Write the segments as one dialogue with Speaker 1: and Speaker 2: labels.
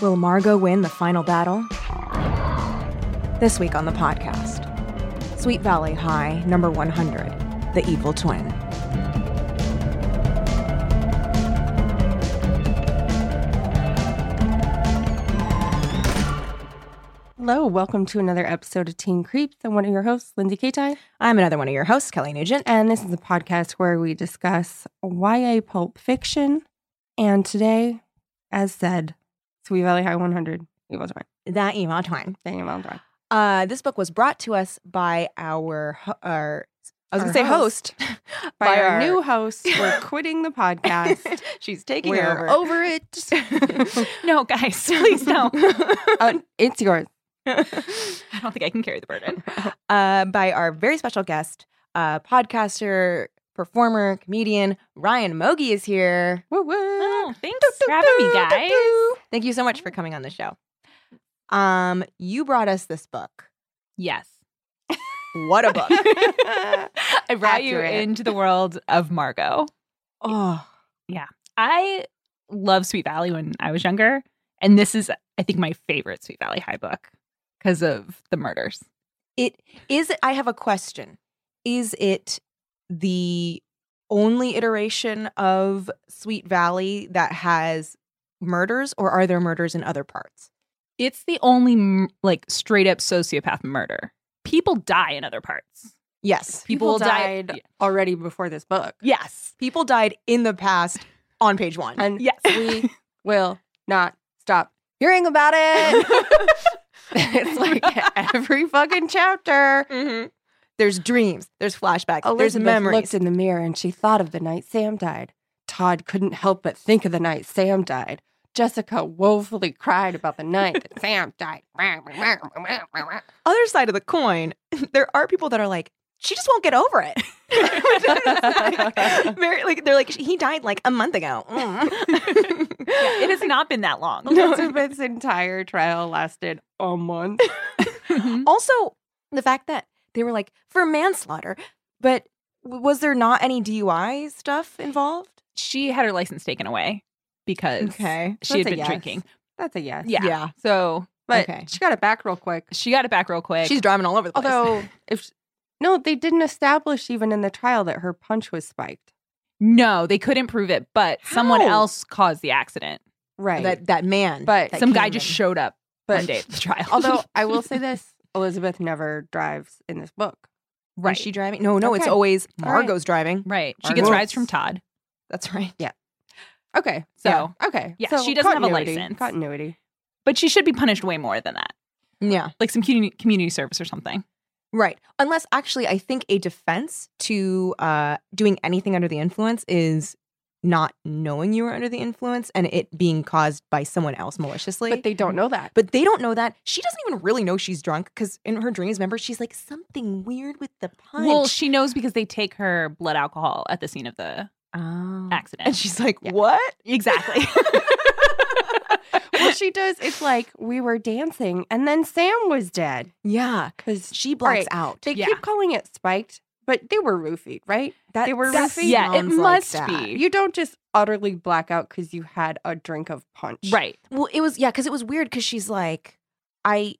Speaker 1: Will Margot win the final battle? This week on the podcast Sweet Valley High, number 100, The Evil Twin.
Speaker 2: Hello, welcome to another episode of Teen Creeps. I'm one of your hosts, Lindsay Katai,
Speaker 1: I'm another one of your hosts, Kelly Nugent.
Speaker 2: and this is a podcast where we discuss YA pulp fiction. And today, as said, Sweet Valley High 100. It was right.
Speaker 1: That email twine.
Speaker 2: Dang it, well done.
Speaker 1: Uh, this book was brought to us by our, ho- our I was
Speaker 2: Our
Speaker 1: going to say host,
Speaker 2: host. By, our, new host, we're quitting the podcast.
Speaker 1: She's taking
Speaker 2: We're
Speaker 1: over.
Speaker 2: over it.
Speaker 3: No, guys, please don't. I
Speaker 2: Uh, it's yours.
Speaker 3: don't think I can carry the burden.
Speaker 1: uh, by our very special guest, uh, podcaster, performer, comedian Ryan Mogi is here.
Speaker 2: Woo woo.
Speaker 3: Oh, thanks for having me, guys.
Speaker 1: Thank you so much for coming on the show. Um, you brought us this book.
Speaker 3: Yes.
Speaker 1: What a book!
Speaker 3: I brought you
Speaker 2: Accurate.
Speaker 3: into the world of Margot.
Speaker 1: oh,
Speaker 3: I love Sweet Valley when I was younger. And this is, I think, my favorite Sweet Valley High book because of the murders.
Speaker 1: it is. It, I have a question. Is it the only iteration of Sweet Valley that has murders, or are there murders in other parts?
Speaker 3: It's the only m- like straight up sociopath murder. People die in other parts.
Speaker 1: Yes,
Speaker 2: People
Speaker 3: die-
Speaker 2: died already before this book.
Speaker 3: Yes.
Speaker 1: people died in the past on page one.
Speaker 2: And
Speaker 3: Yes.
Speaker 2: we will not stop hearing about it. it's like every fucking chapter.
Speaker 1: Mhm. There's dreams. There's flashbacks. there's
Speaker 2: Elizabeth
Speaker 1: memories.
Speaker 2: looked in the mirror and she thought of the night Sam died. Todd couldn't help but think of the night Sam died. Jessica woefully cried about the night that Sam died.
Speaker 1: Other side of the coin, there are people that are like, she just won't get over it. Like, very, like they're like, he died like a month ago. Mm.
Speaker 3: Yeah, it has not been that long.
Speaker 2: Elizabeth's entire trial lasted a month.
Speaker 3: Mhm.
Speaker 1: also, the fact that they were like for manslaughter, but w- was there not any DUI stuff involved?
Speaker 3: she had her license taken away because she
Speaker 2: That's
Speaker 3: had
Speaker 2: a
Speaker 3: been
Speaker 2: yes.
Speaker 3: drinking.
Speaker 2: That's a yes.
Speaker 3: Yeah.
Speaker 1: Yeah.
Speaker 3: So
Speaker 2: But
Speaker 1: Okay.
Speaker 2: she got it back real quick.
Speaker 3: she got it back real quick.
Speaker 1: She's driving all over the place.
Speaker 2: Although, if no, they didn't establish even in the trial that her punch was spiked.
Speaker 3: no, they couldn't prove it, but someone
Speaker 1: How?
Speaker 3: else caused the accident.
Speaker 2: Right.
Speaker 1: that that man,
Speaker 2: but
Speaker 1: that
Speaker 3: Some guy
Speaker 1: came
Speaker 3: just
Speaker 1: in.
Speaker 3: showed up
Speaker 2: but
Speaker 3: one day at the trial.
Speaker 2: although I will say this, Elizabeth never drives in this book.
Speaker 1: Is she driving? No, no, it's
Speaker 2: Okay.
Speaker 1: always
Speaker 2: All right.
Speaker 1: Margot's driving.
Speaker 3: right, she
Speaker 1: Margot.
Speaker 3: gets rides from Todd.
Speaker 1: That's right.
Speaker 2: Okay.
Speaker 3: So
Speaker 2: yeah, okay.
Speaker 3: yeah,
Speaker 2: so
Speaker 3: she doesn't have a
Speaker 2: continuity,
Speaker 3: license.
Speaker 2: Continuity.
Speaker 3: but she should be punished way more than that,
Speaker 1: Yeah.
Speaker 3: like some community community service or something.
Speaker 1: Right. Unless actually I think a defense to uh doing anything under the influence is not knowing you were under the influence and it being caused by someone else maliciously.
Speaker 2: But they don't know that.
Speaker 1: But they don't know that. She doesn't even really know she's drunk because in her dreams, remember, she's like something weird with the punch.
Speaker 3: Well, she knows because they take her blood alcohol at the scene of the
Speaker 1: oh.
Speaker 3: accident.
Speaker 1: and she's like,
Speaker 2: Yeah.
Speaker 1: "What?"
Speaker 3: exactly.
Speaker 2: well, she does. It's like we were dancing and then Sam was dead.
Speaker 1: Yeah,
Speaker 2: Because
Speaker 1: she blacks
Speaker 2: Right.
Speaker 1: out.
Speaker 2: they
Speaker 3: Yeah.
Speaker 2: keep calling it spiked, but they were roofied, right?
Speaker 1: That-
Speaker 2: they were
Speaker 1: that
Speaker 2: roofied.
Speaker 3: yeah, it
Speaker 1: sounds like
Speaker 3: must
Speaker 1: that.
Speaker 3: be
Speaker 2: You don't just utterly black out because you had a drink of punch.
Speaker 3: right.
Speaker 1: Well, it was yeah, because it was weird because she's like, I,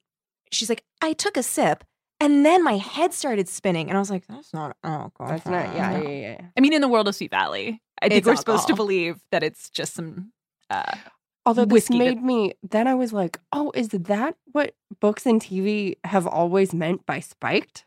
Speaker 1: she's like, I took a sip and then my head started spinning, and I was like, that's not oh, alcohol.
Speaker 2: That's not, yeah,
Speaker 1: No.
Speaker 2: yeah, yeah. yeah.
Speaker 3: I mean, in the world of Sweet Valley, I think
Speaker 1: It's
Speaker 3: we're supposed to
Speaker 1: alcohol.
Speaker 3: believe that it's just some. Uh,
Speaker 2: Although this
Speaker 3: Whiskey.
Speaker 2: made me, then I was like, oh, is that what books and TV have always meant by spiked?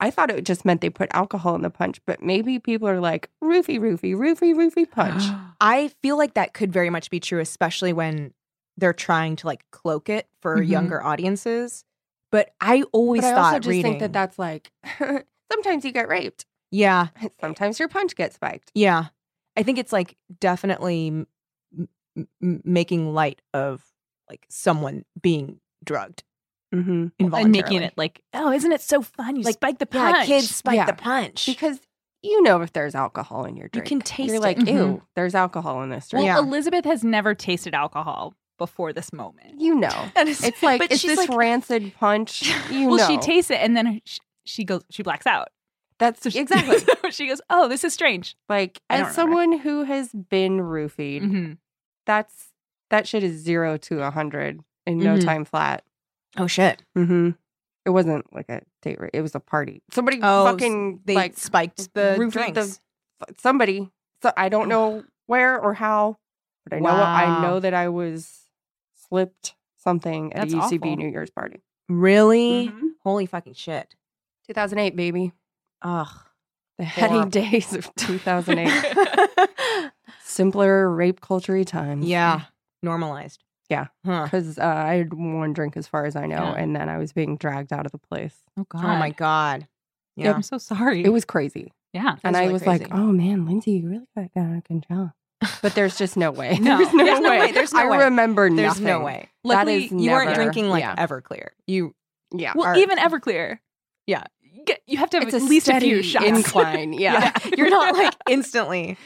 Speaker 2: I thought it just meant they put alcohol in the punch, but maybe people are like, roofie, roofie, roofie, roofie punch.
Speaker 1: I feel like that could very much be true, especially when they're trying to like cloak it for
Speaker 3: Mhm.
Speaker 1: younger audiences. But I always
Speaker 2: Mm-hmm. but I
Speaker 1: thought
Speaker 2: also just
Speaker 1: reading,
Speaker 2: think that that's like, sometimes you get raped,
Speaker 1: yeah,
Speaker 2: sometimes your punch gets spiked.
Speaker 1: yeah, I think it's like definitely m- m- m- making light of like someone being drugged
Speaker 2: Mm-hmm.
Speaker 3: and
Speaker 1: involuntarily
Speaker 3: making it like, oh, isn't it so fun? You
Speaker 1: Like,
Speaker 3: spike the
Speaker 1: yeah,
Speaker 3: punch.
Speaker 1: kids spike
Speaker 2: Yeah.
Speaker 1: the punch.
Speaker 2: Because you know if there's alcohol in your
Speaker 1: You
Speaker 2: drink.
Speaker 1: can taste
Speaker 2: You're
Speaker 1: it. Mm-hmm.
Speaker 2: like,
Speaker 3: Mhm.
Speaker 2: ew, there's alcohol in this
Speaker 3: Well,
Speaker 2: drink.
Speaker 1: Yeah.
Speaker 3: Elizabeth has never tasted alcohol before this moment.
Speaker 2: You know.
Speaker 1: And it's,
Speaker 2: It's like,
Speaker 1: But
Speaker 2: it's
Speaker 1: she's
Speaker 2: this
Speaker 1: like-
Speaker 2: rancid punch. You
Speaker 3: well,
Speaker 2: know.
Speaker 3: she tastes it and then she, she goes, she blacks out.
Speaker 2: That's
Speaker 3: So she,
Speaker 2: exactly.
Speaker 3: so she goes, oh, this is strange.
Speaker 2: Like
Speaker 3: I don't Mm-hmm.
Speaker 2: as
Speaker 3: remember.
Speaker 2: someone who has been roofied,
Speaker 3: Mhm.
Speaker 2: that's that shit is zero to a hundred in no
Speaker 3: Mhm.
Speaker 2: time flat.
Speaker 1: Oh shit!
Speaker 2: Mm-hmm. It wasn't like a date rape. It was a party. Somebody
Speaker 1: Oh, s-
Speaker 2: fucking
Speaker 1: They
Speaker 2: like
Speaker 1: spiked the
Speaker 2: roofed the-
Speaker 1: drinks.
Speaker 2: f- somebody. So I don't know where or how, but I know I
Speaker 1: Wow.
Speaker 2: know that I was slipped something at
Speaker 3: That's
Speaker 2: a UCB
Speaker 3: awful.
Speaker 2: New Year's party.
Speaker 1: really? Holy fucking shit!
Speaker 2: 2008, baby.
Speaker 1: Ugh.
Speaker 2: The heady
Speaker 1: Horrible.
Speaker 2: days of 2008.
Speaker 3: 2008.
Speaker 2: Simpler rape culture times.
Speaker 1: yeah. Normalized.
Speaker 2: Yeah.
Speaker 1: Huh.
Speaker 2: Because uh, I had one drink, as far as I know,
Speaker 3: Yeah.
Speaker 2: and then I was being dragged out of the place.
Speaker 3: Oh God.
Speaker 1: Oh my god.
Speaker 3: Yeah,
Speaker 1: Yeah.
Speaker 3: I'm so sorry.
Speaker 2: It was crazy.
Speaker 3: yeah.
Speaker 2: and I
Speaker 1: really
Speaker 2: was like,
Speaker 1: crazy.
Speaker 2: "Oh man, Lindsay, you really got out of control." But there's just no way.
Speaker 3: No.
Speaker 2: there's no,
Speaker 3: There's
Speaker 1: no
Speaker 2: way.
Speaker 1: way. There's no
Speaker 2: I
Speaker 1: way.
Speaker 2: remember
Speaker 1: There's
Speaker 2: nothing.
Speaker 1: no way.
Speaker 2: That
Speaker 1: Luckily,
Speaker 2: is
Speaker 1: you weren't
Speaker 2: never-
Speaker 1: drinking like
Speaker 2: yeah.
Speaker 1: Everclear. You
Speaker 2: Yeah,
Speaker 3: well,
Speaker 1: Or-
Speaker 3: even Everclear.
Speaker 1: Yeah.
Speaker 3: You get- You have to have
Speaker 2: it's
Speaker 3: at
Speaker 2: a
Speaker 3: least a
Speaker 2: steady
Speaker 3: few shots.
Speaker 2: incline. Yeah,
Speaker 1: you're not like instantly.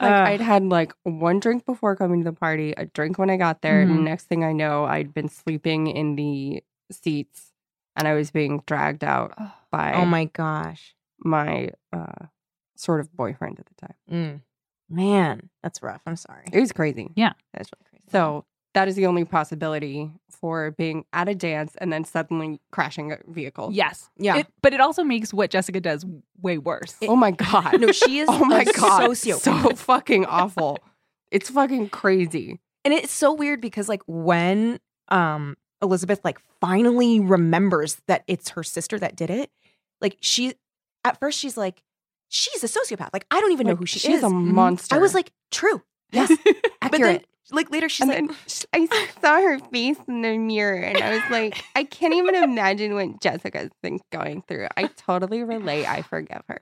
Speaker 2: like
Speaker 3: Ugh.
Speaker 2: I'd had like one drink before coming to the party, a drink when I got there.
Speaker 3: Mhm.
Speaker 1: Mm-hmm.
Speaker 2: And next thing I know, I'd been sleeping in the seats, and I was being dragged out by
Speaker 1: Oh my gosh.
Speaker 2: my uh, sort of boyfriend at the time.
Speaker 1: Mm. Man, that's rough. I'm sorry.
Speaker 2: It was crazy.
Speaker 1: That's really crazy.
Speaker 2: So that is the only possibility for being at a dance and then suddenly crashing a vehicle.
Speaker 3: yes.
Speaker 1: yeah.
Speaker 3: It, but it also makes what Jessica does way worse.
Speaker 2: oh my god.
Speaker 1: no, she is
Speaker 2: oh my
Speaker 1: a
Speaker 2: god.
Speaker 1: sociopath.
Speaker 2: So fucking awful. It's fucking crazy.
Speaker 1: and it's so weird because like when um elizabeth like finally remembers that it's her sister that did it like she at first she's like she's a sociopath like i don't even know
Speaker 2: Like,
Speaker 1: who she
Speaker 2: she's
Speaker 1: is Mm-hmm.
Speaker 2: a monster.
Speaker 1: i was like true yes but then
Speaker 2: accurate.
Speaker 1: like later she's
Speaker 2: and
Speaker 1: like
Speaker 2: then sh- I saw her face in the mirror and I was like, I can't even imagine what Jessica's been going through. I totally relate. I forgive her.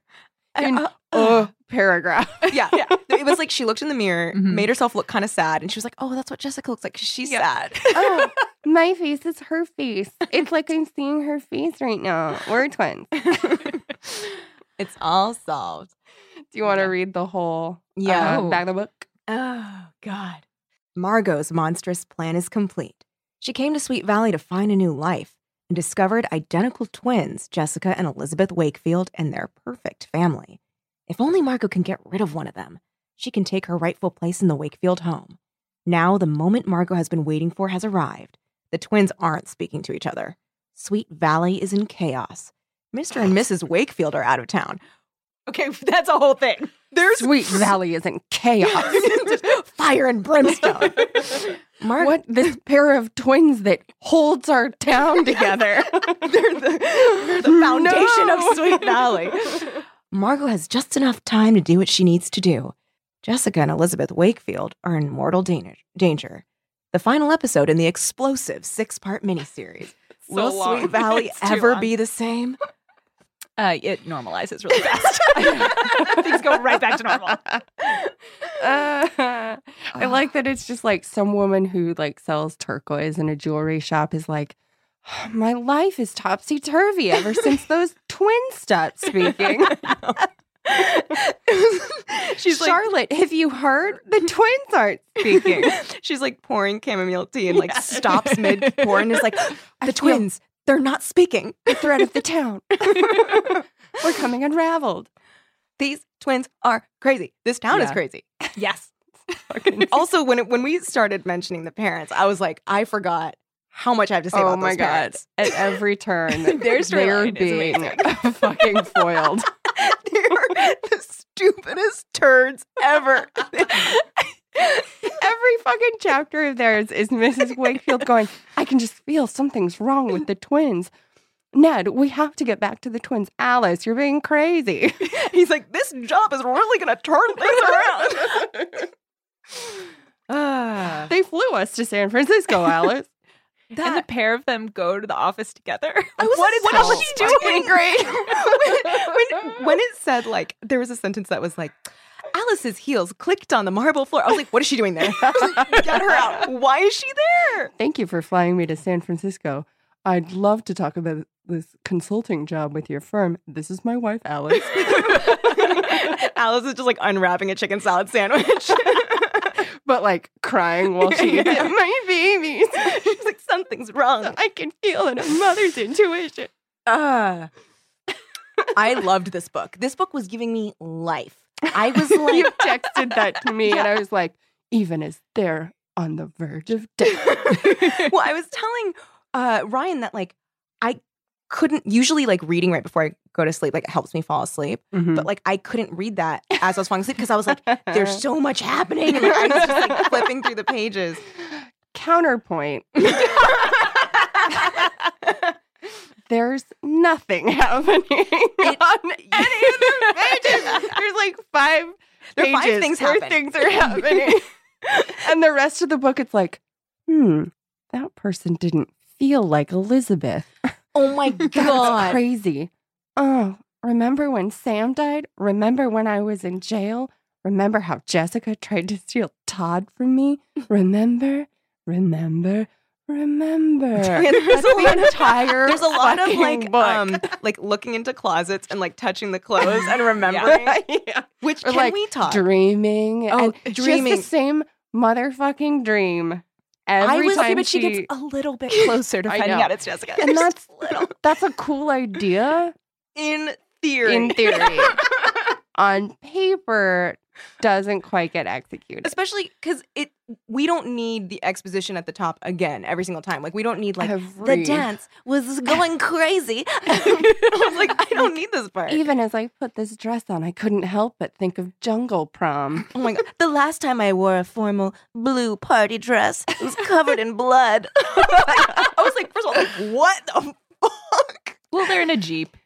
Speaker 2: and-
Speaker 1: uh, uh,
Speaker 2: Oh, paragraph.
Speaker 1: yeah, yeah. It was like she looked in the mirror,
Speaker 3: Mhm.
Speaker 2: Mm-hmm.
Speaker 1: made herself look kind of sad, and she was like, "Oh, that's what Jessica looks like. 'cause She's sad."
Speaker 2: oh, my face is her face. It's like I'm seeing her face right now. We're twins.
Speaker 1: it's all solved.
Speaker 2: Do you want to
Speaker 3: Yeah.
Speaker 2: read the whole
Speaker 1: Yeah.
Speaker 2: uh, back of the book?
Speaker 1: Oh, God. Margot's monstrous plan is complete. She came to Sweet Valley to find a new life and discovered identical twins, Jessica and Elizabeth Wakefield, and their perfect family. If only Margot can get rid of one of them, she can take her rightful place in the Wakefield home. Now, the moment Margot has been waiting for has arrived. The twins aren't speaking to each other. Sweet Valley is in chaos. Mr. and Mrs. Wakefield are out of town.
Speaker 3: okay, that's a whole thing.
Speaker 1: There's
Speaker 2: Sweet Valley is in chaos.
Speaker 1: Just fire and brimstone. Mark,
Speaker 2: what this pair of twins that holds our town together.
Speaker 1: they're the, they're the foundation of Sweet Valley. Margot has just enough time to do what she needs to do. Jessica and Elizabeth Wakefield are in mortal danger. danger. The final episode in the explosive six part miniseries.
Speaker 3: So
Speaker 1: Will
Speaker 3: long.
Speaker 1: Sweet Valley
Speaker 3: It's too
Speaker 1: ever
Speaker 3: long.
Speaker 1: be the same?
Speaker 3: Uh, it normalizes really fast. Things go right back to normal.
Speaker 2: Uh, I like that it's just like some woman who like sells turquoise in a jewelry shop is like, "Oh, my life is topsy turvy ever since those twins stopped speaking.
Speaker 1: She's like,
Speaker 2: Charlotte, have you heard? The twins aren't speaking.
Speaker 1: She's like pouring chamomile tea and like
Speaker 3: Yeah.
Speaker 1: stops mid pour and is like,
Speaker 2: I
Speaker 1: the
Speaker 2: feel-
Speaker 1: twins, they're not speaking.
Speaker 2: The thread of the town. We're coming unraveled.
Speaker 1: These twins are crazy. This town is
Speaker 3: Yeah.
Speaker 1: crazy.
Speaker 3: Yes.
Speaker 1: also, when it, when we started mentioning the parents, I was like, I forgot how much I have to say
Speaker 2: oh
Speaker 1: about
Speaker 2: my
Speaker 1: those
Speaker 2: god!
Speaker 1: parents.
Speaker 2: At every turn,
Speaker 3: Their
Speaker 2: they're
Speaker 3: storyline is
Speaker 2: being
Speaker 3: amazing.
Speaker 2: fucking foiled.
Speaker 1: they are the stupidest turds ever.
Speaker 2: Every fucking chapter of theirs is Mrs. Wakefield going, I can just feel something's wrong with the twins. Ned, we have to get back to the twins. Alice, you're being crazy.
Speaker 1: He's like, this job is really gonna turn things around. Ah,
Speaker 2: they flew us to San Francisco, Alice.
Speaker 3: and the pair of them go to the office together.
Speaker 1: I was
Speaker 3: what
Speaker 1: what,
Speaker 3: is,
Speaker 1: what
Speaker 3: what
Speaker 1: else
Speaker 3: is
Speaker 1: is
Speaker 3: she
Speaker 1: she doing?
Speaker 3: doing?
Speaker 1: Great. when, when, when it said like there was a sentence that was like Alice's heels clicked on the marble floor. I was like, what is she doing there? I was like, Get her out. Why is she there?
Speaker 2: Thank you for flying me to San Francisco. I'd love to talk about this consulting job with your firm. This is my wife, Alice.
Speaker 1: Alice is just like unwrapping a chicken salad sandwich.
Speaker 2: but like crying while she eats it.
Speaker 1: Yeah.
Speaker 2: My babies.
Speaker 1: She's like, something's wrong.
Speaker 2: I can feel it. A mother's intuition.
Speaker 1: Uh, I loved this book. This book was giving me life. I was like,
Speaker 2: you texted that to me, and I was like, even as they're on the verge of death.
Speaker 1: well, I was telling uh, Ryan that like I couldn't usually like reading right before I go to sleep like it helps me fall asleep,
Speaker 2: Mhm.
Speaker 1: but like I couldn't read that as I was falling asleep because I was like, there's so much happening, and like, I was just like flipping through the pages.
Speaker 2: counterpoint. There's nothing happening on any of the pages. There's like five
Speaker 1: There are five
Speaker 2: pages
Speaker 1: things
Speaker 2: where
Speaker 1: happen.
Speaker 2: things are happening, and the rest of the book, it's like, hmm, that person didn't feel like Elizabeth.
Speaker 1: oh my
Speaker 2: That's
Speaker 1: god!
Speaker 2: crazy. Oh, remember when Sam died? Remember when I was in jail? Remember how Jessica tried to steal Todd from me? Remember? Remember? Remember?
Speaker 1: There's a
Speaker 2: That's
Speaker 1: lot
Speaker 2: the
Speaker 1: of-
Speaker 2: entire
Speaker 1: There's a lot of
Speaker 2: fucking
Speaker 1: like
Speaker 2: book.
Speaker 1: um like looking into closets and like touching the clothes and remembering
Speaker 2: Yeah.
Speaker 1: which
Speaker 2: Or,
Speaker 1: can
Speaker 2: like,
Speaker 1: we talk?
Speaker 2: dreaming
Speaker 1: Oh,
Speaker 2: and
Speaker 1: dreaming.
Speaker 2: just the same motherfucking dream every
Speaker 1: I was
Speaker 2: time
Speaker 1: okay, but she, gets a little bit closer to
Speaker 2: I
Speaker 1: finding
Speaker 2: know.
Speaker 1: out it's Jessica.
Speaker 2: And
Speaker 1: Just
Speaker 2: that's-
Speaker 1: a little
Speaker 2: That's a cool idea
Speaker 1: in theory.
Speaker 2: in theory. On paper, doesn't quite get executed.
Speaker 1: especially because it we don't need the exposition at the top again every single time like we don't need like
Speaker 2: Every-
Speaker 1: the dance was going crazy I was like i don't need this part
Speaker 2: Even as I put this dress on, I couldn't help but think of jungle prom.
Speaker 1: oh my god the last time i wore a formal blue party dress it was covered in blood i was like first of all like, what the fuck
Speaker 3: Well, they're in a jeep.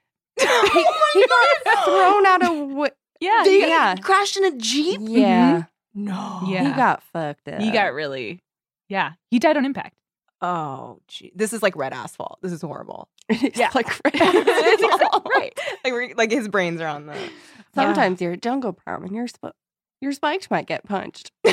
Speaker 1: oh
Speaker 2: he got thrown out of wi-
Speaker 3: Yeah,
Speaker 1: They
Speaker 3: he got-
Speaker 2: yeah.
Speaker 1: crashed in a jeep
Speaker 2: yeah.
Speaker 1: no
Speaker 3: Yeah.
Speaker 2: Mm-hmm. He got fucked up.
Speaker 3: he got really. Yeah, he died on impact.
Speaker 1: oh gee this is like red asphalt this is horrible
Speaker 2: It's
Speaker 3: Yeah.
Speaker 2: like-
Speaker 1: It's
Speaker 3: Exactly
Speaker 1: awful.
Speaker 3: right.
Speaker 1: like, we're- like his brains are on the
Speaker 2: Sometimes you're at jungle prom and your sp- your spikes might get punched.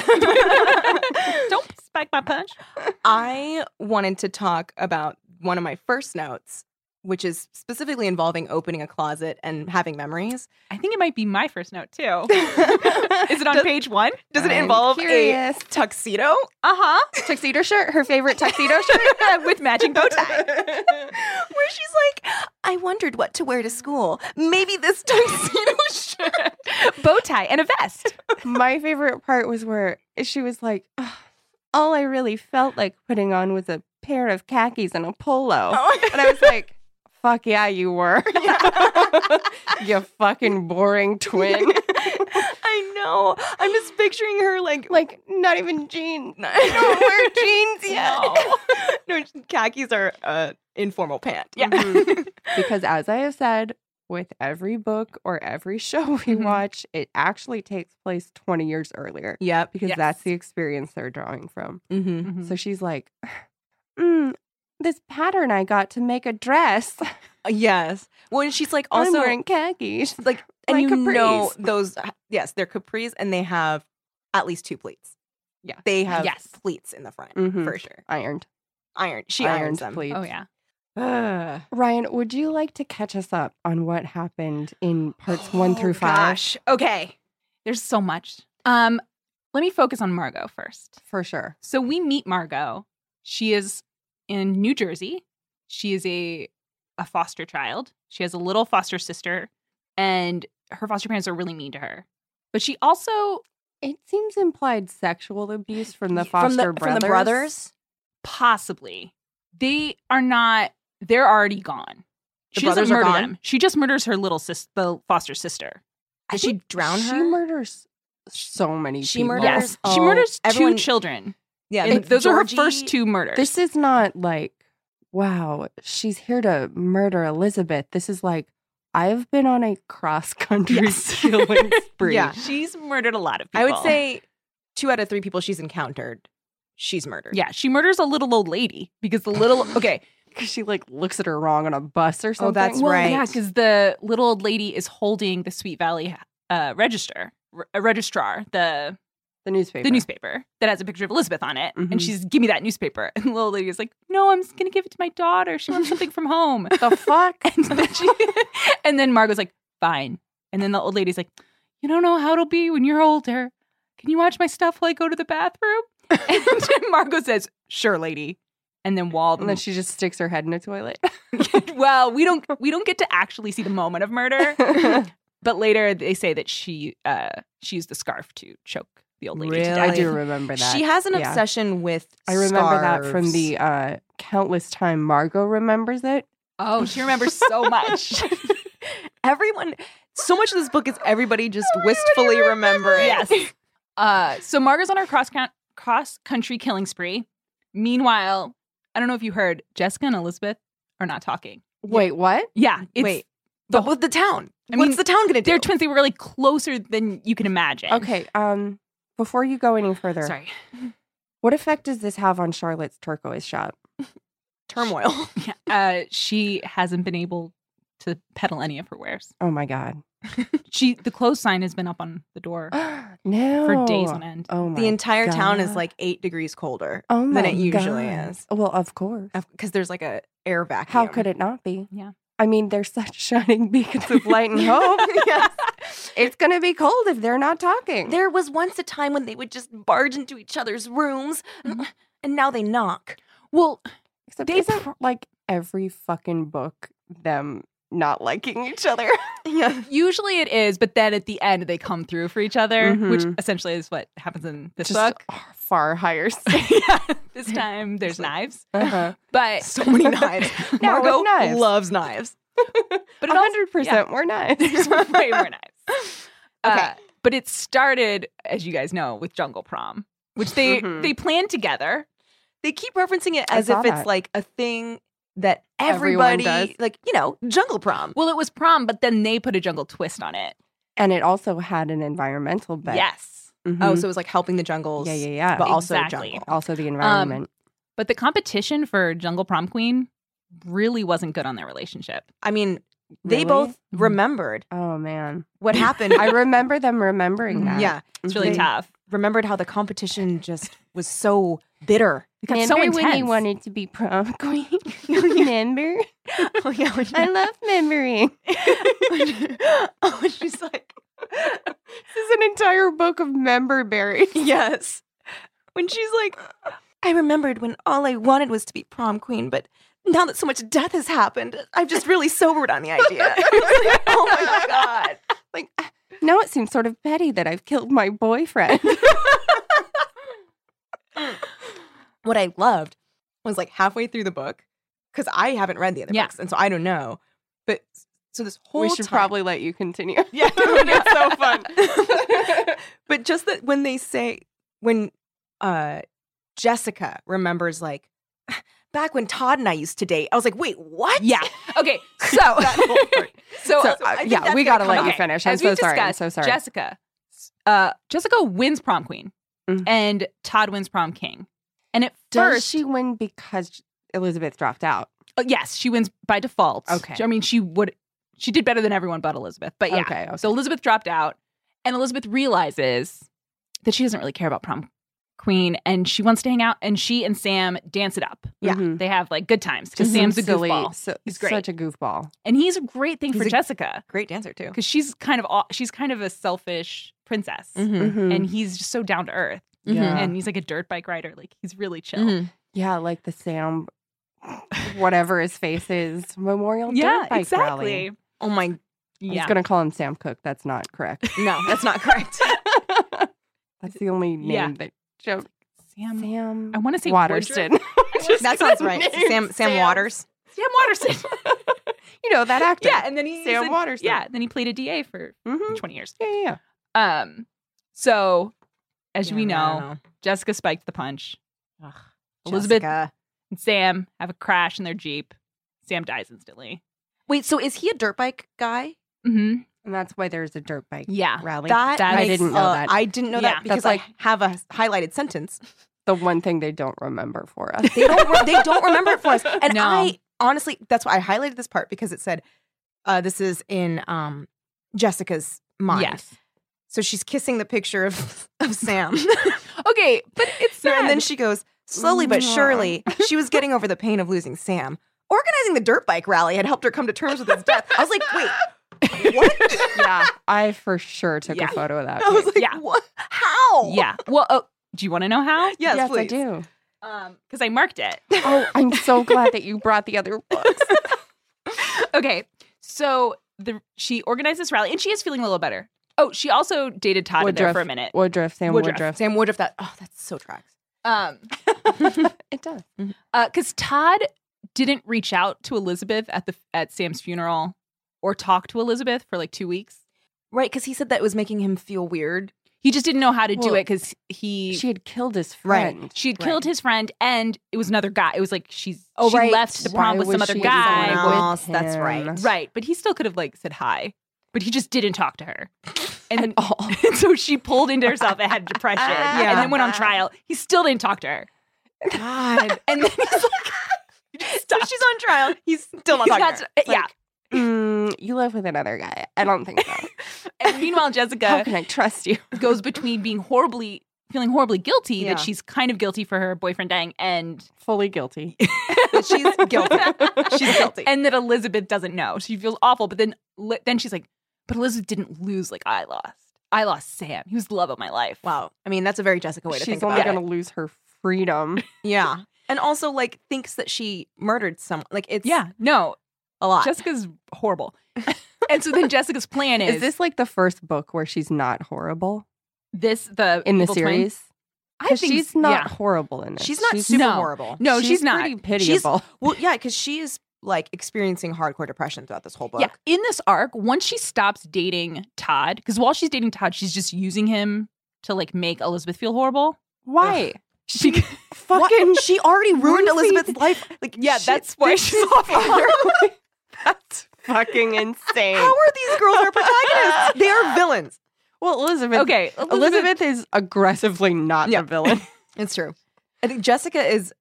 Speaker 3: Don't spike my punch.
Speaker 1: I wanted to talk about one of my first notes, which is specifically involving opening a closet and having memories.
Speaker 3: I think it might be my first note too.
Speaker 1: does
Speaker 3: Is it on page one?
Speaker 1: it
Speaker 2: I'm
Speaker 1: involve a
Speaker 2: curious.
Speaker 1: tuxedo?
Speaker 3: Uh huh.
Speaker 2: tuxedo shirt? Her favorite tuxedo shirt?
Speaker 3: With matching bow tie.
Speaker 1: Where she's like, I wondered what to wear to school. Maybe this tuxedo shirt.
Speaker 3: bow tie and a vest.
Speaker 2: My favorite part was where she was like, "Ugh, all I really felt like putting on was a pair of khakis and a polo.
Speaker 1: Oh,
Speaker 2: And I was like, fuck yeah, you were. you fucking boring twin.
Speaker 1: I know. I'm just picturing her like
Speaker 2: like, not even jeans.
Speaker 1: No.
Speaker 2: I don't wear jeans yet.
Speaker 1: no, khakis are uh, informal pant.
Speaker 3: Yeah.
Speaker 1: Mhm.
Speaker 2: Because as I have said, with every book or every show we
Speaker 3: Mhm.
Speaker 2: watch, it actually takes place 20 years earlier
Speaker 1: yep.
Speaker 2: because
Speaker 3: Yes.
Speaker 2: that's the experience they're drawing from.
Speaker 1: Mm-hmm.
Speaker 2: So she's like, mm, this pattern I got to make a dress.
Speaker 1: Uh, Yes. Well, and she's like
Speaker 2: I'm
Speaker 1: also
Speaker 2: wearing khakis.
Speaker 1: like, and
Speaker 2: my
Speaker 1: you know
Speaker 2: capris.
Speaker 1: those. uh, Yes, they're capris, and they have at least two pleats.
Speaker 2: Yeah.
Speaker 1: they have
Speaker 3: Yes.
Speaker 1: pleats in the front
Speaker 2: Mhm.
Speaker 1: for sure.
Speaker 2: Ironed.
Speaker 1: Iron. She irons
Speaker 2: ironed
Speaker 1: them.
Speaker 2: pleats.
Speaker 3: Oh yeah.
Speaker 1: Ugh.
Speaker 2: Ryan, would you like to catch us up on what happened in parts one
Speaker 1: Oh,
Speaker 2: through five?
Speaker 1: Gosh. Okay.
Speaker 3: There's so much. Um, let me focus on Margot first.
Speaker 2: For sure.
Speaker 3: So we meet Margot. She is in New Jersey. She is a a foster child. She has a little foster sister, and her foster parents are really mean to her. But she also
Speaker 2: It seems implied sexual abuse from the
Speaker 1: From
Speaker 2: foster
Speaker 1: the,
Speaker 2: brothers.
Speaker 1: From the brothers.
Speaker 3: possibly they are not. They're already gone.
Speaker 1: The
Speaker 3: she doesn't
Speaker 1: brothers are
Speaker 3: murder
Speaker 1: gone?
Speaker 3: them. She just murders her little sis, the foster sister.
Speaker 1: Did she drown
Speaker 2: She
Speaker 1: her?
Speaker 2: murders so many
Speaker 1: She
Speaker 2: people.
Speaker 1: murders-
Speaker 3: Yes, she
Speaker 1: all-
Speaker 3: murders
Speaker 1: everyone-
Speaker 3: two children.
Speaker 1: yeah.
Speaker 3: And
Speaker 1: the
Speaker 3: those
Speaker 1: Georgie-
Speaker 3: are her first two murders.
Speaker 2: This is not like, wow, she's here to murder Elizabeth. This is like, I've been on a cross country
Speaker 3: Yes.
Speaker 2: killing spree.
Speaker 1: Yeah.
Speaker 3: she's murdered a lot of people.
Speaker 1: I would say two out of three people she's encountered, she's murdered.
Speaker 3: yeah, she murders a little old lady because the little okay,
Speaker 2: Because she like looks at her wrong on a bus or something.
Speaker 1: Oh, that's Well, right.
Speaker 3: yeah, because the little old lady is holding the Sweet Valley uh, register, r- uh, registrar, the
Speaker 2: The newspaper.
Speaker 3: the newspaper that has a picture of Elizabeth on it,
Speaker 2: Mhm.
Speaker 1: Mm-hmm.
Speaker 3: and she's give me that newspaper, and the little lady is like, no, I'm just gonna give it to my daughter. She wants something from home,
Speaker 2: The fuck?
Speaker 3: and then she, and then Margot's like, fine, and then the old lady's like, you don't know how it'll be when you're older. Can you watch my stuff while I go to the bathroom? And then Margot says, sure, lady. And then Wall
Speaker 2: and then she just sticks her head in a toilet.
Speaker 3: well, we don't we don't get to actually see the moment of murder,
Speaker 2: That's
Speaker 3: but later they say that she uh she used the scarf to choke the old lady. to
Speaker 1: Really?
Speaker 2: I
Speaker 3: death.
Speaker 2: do remember that.
Speaker 1: She has an
Speaker 2: Yeah.
Speaker 1: obsession with.
Speaker 2: I remember that from
Speaker 1: scarves.
Speaker 2: the uh, countless time Margot remembers it.
Speaker 3: Oh, she remembers so much.
Speaker 1: Everyone, so much of this book is everybody just
Speaker 2: Everybody
Speaker 1: wistfully remembering.
Speaker 3: yes. Uh, so Margo's on her cross cross country killing spree. Meanwhile, I don't know if you heard, Jessica and Elizabeth are not talking.
Speaker 2: Wait, what?
Speaker 3: Yeah, it's,
Speaker 1: Wait, but with the town,
Speaker 3: I mean,
Speaker 1: what's the town going to do?
Speaker 3: they're twins. They were really closer than you can imagine.
Speaker 2: Okay. Um, before you go any further,
Speaker 3: sorry.
Speaker 2: what effect does this have on Charlotte's turquoise shop?
Speaker 1: turmoil.
Speaker 3: Yeah, uh, she hasn't been able to peddle any of her wares.
Speaker 2: Oh my god.
Speaker 3: She the clothes sign has been up on the door
Speaker 2: no.
Speaker 3: for days on end.
Speaker 2: Oh my.
Speaker 1: the entire town is
Speaker 2: God.
Speaker 1: like eight degrees colder
Speaker 2: oh my
Speaker 1: than it usually
Speaker 2: God.
Speaker 1: is
Speaker 2: Well, of course.
Speaker 1: because there's like a air vacuum.
Speaker 2: How could it not be?
Speaker 3: Yeah.
Speaker 2: I mean, they're such shining beacons of light and hope.
Speaker 1: yes.
Speaker 2: it's going to be cold if they're not talking.
Speaker 1: There was once a time when they would just barge into each other's rooms,
Speaker 3: Mhm.
Speaker 1: and now they knock.
Speaker 3: Well,
Speaker 2: Except
Speaker 3: they
Speaker 2: isn't, like every fucking book them not liking each other.
Speaker 1: Yeah.
Speaker 3: usually it is, but then at the end they come through for each other, which
Speaker 2: Mhm.
Speaker 3: essentially is what happens in this
Speaker 2: Just
Speaker 3: book.
Speaker 2: far higher.
Speaker 3: yeah, this time there's knives,
Speaker 2: uh
Speaker 3: but
Speaker 1: So many knives.
Speaker 2: Now with
Speaker 1: Margot
Speaker 2: knives.
Speaker 1: loves knives.
Speaker 3: but it also-
Speaker 2: 100% more
Speaker 3: there's
Speaker 2: nice.
Speaker 3: way more knives. Uh,
Speaker 1: Okay.
Speaker 3: but it started, as you guys know, with Jungle Prom, which they
Speaker 1: Mm-hmm.
Speaker 2: Mhm.
Speaker 3: they planned together.
Speaker 1: They keep referencing it
Speaker 2: I
Speaker 1: as
Speaker 2: saw
Speaker 1: if it's
Speaker 2: that.
Speaker 1: like a thing that
Speaker 2: Everyone
Speaker 1: everybody,
Speaker 2: does.
Speaker 1: like you know, jungle prom.
Speaker 3: Well, it was prom, but then they put a jungle twist on it.
Speaker 2: and it also had an environmental bit.
Speaker 3: Yes.
Speaker 2: Mhm.
Speaker 1: Oh, so it was like helping the jungles.
Speaker 2: yeah, yeah, yeah.
Speaker 1: But also
Speaker 3: Exactly.
Speaker 1: jungle.
Speaker 2: also the environment.
Speaker 3: But the competition for Jungle Prom Queen really wasn't good on their relationship.
Speaker 1: I mean, they
Speaker 2: Really?
Speaker 1: both
Speaker 3: Mhm.
Speaker 1: remembered
Speaker 2: Oh, man.
Speaker 1: what happened.
Speaker 2: I remember them remembering that.
Speaker 1: Mm-hmm. yeah,
Speaker 3: It's really
Speaker 2: Mhm.
Speaker 3: tough.
Speaker 1: remembered how the competition just was so bitter.
Speaker 3: It got
Speaker 2: Remember
Speaker 3: so
Speaker 2: when you
Speaker 3: intense.
Speaker 2: wanted to be prom queen? remember?
Speaker 1: oh yeah, when
Speaker 2: I love memory.
Speaker 1: oh, when she's like,
Speaker 2: This is an entire book of member berries.
Speaker 1: yes. When she's like, I remembered when all I wanted was to be prom queen, but now that so much death has happened, I've just really sobered on the idea. It's like, oh my god!
Speaker 2: Like now it seems sort of petty that I've killed my boyfriend.
Speaker 1: What I loved was like halfway through the book because I haven't read the other
Speaker 3: Yeah.
Speaker 1: books, and so I don't know. But so this whole
Speaker 2: we should
Speaker 1: time-
Speaker 2: probably let you continue.
Speaker 1: yeah,
Speaker 2: it's so fun.
Speaker 1: but just that when they say when uh Jessica remembers like back when Todd and I used to date, I was like, wait, what?
Speaker 3: Yeah. Okay. So,
Speaker 1: That whole part.
Speaker 2: So,
Speaker 3: so,
Speaker 1: so I
Speaker 2: uh,
Speaker 1: think
Speaker 2: yeah,
Speaker 1: that's
Speaker 2: we
Speaker 1: gonna
Speaker 2: gotta
Speaker 1: come
Speaker 2: let you
Speaker 3: up.
Speaker 2: finish. I'm
Speaker 3: As we've
Speaker 2: so sorry. I'm
Speaker 3: discussed,
Speaker 2: so sorry.
Speaker 3: Jessica, uh, Jessica wins prom queen,
Speaker 1: Mm.
Speaker 2: Mhm.
Speaker 3: and Todd wins prom king. And at
Speaker 2: Does
Speaker 3: first,
Speaker 2: she win because Elizabeth dropped out?
Speaker 3: uh, yes, she wins by default.
Speaker 2: Okay.
Speaker 3: I mean, she would. She did better than everyone but Elizabeth. But yeah.
Speaker 2: Okay.
Speaker 3: So Elizabeth dropped out, and Elizabeth realizes that she doesn't really care about prom queen, and she wants to hang out. And she and Sam dance it up.
Speaker 1: Yeah.
Speaker 2: Mhm.
Speaker 3: They have like good times because
Speaker 2: Just
Speaker 3: Mm-hmm. Sam's a
Speaker 2: some silly-
Speaker 3: goofball,
Speaker 2: so-
Speaker 3: He's great.
Speaker 2: Such a goofball.
Speaker 3: and he's a great thing
Speaker 1: He's
Speaker 3: for
Speaker 1: a-
Speaker 3: Jessica
Speaker 1: Great dancer too.
Speaker 3: because she's kind of aw- she's kind of a selfish princess,
Speaker 1: Mm-hmm.
Speaker 2: Mhm.
Speaker 3: and he's just so down to earth.
Speaker 2: Yeah.
Speaker 3: Mm-hmm.
Speaker 2: Mm-hmm.
Speaker 3: and he's like a dirt bike rider. Like he's really chill.
Speaker 1: Mm-hmm.
Speaker 2: Yeah, like the Sam, whatever his face is, Memorial
Speaker 3: Yeah,
Speaker 2: Oh, Dirt Bike
Speaker 3: exactly.
Speaker 2: Rally.
Speaker 1: Oh my
Speaker 2: I
Speaker 3: Yeah.
Speaker 2: was gonna call him Sam Cook. That's not correct.
Speaker 1: no, that's not correct.
Speaker 2: That's the only name
Speaker 3: Yeah.
Speaker 2: that joke.
Speaker 3: Sam.
Speaker 2: Sam.
Speaker 3: I want to say
Speaker 2: Waterston.
Speaker 3: Woodruff.
Speaker 2: Just
Speaker 1: that sounds
Speaker 2: his
Speaker 1: right.
Speaker 2: name,
Speaker 1: Sam, Sam Waters.
Speaker 3: Sam Waterston.
Speaker 2: You know that actor.
Speaker 3: yeah, and then he
Speaker 2: Sam
Speaker 3: he's a-
Speaker 2: Waterston.
Speaker 3: Yeah, then he played a DA for
Speaker 2: Mhm.
Speaker 3: 20 years.
Speaker 2: Yeah, yeah, yeah.
Speaker 3: Um, so as
Speaker 1: Yeah,
Speaker 3: we
Speaker 1: I
Speaker 3: know,
Speaker 1: don't
Speaker 3: Jessica spiked the punch.
Speaker 1: Ugh,
Speaker 3: Elizabeth
Speaker 1: Jessica.
Speaker 3: and Sam have a crash in their jeep. Sam dies instantly.
Speaker 1: Wait, so is he a dirt bike guy?
Speaker 3: Mm-hmm.
Speaker 2: And that's why there's a dirt bike
Speaker 3: Yeah.
Speaker 2: rally.
Speaker 1: That,
Speaker 3: that- I
Speaker 1: makes-
Speaker 2: didn't know
Speaker 1: uh,
Speaker 2: that.
Speaker 1: I didn't know
Speaker 3: Yeah,
Speaker 1: that
Speaker 2: that's
Speaker 1: because
Speaker 2: like-
Speaker 1: I have a s- highlighted sentence.
Speaker 2: the one thing they don't remember for us.
Speaker 1: They don't. Re- they don't remember it for us. And
Speaker 3: No.
Speaker 1: I honestly, that's why I highlighted this part because it said, uh, "This is in um, Jessica's mind."
Speaker 3: Yes.
Speaker 1: So she's kissing the picture of of Sam,
Speaker 3: Okay, but it's sad.
Speaker 1: and then she goes slowly but
Speaker 2: Mwah.
Speaker 1: surely. She was getting over the pain of losing Sam. Organizing the dirt bike rally had helped her come to terms with his death. I was like, wait, what?
Speaker 2: yeah, I for sure took
Speaker 3: Yeah.
Speaker 2: a photo of that.
Speaker 1: I was like,
Speaker 3: Yeah.
Speaker 1: what? How?
Speaker 3: yeah. Well, oh, do you want to know how?
Speaker 1: Yes,
Speaker 2: yes
Speaker 1: please.
Speaker 2: I do.
Speaker 3: Um, because I marked it.
Speaker 2: Oh, I'm so glad that you brought the other books.
Speaker 3: okay, so the she organized this rally, and she is feeling a little better. Oh, she also dated Todd in there
Speaker 2: Woodruff.
Speaker 3: for a minute.
Speaker 2: Woodruff, Sam
Speaker 3: Woodruff.
Speaker 2: Woodruff.
Speaker 1: Sam Woodruff. That oh, that so tracks.
Speaker 3: Um,
Speaker 2: it does.
Speaker 3: because Uh, Todd didn't reach out to Elizabeth at the at Sam's funeral or talk to Elizabeth for like two weeks.
Speaker 1: Right, because he said that it was making him feel weird.
Speaker 3: He just didn't know how to do
Speaker 2: Well,
Speaker 3: it because he
Speaker 2: She
Speaker 3: she
Speaker 2: had killed his
Speaker 1: Right.
Speaker 2: friend.
Speaker 3: she'd
Speaker 1: right.
Speaker 3: killed his friend and it was another guy. It was like she's
Speaker 1: Oh,
Speaker 3: she
Speaker 1: right.
Speaker 3: left the prom
Speaker 2: Why
Speaker 3: with
Speaker 2: was
Speaker 3: some other
Speaker 2: she
Speaker 3: guy.
Speaker 1: someone
Speaker 2: with
Speaker 1: else? That's
Speaker 2: him?
Speaker 1: right.
Speaker 3: Right, but he still could have like said hi, but he just didn't talk to her. And,
Speaker 2: all.
Speaker 3: and so she pulled into herself and had depression
Speaker 2: Yeah.
Speaker 3: and then went on trial. He still didn't talk to her.
Speaker 1: God.
Speaker 3: And then he's like, he just
Speaker 1: so
Speaker 3: stopped.
Speaker 1: she's on trial. He's still not
Speaker 3: He's
Speaker 1: talking.
Speaker 3: not-
Speaker 1: to her.
Speaker 3: yeah.
Speaker 2: Mm, you live with another guy. I don't think so.
Speaker 3: and meanwhile,
Speaker 2: How
Speaker 3: Jessica
Speaker 2: can I trust you?
Speaker 3: goes between being horribly, feeling horribly guilty
Speaker 1: Yeah.
Speaker 3: that she's kind of guilty for her boyfriend dying and
Speaker 2: Fully guilty.
Speaker 1: But she's guilty. She's guilty.
Speaker 3: and that Elizabeth doesn't know. She feels awful, but then li- then she's like, but Elizabeth didn't lose like I lost. I lost Sam. He was the love of my life.
Speaker 1: wow. I mean, that's a very Jessica way to
Speaker 2: She's
Speaker 1: think
Speaker 2: only
Speaker 1: about
Speaker 2: going to lose her freedom.
Speaker 1: it. Yeah. And also, like, thinks that she murdered someone. Like, it's
Speaker 3: Yeah. No,
Speaker 1: a lot.
Speaker 3: Jessica's horrible. and so then Jessica's plan is,
Speaker 2: Is this like the first book where she's not horrible
Speaker 3: this the
Speaker 2: in the
Speaker 3: evil twin?
Speaker 2: series?
Speaker 3: I
Speaker 2: Because
Speaker 3: think
Speaker 2: she's not
Speaker 3: yeah.
Speaker 2: horrible in it.
Speaker 1: she's not super
Speaker 3: No.
Speaker 1: horrible.
Speaker 3: No, she's, not.
Speaker 2: pretty pitiable.
Speaker 1: Well, yeah, because she is like experiencing hardcore depression throughout this whole book.
Speaker 3: Yeah, in this arc, once she stops dating Todd, because while she's dating Todd, she's just using him to like make Elizabeth feel horrible.
Speaker 2: Why? She
Speaker 1: What?
Speaker 2: fucking
Speaker 1: she already ruined
Speaker 2: Ruthie-
Speaker 1: Elizabeth's life. Like,
Speaker 3: Yeah,
Speaker 1: shit,
Speaker 3: that's why
Speaker 1: this
Speaker 3: she's
Speaker 1: is
Speaker 3: awful.
Speaker 1: horrible.
Speaker 2: That's fucking insane.
Speaker 1: How are these girls our protagonists? They are villains.
Speaker 2: well, Elizabeth.
Speaker 3: Okay,
Speaker 2: Elizabeth is aggressively not
Speaker 1: Yeah.
Speaker 2: the villain.
Speaker 1: It's true. I think Jessica is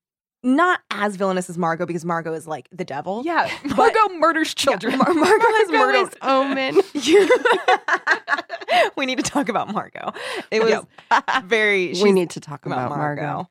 Speaker 1: not as villainous as Margot because Margot is like the devil.
Speaker 3: Yeah, Margot murders children.
Speaker 1: Mar- Margot has murdered.
Speaker 2: Omen.
Speaker 1: we need to talk about Margot. It was very.
Speaker 2: we
Speaker 1: she's
Speaker 2: need to talk about, Margot.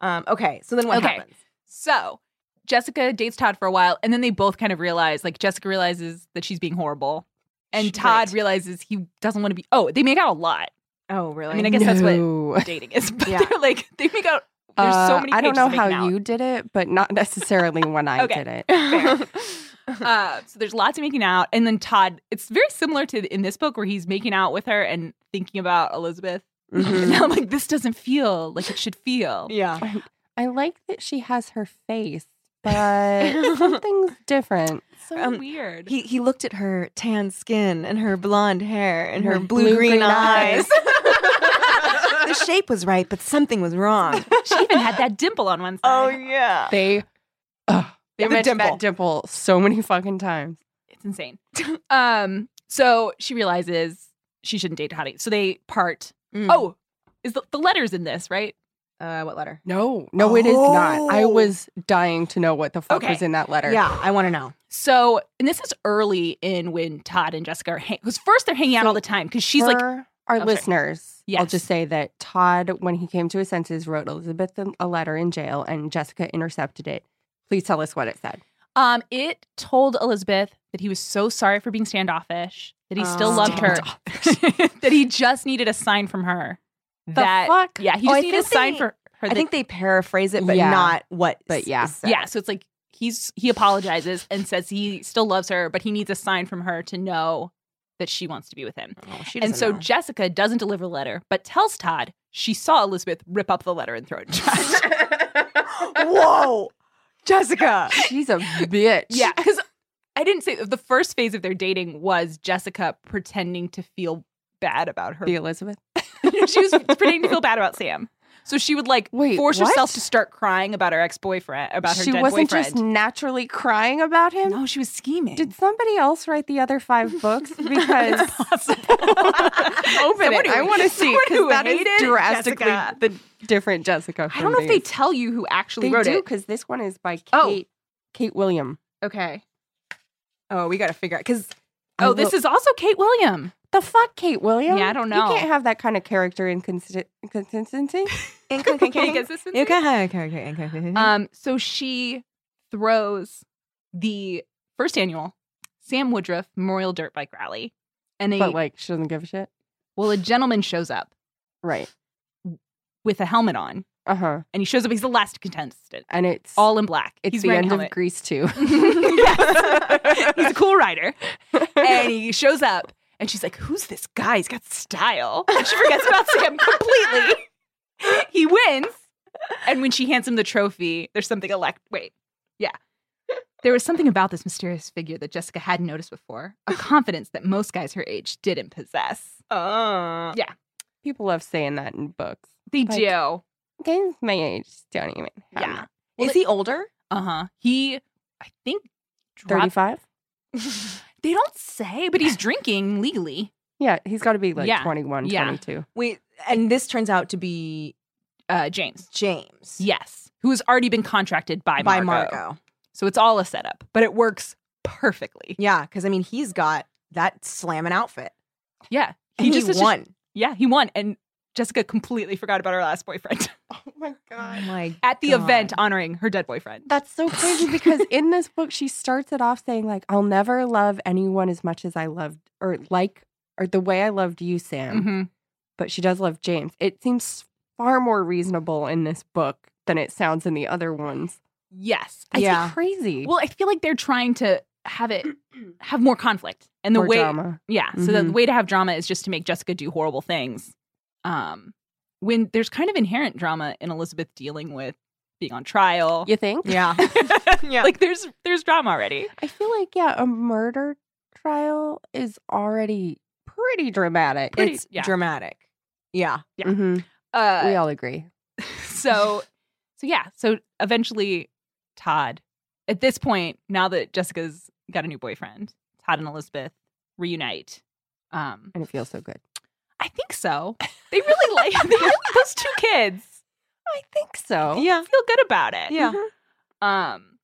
Speaker 1: Um, okay, so then what
Speaker 3: Okay.
Speaker 1: happens?
Speaker 3: So Jessica dates Todd for a while, and then they both kind of realize, like Jessica realizes that she's being horrible, and
Speaker 1: Sh-
Speaker 3: Todd
Speaker 1: right.
Speaker 3: realizes he doesn't want to be. Oh, they make out a lot.
Speaker 1: Oh, really?
Speaker 3: I mean, I guess that's what
Speaker 2: No.
Speaker 3: dating is. But
Speaker 1: Yeah.
Speaker 3: they're like they make out. There's so
Speaker 2: Uh,
Speaker 3: many.
Speaker 2: I don't
Speaker 3: pages
Speaker 2: know
Speaker 3: of making
Speaker 2: how
Speaker 3: out.
Speaker 2: you did it, but not necessarily when I
Speaker 3: Okay.
Speaker 2: did it.
Speaker 3: uh, so there's lots of making out, and then Todd. It's very similar to in this book where he's making out with her and thinking about Elizabeth. And
Speaker 2: Mm-hmm.
Speaker 3: I'm like, this doesn't feel like it should feel.
Speaker 1: Mm-hmm. Yeah.
Speaker 2: I like that she has her face, but something's different.
Speaker 3: So
Speaker 1: Um,
Speaker 3: weird.
Speaker 1: He he looked at her tan skin and her blonde hair and her,
Speaker 2: Her
Speaker 1: blue, green,
Speaker 2: blue-green
Speaker 1: eyes.
Speaker 2: eyes.
Speaker 1: the shape was right, but something was wrong.
Speaker 3: she even had that dimple on one side.
Speaker 2: Oh,
Speaker 1: Oh, yeah.
Speaker 2: They, ugh, they
Speaker 1: Yeah, the
Speaker 2: mentioned
Speaker 1: dimple.
Speaker 2: that dimple so many fucking times.
Speaker 3: It's insane. um, so she realizes she shouldn't date Todd. So they part.
Speaker 1: Oh,
Speaker 3: Oh, is the, the letters in this right?
Speaker 1: uh, what letter?
Speaker 2: No, no, it is not. I
Speaker 1: Oh.
Speaker 2: was dying to know what the fuck
Speaker 3: Okay.
Speaker 2: was in that letter.
Speaker 1: Yeah, I want to know.
Speaker 3: So, and this is early in when Todd and Jessica are hanging. Because first they're hanging out
Speaker 2: So
Speaker 3: all the time because she's like,
Speaker 2: For our
Speaker 3: sorry.
Speaker 2: listeners. I'll
Speaker 3: Yes.
Speaker 2: just say that Todd, when he came to his senses, wrote Elizabeth a letter in jail, and Jessica intercepted it. Please tell us what it said.
Speaker 3: um, it told Elizabeth that he was so sorry for being standoffish, that he still
Speaker 1: Oh.
Speaker 3: loved her, that he just needed a sign from her. that
Speaker 2: fuck?
Speaker 3: yeah, he
Speaker 1: Oh,
Speaker 3: just
Speaker 1: I
Speaker 3: needed a
Speaker 1: think
Speaker 3: sign
Speaker 1: they-
Speaker 3: for her.
Speaker 1: I think they paraphrase it, but
Speaker 2: Yeah.
Speaker 1: not what.
Speaker 2: But
Speaker 1: s-
Speaker 2: yeah.
Speaker 1: is said.
Speaker 3: yeah, so it's like he's he apologizes and says he still loves her, but he needs a sign from her to know that she wants to be with him.
Speaker 1: Oh, she
Speaker 3: And
Speaker 1: doesn't
Speaker 3: so
Speaker 1: know.
Speaker 3: Jessica doesn't deliver the letter, but tells Todd she saw Elizabeth rip up the letter and throw it in the trash.
Speaker 1: whoa, Jessica.
Speaker 2: She's a bitch.
Speaker 3: yeah, because I didn't say the first phase of their dating was Jessica pretending to feel bad about her.
Speaker 2: The Elizabeth.
Speaker 3: she was pretending to feel bad about Sam. So she would like
Speaker 2: Wait,
Speaker 3: force
Speaker 2: what?
Speaker 3: herself to start crying about her ex boyfriend, about her
Speaker 2: she
Speaker 3: dead
Speaker 2: wasn't
Speaker 3: boyfriend.
Speaker 2: just naturally crying about him.
Speaker 3: no, she was scheming.
Speaker 2: Did somebody else write the other five books? Because
Speaker 3: It's possible.
Speaker 2: open
Speaker 3: Someone
Speaker 2: it,
Speaker 3: who-
Speaker 2: I want to see
Speaker 3: someone who
Speaker 2: because that is
Speaker 3: hated
Speaker 2: drastically
Speaker 3: Jessica.
Speaker 2: the different Jessica.
Speaker 3: I don't know if they tell you who actually
Speaker 2: they
Speaker 3: wrote
Speaker 2: do
Speaker 3: it.
Speaker 2: because this one is by Kate
Speaker 3: Oh.
Speaker 2: Kate William.
Speaker 3: Okay.
Speaker 1: Oh, we got to figure out because
Speaker 2: I
Speaker 3: Oh, this
Speaker 2: will-
Speaker 3: is also Kate William.
Speaker 2: the fuck Kate William.
Speaker 3: Yeah, I don't know.
Speaker 2: You can't have that kind of character inconsi- inconsistency.
Speaker 1: okay, Uh,
Speaker 3: Inconsistency?
Speaker 1: okay, okay, okay.
Speaker 3: Um, so she throws the first annual Sam Woodruff Memorial Dirt Bike Rally, and a
Speaker 2: but like she doesn't give a shit.
Speaker 3: well, a gentleman shows up
Speaker 2: Right.
Speaker 3: with a helmet on,
Speaker 2: Uh huh.
Speaker 3: and he shows up. He's the last contestant,
Speaker 2: And it's
Speaker 3: all in black.
Speaker 2: it's
Speaker 3: he's
Speaker 2: the
Speaker 3: wearing
Speaker 2: end
Speaker 3: a
Speaker 2: of
Speaker 3: helmet.
Speaker 2: Grease too.
Speaker 3: Yes. he's a cool rider, and he shows up, And she's like, Who's this guy? He's got style. And she forgets about Sam completely. He wins. And when she hands him the trophy, there's something elect. Wait. Yeah. There was something about this mysterious figure that Jessica hadn't noticed before a confidence that most guys her age didn't possess.
Speaker 1: Uh,
Speaker 3: Yeah.
Speaker 2: People love saying that in books.
Speaker 3: They
Speaker 2: Like-
Speaker 3: do.
Speaker 2: Guys my age don't even have
Speaker 3: Yeah.
Speaker 2: it.
Speaker 1: Is he older?
Speaker 3: Uh huh. He, I think, dropped.
Speaker 2: 35?
Speaker 3: They don't say, but he's drinking legally.
Speaker 2: Yeah, he's got to be like
Speaker 3: Yeah.
Speaker 2: 21,
Speaker 3: Yeah.
Speaker 2: 22.
Speaker 1: Wait, and this turns out to be
Speaker 3: Uh, James.
Speaker 1: James.
Speaker 3: Yes. Who has already been contracted by
Speaker 1: by
Speaker 3: Margot.
Speaker 1: Margot.
Speaker 3: So it's all a setup, but it works perfectly.
Speaker 1: Yeah, because I mean, he's got that slamming outfit.
Speaker 3: Yeah.
Speaker 1: And he, just won.
Speaker 3: yeah, he won. And Jessica completely forgot about her last boyfriend
Speaker 2: Oh my
Speaker 1: my
Speaker 3: at the
Speaker 1: God.
Speaker 3: event honoring her dead boyfriend.
Speaker 2: That's so crazy because in this book she starts it off saying like I'll never love anyone as much as I loved or like or the way I loved you Sam,
Speaker 3: Mhm.
Speaker 2: but she does love James. It seems far more reasonable in this book than it sounds in the other ones.
Speaker 3: Yes.
Speaker 2: It's
Speaker 1: Yeah.
Speaker 2: crazy.
Speaker 3: Well, I feel like they're trying to have it have more conflict. And the
Speaker 2: More
Speaker 3: way
Speaker 2: drama.
Speaker 3: Yeah. So the
Speaker 1: Mm-hmm.
Speaker 2: Mhm.
Speaker 3: way to have drama is just to make Jessica do horrible things. Um, when there's kind of inherent drama in Elizabeth dealing with being on trial.
Speaker 2: You think?
Speaker 1: Yeah. yeah.
Speaker 3: like there's there's drama already.
Speaker 2: I feel like yeah, a murder trial is already pretty dramatic.
Speaker 3: Pretty-
Speaker 1: it's
Speaker 3: yeah.
Speaker 1: dramatic. Yeah.
Speaker 3: yeah.
Speaker 2: Mhm. we
Speaker 3: Uh,
Speaker 2: all agree.
Speaker 3: so so yeah. So eventually Todd at this point, now that Jessica's got a new boyfriend, Todd and Elizabeth reunite. Um,
Speaker 2: And it feels so good.
Speaker 3: I think so. They really like they really- those two kids.
Speaker 2: I think so.
Speaker 1: Yeah.
Speaker 3: Feel good about it.
Speaker 1: Yeah.
Speaker 3: Um,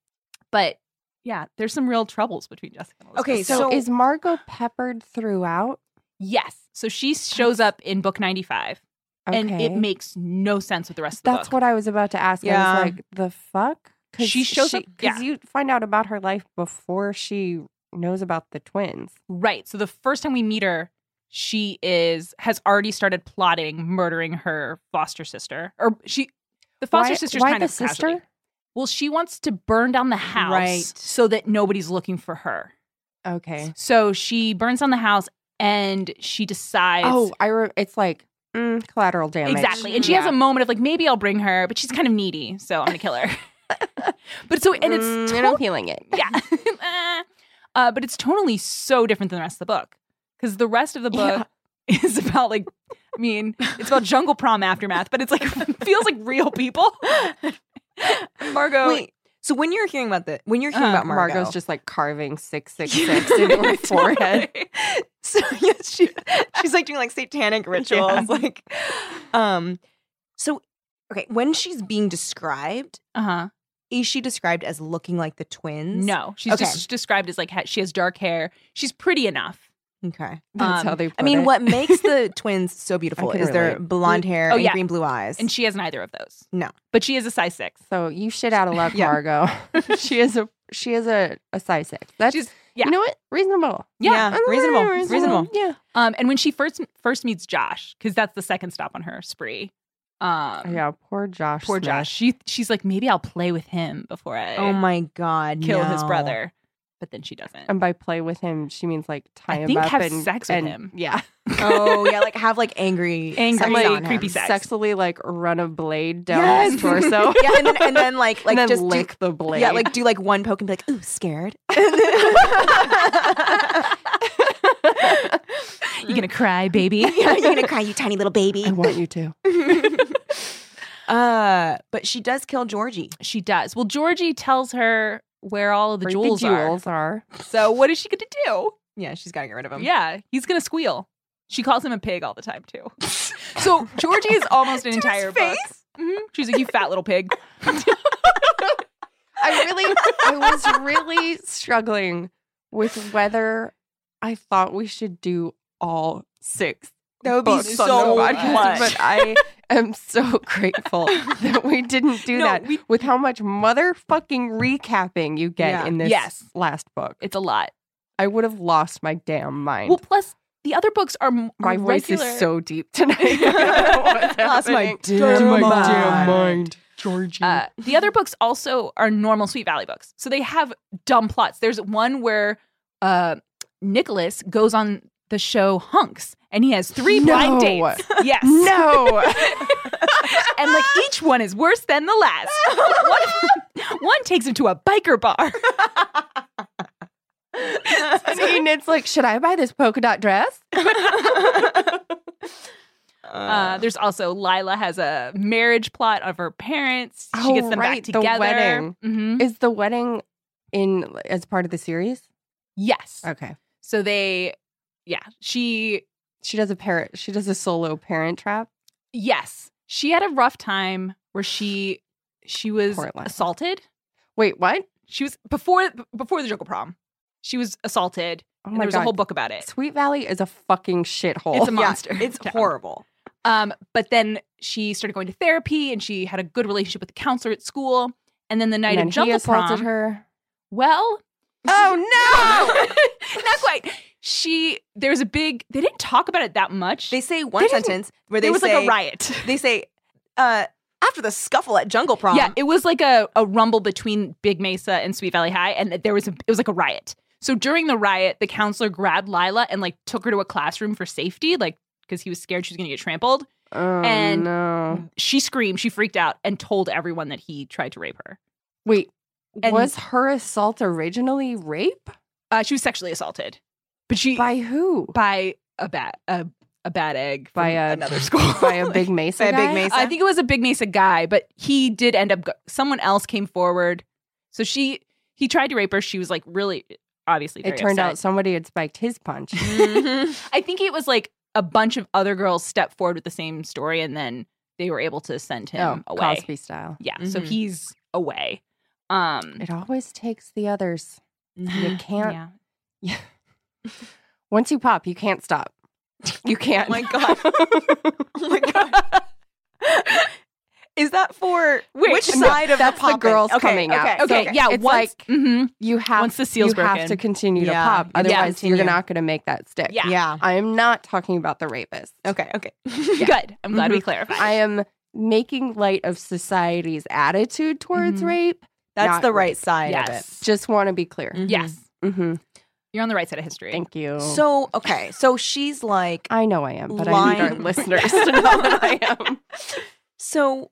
Speaker 3: but yeah, there's some real troubles between Jessica and Elizabeth.
Speaker 1: Okay,
Speaker 2: So,
Speaker 1: So-
Speaker 2: is Margot peppered throughout?
Speaker 3: yes, so she shows up in book 95, and it makes no sense with the rest of the
Speaker 2: That's
Speaker 3: book.
Speaker 2: what I was about to ask.
Speaker 1: Yeah.
Speaker 2: I was like, the fuck?
Speaker 3: She shows up-
Speaker 2: because you find out about her life before she knows about the twins.
Speaker 3: right. So the first time we meet her, she is has already started plotting murdering her foster sister, or she. The foster
Speaker 2: Why-
Speaker 3: sister's
Speaker 2: why
Speaker 3: kind
Speaker 2: the
Speaker 3: of
Speaker 2: sister?
Speaker 3: casually- Well, she wants to burn down the house
Speaker 1: Right.
Speaker 3: so that nobody's looking for her.
Speaker 2: Okay.
Speaker 3: So she burns down the house and she decides
Speaker 2: oh, I re- it's like mm, collateral damage.
Speaker 3: Exactly. And she has a moment of like, maybe I'll bring her, but she's kind of needy, so I'm gonna kill her. but so and it's
Speaker 2: Mm, and I'm
Speaker 3: totally
Speaker 2: feeling it.
Speaker 3: yeah. uh, but it's totally so different than the rest of the book. Because the rest of the book is about like I mean, it's about jungle prom aftermath, but it's like feels like real people. Margot
Speaker 1: Wait. So when you're hearing about the when you're hearing
Speaker 3: Uh,
Speaker 1: about Margot,
Speaker 2: Margot's just like carving six six
Speaker 1: Yeah,
Speaker 2: six into her forehead.
Speaker 3: totally.
Speaker 1: so yes, she, she's like doing like satanic rituals, like, um, so okay, when she's being described,
Speaker 3: Uh-huh.
Speaker 1: is she described as looking like the twins?
Speaker 3: No. She's
Speaker 1: Okay.
Speaker 3: just described as like ha- she has dark hair. She's pretty enough.
Speaker 1: Okay.
Speaker 2: That's
Speaker 3: Um,
Speaker 2: how they. Put
Speaker 1: I mean,
Speaker 2: it.
Speaker 1: what makes the twins so beautiful
Speaker 2: can
Speaker 1: is their
Speaker 2: relate.
Speaker 1: blonde hair
Speaker 3: Oh,
Speaker 1: and
Speaker 3: yeah.
Speaker 1: green blue eyes.
Speaker 3: And she has neither of those.
Speaker 1: No.
Speaker 3: But she is a size six.
Speaker 2: So you shit out of luck,
Speaker 1: Yeah.
Speaker 2: Margot. she is a she is a, a size six. That's
Speaker 3: She's- yeah.
Speaker 2: You know what? Reasonable.
Speaker 1: yeah, reasonable, reasonable,
Speaker 2: Yeah.
Speaker 3: Um, and when she first first meets Josh, because that's the second stop on her spree. Um,
Speaker 2: Yeah. Poor Josh.
Speaker 3: poor
Speaker 2: Smith.
Speaker 3: Josh. She she's like, maybe I'll play with him before I
Speaker 1: Oh my god,
Speaker 3: kill his
Speaker 1: no.
Speaker 3: brother. But then she doesn't.
Speaker 2: And by play with him, she means like tie
Speaker 3: I
Speaker 2: him
Speaker 3: think
Speaker 2: up
Speaker 3: have
Speaker 2: and
Speaker 3: sex with
Speaker 2: and-
Speaker 3: him.
Speaker 2: Yeah.
Speaker 1: Oh yeah, like have like angry,
Speaker 3: Angry,
Speaker 1: sex
Speaker 2: like,
Speaker 1: on him.
Speaker 3: creepy sex.
Speaker 2: Sexually like run a blade down
Speaker 1: Yes.
Speaker 2: his torso.
Speaker 1: Yeah, and then, and then like like
Speaker 2: and then
Speaker 1: just do-
Speaker 2: lick the blade.
Speaker 1: yeah, like do like one poke and be like, ooh, scared.
Speaker 3: you gonna cry, baby?
Speaker 1: You're gonna cry, you tiny little baby.
Speaker 2: I want you to.
Speaker 1: uh, but she does kill Georgie.
Speaker 3: she does. Well, Georgie tells her where all of the
Speaker 2: Where
Speaker 3: jewels,
Speaker 2: jewels are.
Speaker 3: are. So what is she gonna do?
Speaker 1: Yeah, she's got to get rid of him.
Speaker 3: yeah, he's gonna squeal. She calls him a pig all the time too. so Georgie is almost an
Speaker 1: To his
Speaker 3: entire book.
Speaker 1: face?
Speaker 3: Mhm. She's like, you fat little pig.
Speaker 2: I really, I was really struggling with whether I thought we should do all six.
Speaker 1: That would be
Speaker 2: books on
Speaker 1: so
Speaker 2: the podcast,
Speaker 1: much.
Speaker 2: But I am so grateful that we didn't do
Speaker 3: No,
Speaker 2: that
Speaker 3: we-
Speaker 2: with how much motherfucking recapping you get
Speaker 1: Yeah.
Speaker 2: in this
Speaker 3: Yes.
Speaker 2: last book.
Speaker 3: It's a lot.
Speaker 2: I would have lost my damn mind.
Speaker 3: Well, plus the other books are m-
Speaker 2: my
Speaker 3: are
Speaker 2: voice
Speaker 3: regular-
Speaker 2: is so deep tonight. I don't know what's
Speaker 1: Lost my
Speaker 2: happening.
Speaker 1: damn
Speaker 2: Lost
Speaker 1: mind.
Speaker 2: Georgie.
Speaker 3: Uh, the other books also are normal Sweet Valley books, so they have dumb plots. There's one where uh, Nicholas goes on the show Hunks, and he has three blind
Speaker 2: No.
Speaker 3: dates. Yes.
Speaker 2: No.
Speaker 3: and like each one is worse than the last. one, one takes him to a biker bar.
Speaker 2: I mean, it's like, should I buy this polka dot dress?
Speaker 3: Uh, there's also Lila has a marriage plot of her parents. She
Speaker 2: Oh,
Speaker 3: gets them
Speaker 2: right,
Speaker 3: back
Speaker 2: the
Speaker 3: together.
Speaker 2: wedding.
Speaker 3: Mhm.
Speaker 2: Is the wedding in as part of the series?
Speaker 3: Yes.
Speaker 2: Okay.
Speaker 3: So they, yeah, she
Speaker 2: She does a parent. She does a solo parent trap.
Speaker 3: Yes. She had a rough time where she she was
Speaker 2: Poor Lila.
Speaker 3: assaulted.
Speaker 2: Wait, what? Oh
Speaker 3: She was before before the Joker prom. She was assaulted.
Speaker 2: Oh
Speaker 3: and
Speaker 2: my
Speaker 3: there was
Speaker 2: god.
Speaker 3: a whole book about it.
Speaker 2: Sweet Valley is a fucking shithole.
Speaker 3: It's a monster.
Speaker 1: oh, it's
Speaker 3: town.
Speaker 1: horrible.
Speaker 3: Um, but then she started going to therapy and she had a good relationship with the counselor at school. And then the
Speaker 2: and
Speaker 3: night
Speaker 2: then
Speaker 3: of
Speaker 2: he
Speaker 3: Jungle
Speaker 2: assaulted
Speaker 3: Prom,
Speaker 2: her.
Speaker 3: well,
Speaker 2: Oh
Speaker 3: not quite. She there was a big. They didn't talk about it that much.
Speaker 1: They say one
Speaker 3: They didn't-
Speaker 1: sentence where they
Speaker 3: there was
Speaker 1: say
Speaker 3: like a riot.
Speaker 1: they say uh, after the scuffle at Jungle Prom.
Speaker 3: Yeah, it was like a, a rumble between Big Mesa and Sweet Valley High, and there was a, it was like a riot. So during the riot, the counselor grabbed Lila and like took her to a classroom for safety, like because he was scared she was going to get trampled.
Speaker 2: no. Oh
Speaker 3: And-
Speaker 2: no.
Speaker 3: She screamed, she freaked out, and told everyone that he tried to rape her.
Speaker 2: Wait.
Speaker 3: And-
Speaker 2: was her assault originally rape?
Speaker 3: Uh, she was sexually assaulted, but she by,
Speaker 2: By who?
Speaker 3: a bat a, a bad egg
Speaker 2: By
Speaker 3: from
Speaker 2: a-
Speaker 3: another school
Speaker 2: By a big mesa.
Speaker 1: By a big
Speaker 2: guy?
Speaker 1: Mesa?
Speaker 3: I think it was a Big Mesa guy, but he did end up. Go- Someone else came forward, so she he tried to rape her. She was like really obviously.
Speaker 2: It
Speaker 3: very
Speaker 2: turned
Speaker 3: upset.
Speaker 2: out somebody had spiked his punch. Oh,
Speaker 1: Mhm.
Speaker 3: I think it was like a bunch of other girls stepped forward with the same story, and then they were able to send him
Speaker 2: oh,
Speaker 3: away.
Speaker 2: Cosby Mm-hmm. style.
Speaker 3: Yeah, so
Speaker 1: Mhm.
Speaker 3: he's away. Um,
Speaker 2: It always takes the others. You can't.
Speaker 3: yeah,
Speaker 2: Once you pop, you can't stop. You can't.
Speaker 1: Oh my god. oh my god. Is that for
Speaker 3: Wait,
Speaker 1: which
Speaker 2: no,
Speaker 1: side of
Speaker 2: that's the
Speaker 1: popping?
Speaker 2: girls
Speaker 1: okay,
Speaker 2: coming
Speaker 1: okay,
Speaker 2: out.
Speaker 3: okay,
Speaker 1: Okay.
Speaker 3: yeah.
Speaker 2: It's
Speaker 3: once,
Speaker 2: like-
Speaker 3: mhm,
Speaker 2: You have
Speaker 3: once the seal's
Speaker 2: you have
Speaker 3: broken.
Speaker 2: to continue
Speaker 1: Yeah.
Speaker 2: to pop.
Speaker 1: Yeah,
Speaker 2: Otherwise,
Speaker 1: continue.
Speaker 2: you're not going to make that stick.
Speaker 3: Yeah.
Speaker 1: Yeah.
Speaker 2: I'm not talking about the rapist.
Speaker 1: Okay. Okay.
Speaker 3: good. I'm
Speaker 2: Mm-hmm.
Speaker 3: glad we clarified.
Speaker 2: I am making light of society's attitude towards
Speaker 1: Mm-hmm.
Speaker 3: Mhm.
Speaker 2: rape.
Speaker 1: That's
Speaker 2: Not
Speaker 1: the right
Speaker 2: rape.
Speaker 1: side of it.
Speaker 3: yes,
Speaker 2: Just want to be clear.
Speaker 1: Mhm.
Speaker 3: yes,
Speaker 2: Mm-hmm.
Speaker 3: you're on the right side of history.
Speaker 2: Thank you.
Speaker 1: So okay. So she's like.
Speaker 2: I know I am, but I need our
Speaker 1: Lying. Oh
Speaker 2: listeners to know that I am.
Speaker 1: So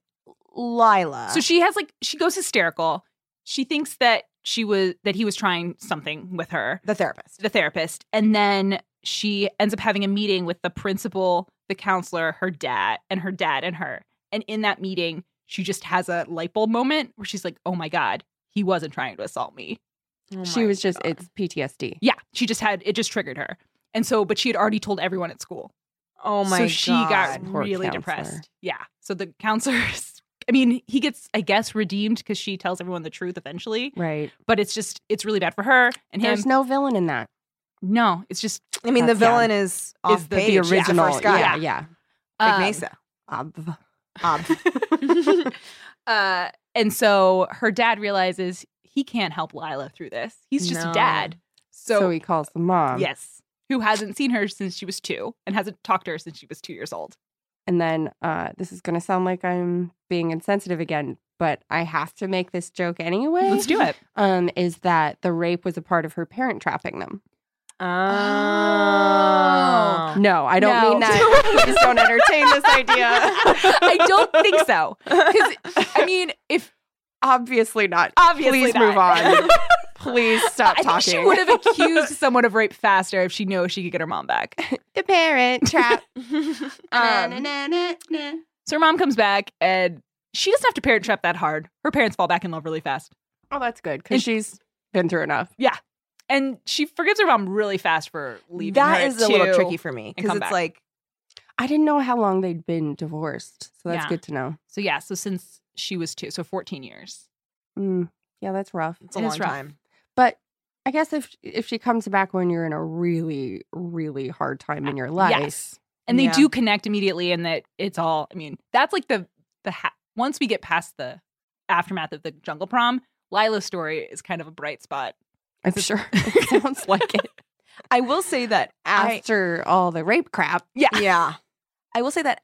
Speaker 1: Lila.
Speaker 3: so she has like she goes hysterical. She thinks that she was that he was trying something with her.
Speaker 1: the therapist.
Speaker 3: the therapist and then she ends up having a meeting with the principal the counselor her dad and her dad and her and in that meeting she just has a light bulb moment where she's like oh my god he wasn't trying to assault me
Speaker 2: she was just,
Speaker 1: Oh God.
Speaker 2: it's PTSD.
Speaker 3: yeah she just had it just triggered her and so but she had already told everyone at school
Speaker 1: Oh my
Speaker 3: so
Speaker 1: god.
Speaker 3: she got
Speaker 2: Poor
Speaker 3: really
Speaker 2: counselor.
Speaker 3: depressed yeah so the counselor's i mean he gets i guess redeemed because she tells everyone the truth eventually
Speaker 2: Right.
Speaker 3: but it's just it's really bad for her and him
Speaker 2: There's no villain in that.
Speaker 3: no it's just
Speaker 1: I mean, the
Speaker 2: That's- yeah.
Speaker 1: villain is off
Speaker 3: the- the
Speaker 1: page,
Speaker 2: The
Speaker 1: yeah,
Speaker 2: original.
Speaker 1: first guy.
Speaker 2: yeah.
Speaker 1: Big
Speaker 2: yeah.
Speaker 3: um,
Speaker 1: Mesa.
Speaker 2: Ob-
Speaker 3: uh, and so her dad realizes he can't help Lila through this. He's just
Speaker 1: No.
Speaker 3: a dad.
Speaker 2: So,
Speaker 3: So,
Speaker 2: he calls the mom.
Speaker 3: yes, who hasn't seen her since she was two and hasn't talked to her since she was two years old.
Speaker 2: And then uh, this is going to sound like I'm being insensitive again, but I have to make this joke anyway.
Speaker 3: Let's do it.
Speaker 2: Um, is that the rape was a part of her parent trapping them?
Speaker 1: oh.
Speaker 2: No, I don't
Speaker 3: No.
Speaker 2: mean that. Please don't entertain this idea.
Speaker 3: I don't think so. 'Cause, I mean, if
Speaker 2: Obviously not.
Speaker 3: obviously
Speaker 2: Please
Speaker 3: not.
Speaker 2: move on. Please stop
Speaker 3: I
Speaker 2: talking.
Speaker 3: think she would have accused someone of rape faster if she knew she could get her mom back.
Speaker 2: the parent trap.
Speaker 3: Um, So her mom comes back and she doesn't have to parent trap that hard. Her parents fall back in love really fast.
Speaker 2: Oh, that's good because
Speaker 3: And-
Speaker 2: she's been through enough.
Speaker 3: and she forgives her mom really fast for leaving.
Speaker 1: That
Speaker 3: her
Speaker 1: is a little
Speaker 3: too.
Speaker 1: tricky for me
Speaker 3: and
Speaker 1: because
Speaker 3: come
Speaker 1: it's
Speaker 3: back.
Speaker 1: like
Speaker 2: I didn't know how long they'd been divorced, so that's
Speaker 3: Yeah.
Speaker 2: good to know.
Speaker 3: So yeah, so since she was two, so fourteen years.
Speaker 2: Mm, yeah, that's rough.
Speaker 1: it's a
Speaker 3: It is
Speaker 1: long
Speaker 3: rough.
Speaker 1: time.
Speaker 2: But I guess if if she comes back when you're in a really really hard time in your life,
Speaker 3: Yes. and they
Speaker 1: Yeah.
Speaker 3: do connect immediately, and that it's all. I mean, that's like the the ha- once we get past the aftermath of the jungle prom, Lila's story is kind of a bright spot.
Speaker 2: I'm sure it sounds like it.
Speaker 1: I will say that I,
Speaker 2: After all the rape crap,
Speaker 3: Yeah,
Speaker 1: yeah, I will say that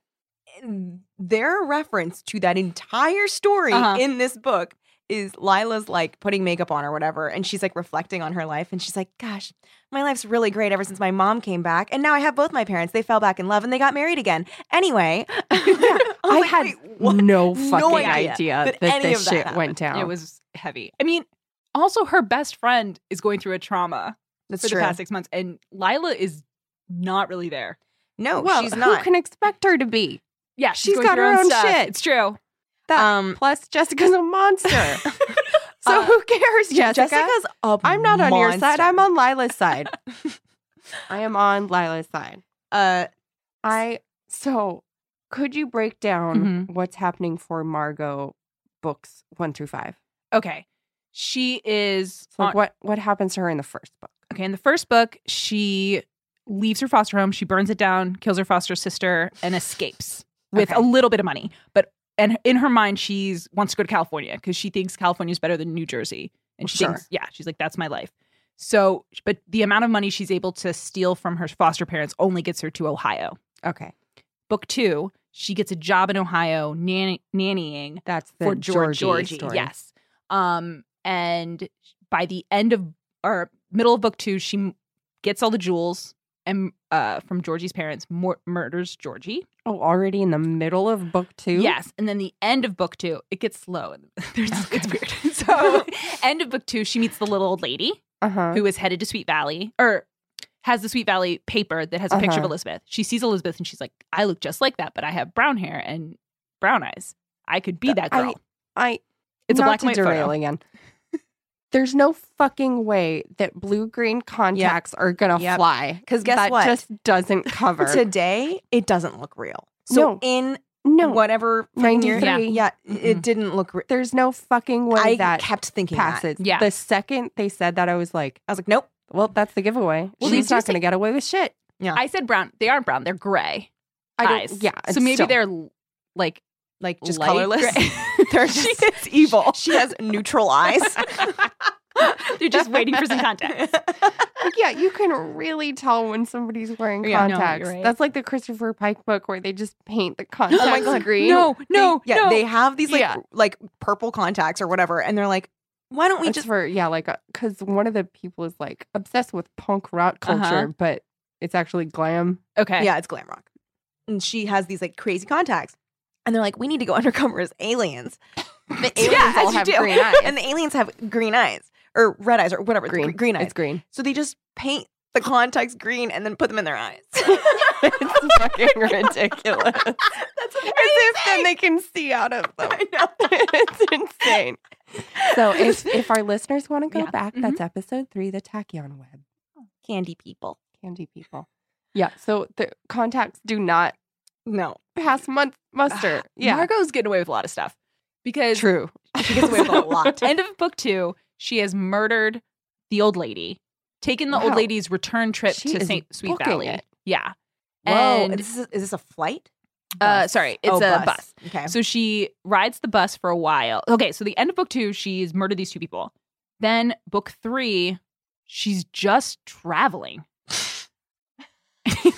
Speaker 1: their reference to that entire story
Speaker 3: Uh-huh.
Speaker 1: in this book is Lila's like putting makeup on or whatever, and she's like reflecting on her life, and she's like, "Gosh, my life's really great ever since my mom came back, and now I have both my parents. They fell back in love and they got married again. Anyway,
Speaker 2: Oh,
Speaker 1: I,
Speaker 2: I had no fucking
Speaker 1: idea
Speaker 2: idea,
Speaker 1: that
Speaker 2: that,
Speaker 1: any
Speaker 2: this
Speaker 1: of that
Speaker 2: shit went down.
Speaker 3: It was heavy. I mean, also her best friend is going through a trauma
Speaker 1: that's
Speaker 3: for
Speaker 1: true.
Speaker 3: the past six months, and Lila is not really there.
Speaker 1: No,
Speaker 2: well,
Speaker 1: she's
Speaker 2: who
Speaker 1: not.
Speaker 2: can expect her to be?
Speaker 3: Yeah,
Speaker 2: She's
Speaker 3: going
Speaker 2: got
Speaker 3: through
Speaker 2: her own
Speaker 3: stuff.
Speaker 2: shit.
Speaker 3: It's true.
Speaker 2: That
Speaker 1: um,
Speaker 2: plus Jessica's a monster. so
Speaker 1: Uh,
Speaker 2: who cares, Jessica?
Speaker 1: Jessica's a
Speaker 2: I'm not on your side.
Speaker 1: monster.
Speaker 2: I'm on Lila's side. I am on Lila's side.
Speaker 1: Uh,
Speaker 2: I so could you break down
Speaker 3: Mhm.
Speaker 2: what's happening for Margot books one through five?
Speaker 3: Okay, she is
Speaker 2: So like
Speaker 3: on-
Speaker 2: what what happens to her in the first book?
Speaker 3: Okay, in the first book, she leaves her foster home, she burns it down, kills her foster sister, and escapes with
Speaker 2: Okay.
Speaker 3: a little bit of money. But and in her mind, she's wants to go to California because she thinks California's better than New Jersey, and she
Speaker 2: Sure.
Speaker 3: thinks, yeah, she's like, that's my life. So, but the amount of money she's able to steal from her foster parents only gets her to Ohio.
Speaker 2: Okay,
Speaker 3: Book two, she gets a job in Ohio, nan- nannying
Speaker 2: that's the
Speaker 3: for Georgie.
Speaker 2: Georgie story.
Speaker 3: Yes. Um, and by the end of or middle of book two, she m- gets all the jewels and uh, from Georgie's parents, mor- murders Georgie.
Speaker 2: Oh, already in the middle of book two.
Speaker 3: Yes, and then the end of book two, it gets slow. and There's, It's
Speaker 2: Okay.
Speaker 3: weird. So, end of book two, she meets the little old lady
Speaker 2: Uh huh.
Speaker 3: who is headed to Sweet Valley or has the Sweet Valley paper that has a picture of
Speaker 2: Uh-huh.
Speaker 3: Elizabeth. She sees Elizabeth and she's like, "I look just like that, but I have brown hair and brown eyes. I could be that
Speaker 2: I-
Speaker 3: girl."
Speaker 2: I
Speaker 3: it's a
Speaker 2: not
Speaker 3: black
Speaker 2: to
Speaker 3: and white
Speaker 2: derail
Speaker 3: photo.
Speaker 2: again. There's no fucking way that blue green contacts are gonna
Speaker 1: Yep.
Speaker 2: fly.
Speaker 1: 'Cause guess
Speaker 2: that
Speaker 1: what?
Speaker 2: Just doesn't cover.
Speaker 1: today, it doesn't look real. So
Speaker 2: No.
Speaker 1: in
Speaker 2: no,
Speaker 1: whatever frame you're-
Speaker 2: 93.
Speaker 1: yeah, it
Speaker 3: Mm-mm.
Speaker 1: didn't look. Re-
Speaker 2: there's no fucking way
Speaker 1: I
Speaker 2: that
Speaker 1: kept thinking that.
Speaker 2: passes.
Speaker 3: Yeah.
Speaker 2: The second they said that, I was like,
Speaker 1: I was like, nope.
Speaker 2: well, that's the giveaway.
Speaker 3: Well,
Speaker 2: She's
Speaker 3: they do
Speaker 2: not gonna get away with shit.
Speaker 3: I said brown. They aren't brown. They're gray
Speaker 2: I don't,
Speaker 3: eyes.
Speaker 2: Yeah.
Speaker 3: So maybe
Speaker 2: still-
Speaker 3: they're l- like
Speaker 1: Like just
Speaker 3: light
Speaker 1: colorless.
Speaker 3: gray.
Speaker 1: They're just evil. She has neutral eyes.
Speaker 3: They're just waiting for some contact.
Speaker 2: Like, yeah, you can really tell when somebody's wearing
Speaker 1: Yeah,
Speaker 3: no, you're
Speaker 2: contacts.
Speaker 3: right.
Speaker 2: That's like the Christopher Pike book where they just paint the contacts
Speaker 1: God,
Speaker 2: green.
Speaker 3: Oh No, no,
Speaker 1: yeah,
Speaker 3: no.
Speaker 1: they have these like
Speaker 2: Yeah.
Speaker 1: like purple contacts or whatever, and they're like, why don't we
Speaker 2: It's
Speaker 1: just
Speaker 2: for yeah, like because one of the people is like obsessed with punk rock culture,
Speaker 3: Uh-huh.
Speaker 2: but it's actually glam.
Speaker 3: okay.
Speaker 1: yeah, it's glam rock, and she has these like crazy contacts, and they're like, we need to go undercover as aliens. The aliens
Speaker 3: Yeah,
Speaker 1: all
Speaker 3: as you
Speaker 1: have
Speaker 3: do.
Speaker 1: green eyes, and the aliens have green eyes or red eyes or whatever green,
Speaker 2: Green,
Speaker 1: green eyes.
Speaker 2: It's green.
Speaker 1: so they just paint the contacts green and then put them in their eyes.
Speaker 2: it's fucking ridiculous. As
Speaker 1: That's amazing.
Speaker 2: if then they can see out of them.
Speaker 1: I know.
Speaker 2: it's insane. So if if our listeners want to go
Speaker 3: Yeah.
Speaker 2: back,
Speaker 1: Mm-hmm.
Speaker 2: that's episode three, the Tachyon Web,
Speaker 1: candy people.
Speaker 2: candy people. Yeah. So the contacts do not
Speaker 1: No,
Speaker 2: pass month muster. Yeah.
Speaker 3: Margot's getting away with a lot of stuff because
Speaker 2: True.
Speaker 1: she gets away with a lot.
Speaker 3: end of book two, she has murdered the old lady, taken the old
Speaker 2: Wow.
Speaker 3: lady's return trip
Speaker 2: She
Speaker 3: to
Speaker 2: is
Speaker 3: St. Sweet
Speaker 2: booking
Speaker 3: Valley.
Speaker 2: it.
Speaker 3: Yeah.
Speaker 1: Whoa,
Speaker 3: And-
Speaker 1: this is, is this a flight?
Speaker 3: Uh,
Speaker 2: Bus.
Speaker 3: sorry, it's
Speaker 1: Oh,
Speaker 3: a
Speaker 1: bus.
Speaker 3: bus.
Speaker 1: Okay.
Speaker 3: So she rides the bus for a while. Okay, so the end of book two, she's murdered these two people. Then book three, she's just traveling.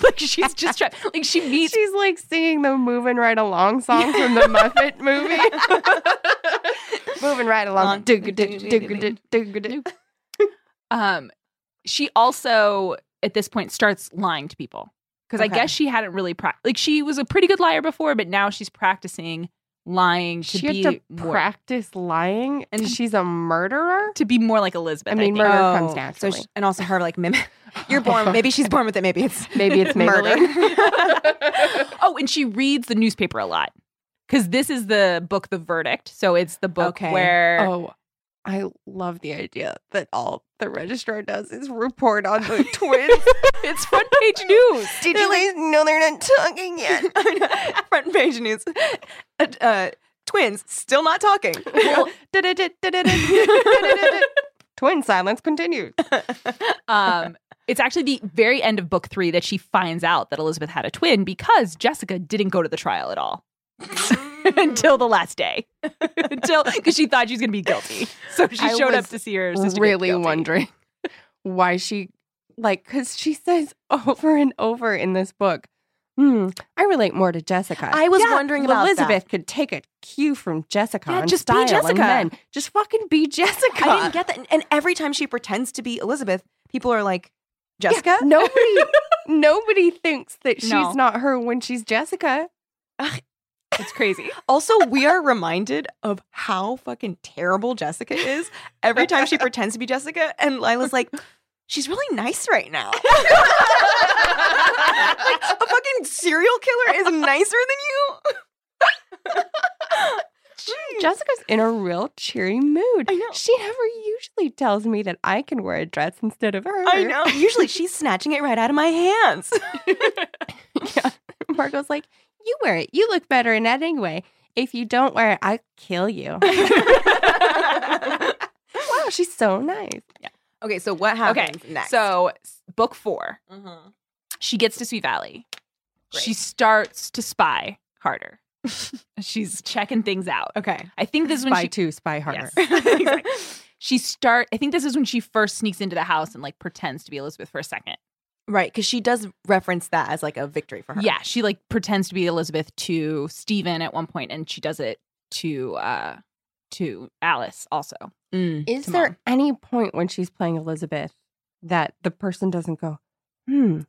Speaker 3: like she's just tra- like she meets.
Speaker 2: She's like singing the "Moving Right Along" song from the Muppet movie. Moving right
Speaker 1: Long-
Speaker 2: along. Doo-ga-doo-doo-ga-doo-doo-ga-doo.
Speaker 3: Um, she also at this point starts lying to people because
Speaker 1: Okay.
Speaker 3: I guess she hadn't really pra- like she was a pretty good liar before, but now she's practicing lying to
Speaker 2: She
Speaker 3: be
Speaker 2: had to
Speaker 3: more,
Speaker 2: practice lying, and
Speaker 3: And-
Speaker 2: she's a murderer.
Speaker 3: to be more like Elizabeth.
Speaker 2: I mean,
Speaker 3: think.
Speaker 2: murder comes
Speaker 1: Oh, so
Speaker 2: naturally.
Speaker 1: she- and also her like mimic. You're born. Maybe she's born with it. Maybe it's
Speaker 2: Maybe it's
Speaker 1: murder.
Speaker 3: Oh, and she reads the newspaper a lot because this is the book, The Verdict. So it's the book
Speaker 1: Okay.
Speaker 3: where
Speaker 2: Oh, I love the idea that all the registrar does is report on the twins.
Speaker 3: it's front page news.
Speaker 2: Did you guys know they're not talking yet?
Speaker 1: I know. Front page news. Uh, uh, twins still not talking.
Speaker 2: Well, Twin silence continues.
Speaker 3: Um, it's actually the very end of book three that she finds out that Elizabeth had a twin because Jessica didn't go to the trial at all until the last day, until because she thought she was going to be guilty. So she
Speaker 2: I
Speaker 3: showed up
Speaker 2: was
Speaker 3: to see her sister. get
Speaker 2: really
Speaker 3: guilty.
Speaker 2: wondering why she like because she says over and over in this book Hmm. I relate more to Jessica.
Speaker 1: I was wondering about
Speaker 2: Elizabeth
Speaker 1: that.
Speaker 2: could take a cue from Jessica.
Speaker 1: Yeah,
Speaker 2: on
Speaker 1: just be
Speaker 2: style and
Speaker 1: Jessica.
Speaker 2: men. Just fucking be Jessica.
Speaker 1: I didn't get that. And- And every time she pretends to be Elizabeth, people are like, Jessica?
Speaker 2: Yeah, nobody, nobody thinks that she's
Speaker 3: No.
Speaker 2: not her when she's Jessica.
Speaker 3: It's crazy.
Speaker 1: Also, we are reminded of how fucking terrible Jessica is every time she pretends to be Jessica. And Lila's like, she's really nice right now. like, a fucking serial killer is nicer than you.
Speaker 2: Jessica's in a real cheery mood.
Speaker 1: I know.
Speaker 2: She never usually tells me that I can wear a dress instead of her.
Speaker 1: I know. Usually she's snatching it right out of my hands.
Speaker 2: Margot's like, you wear it. You look better in that anyway. If you don't wear it, I'll kill you. wow, she's so nice.
Speaker 1: okay, so what happens next?
Speaker 3: So, s- book four,
Speaker 1: Mhm.
Speaker 3: she gets to Sweet Valley.
Speaker 1: Great.
Speaker 3: She starts to spy harder. She's checking things out.
Speaker 1: okay.
Speaker 3: I think this is when
Speaker 2: Spy
Speaker 3: she
Speaker 2: two, spy harder.
Speaker 3: Yes. Exactly. she start. I think this is when she first sneaks into the house and like pretends to be Elizabeth for a second.
Speaker 1: Right, because she does reference that as like a victory for her.
Speaker 3: Yeah, she like pretends to be Elizabeth to Stephen at one point, and she does it to uh to Alice also.
Speaker 1: Mm.
Speaker 2: Is
Speaker 3: to
Speaker 2: there
Speaker 3: mom.
Speaker 2: any point when she's playing Elizabeth that the person doesn't go, hmm,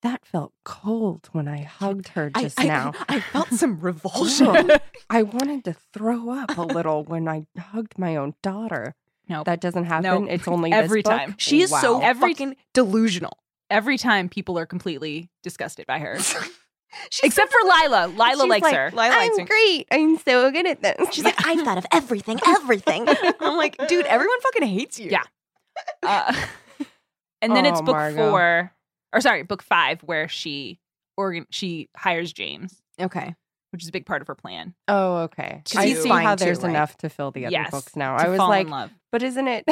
Speaker 2: that felt cold when I hugged her
Speaker 1: I-
Speaker 2: just
Speaker 1: I,
Speaker 2: now?
Speaker 1: I felt some revulsion.
Speaker 2: Ooh, I wanted to throw up a little when I hugged my own daughter.
Speaker 3: Nope.
Speaker 2: That doesn't happen.
Speaker 3: Nope.
Speaker 2: It's only this
Speaker 3: Every
Speaker 2: book?
Speaker 3: time.
Speaker 1: she is so
Speaker 2: Wow.
Speaker 3: Every-
Speaker 1: fucking delusional.
Speaker 3: Every time people are completely disgusted by her,
Speaker 1: She's
Speaker 3: except for Lila. Lila
Speaker 2: She's
Speaker 3: likes
Speaker 2: like,
Speaker 3: her.
Speaker 1: Lila likes
Speaker 2: I'm
Speaker 1: her.
Speaker 2: great. I'm so good at this.
Speaker 1: She's like, I thought of everything, everything. I'm like, dude, everyone fucking hates you.
Speaker 3: Yeah. Uh, and then it's
Speaker 2: Oh,
Speaker 3: book
Speaker 2: Margot.
Speaker 3: four, or sorry, book five, where she organ she hires James,
Speaker 1: Okay.
Speaker 3: which is a big part of her plan.
Speaker 2: oh, okay.
Speaker 1: She's
Speaker 2: I
Speaker 1: too
Speaker 2: see
Speaker 1: fine
Speaker 2: how
Speaker 1: too,
Speaker 2: there's
Speaker 1: right?
Speaker 2: enough to fill the other
Speaker 3: Yes,
Speaker 2: books now.
Speaker 3: to
Speaker 2: I was
Speaker 3: fall
Speaker 2: like,
Speaker 3: in love.
Speaker 2: but isn't it?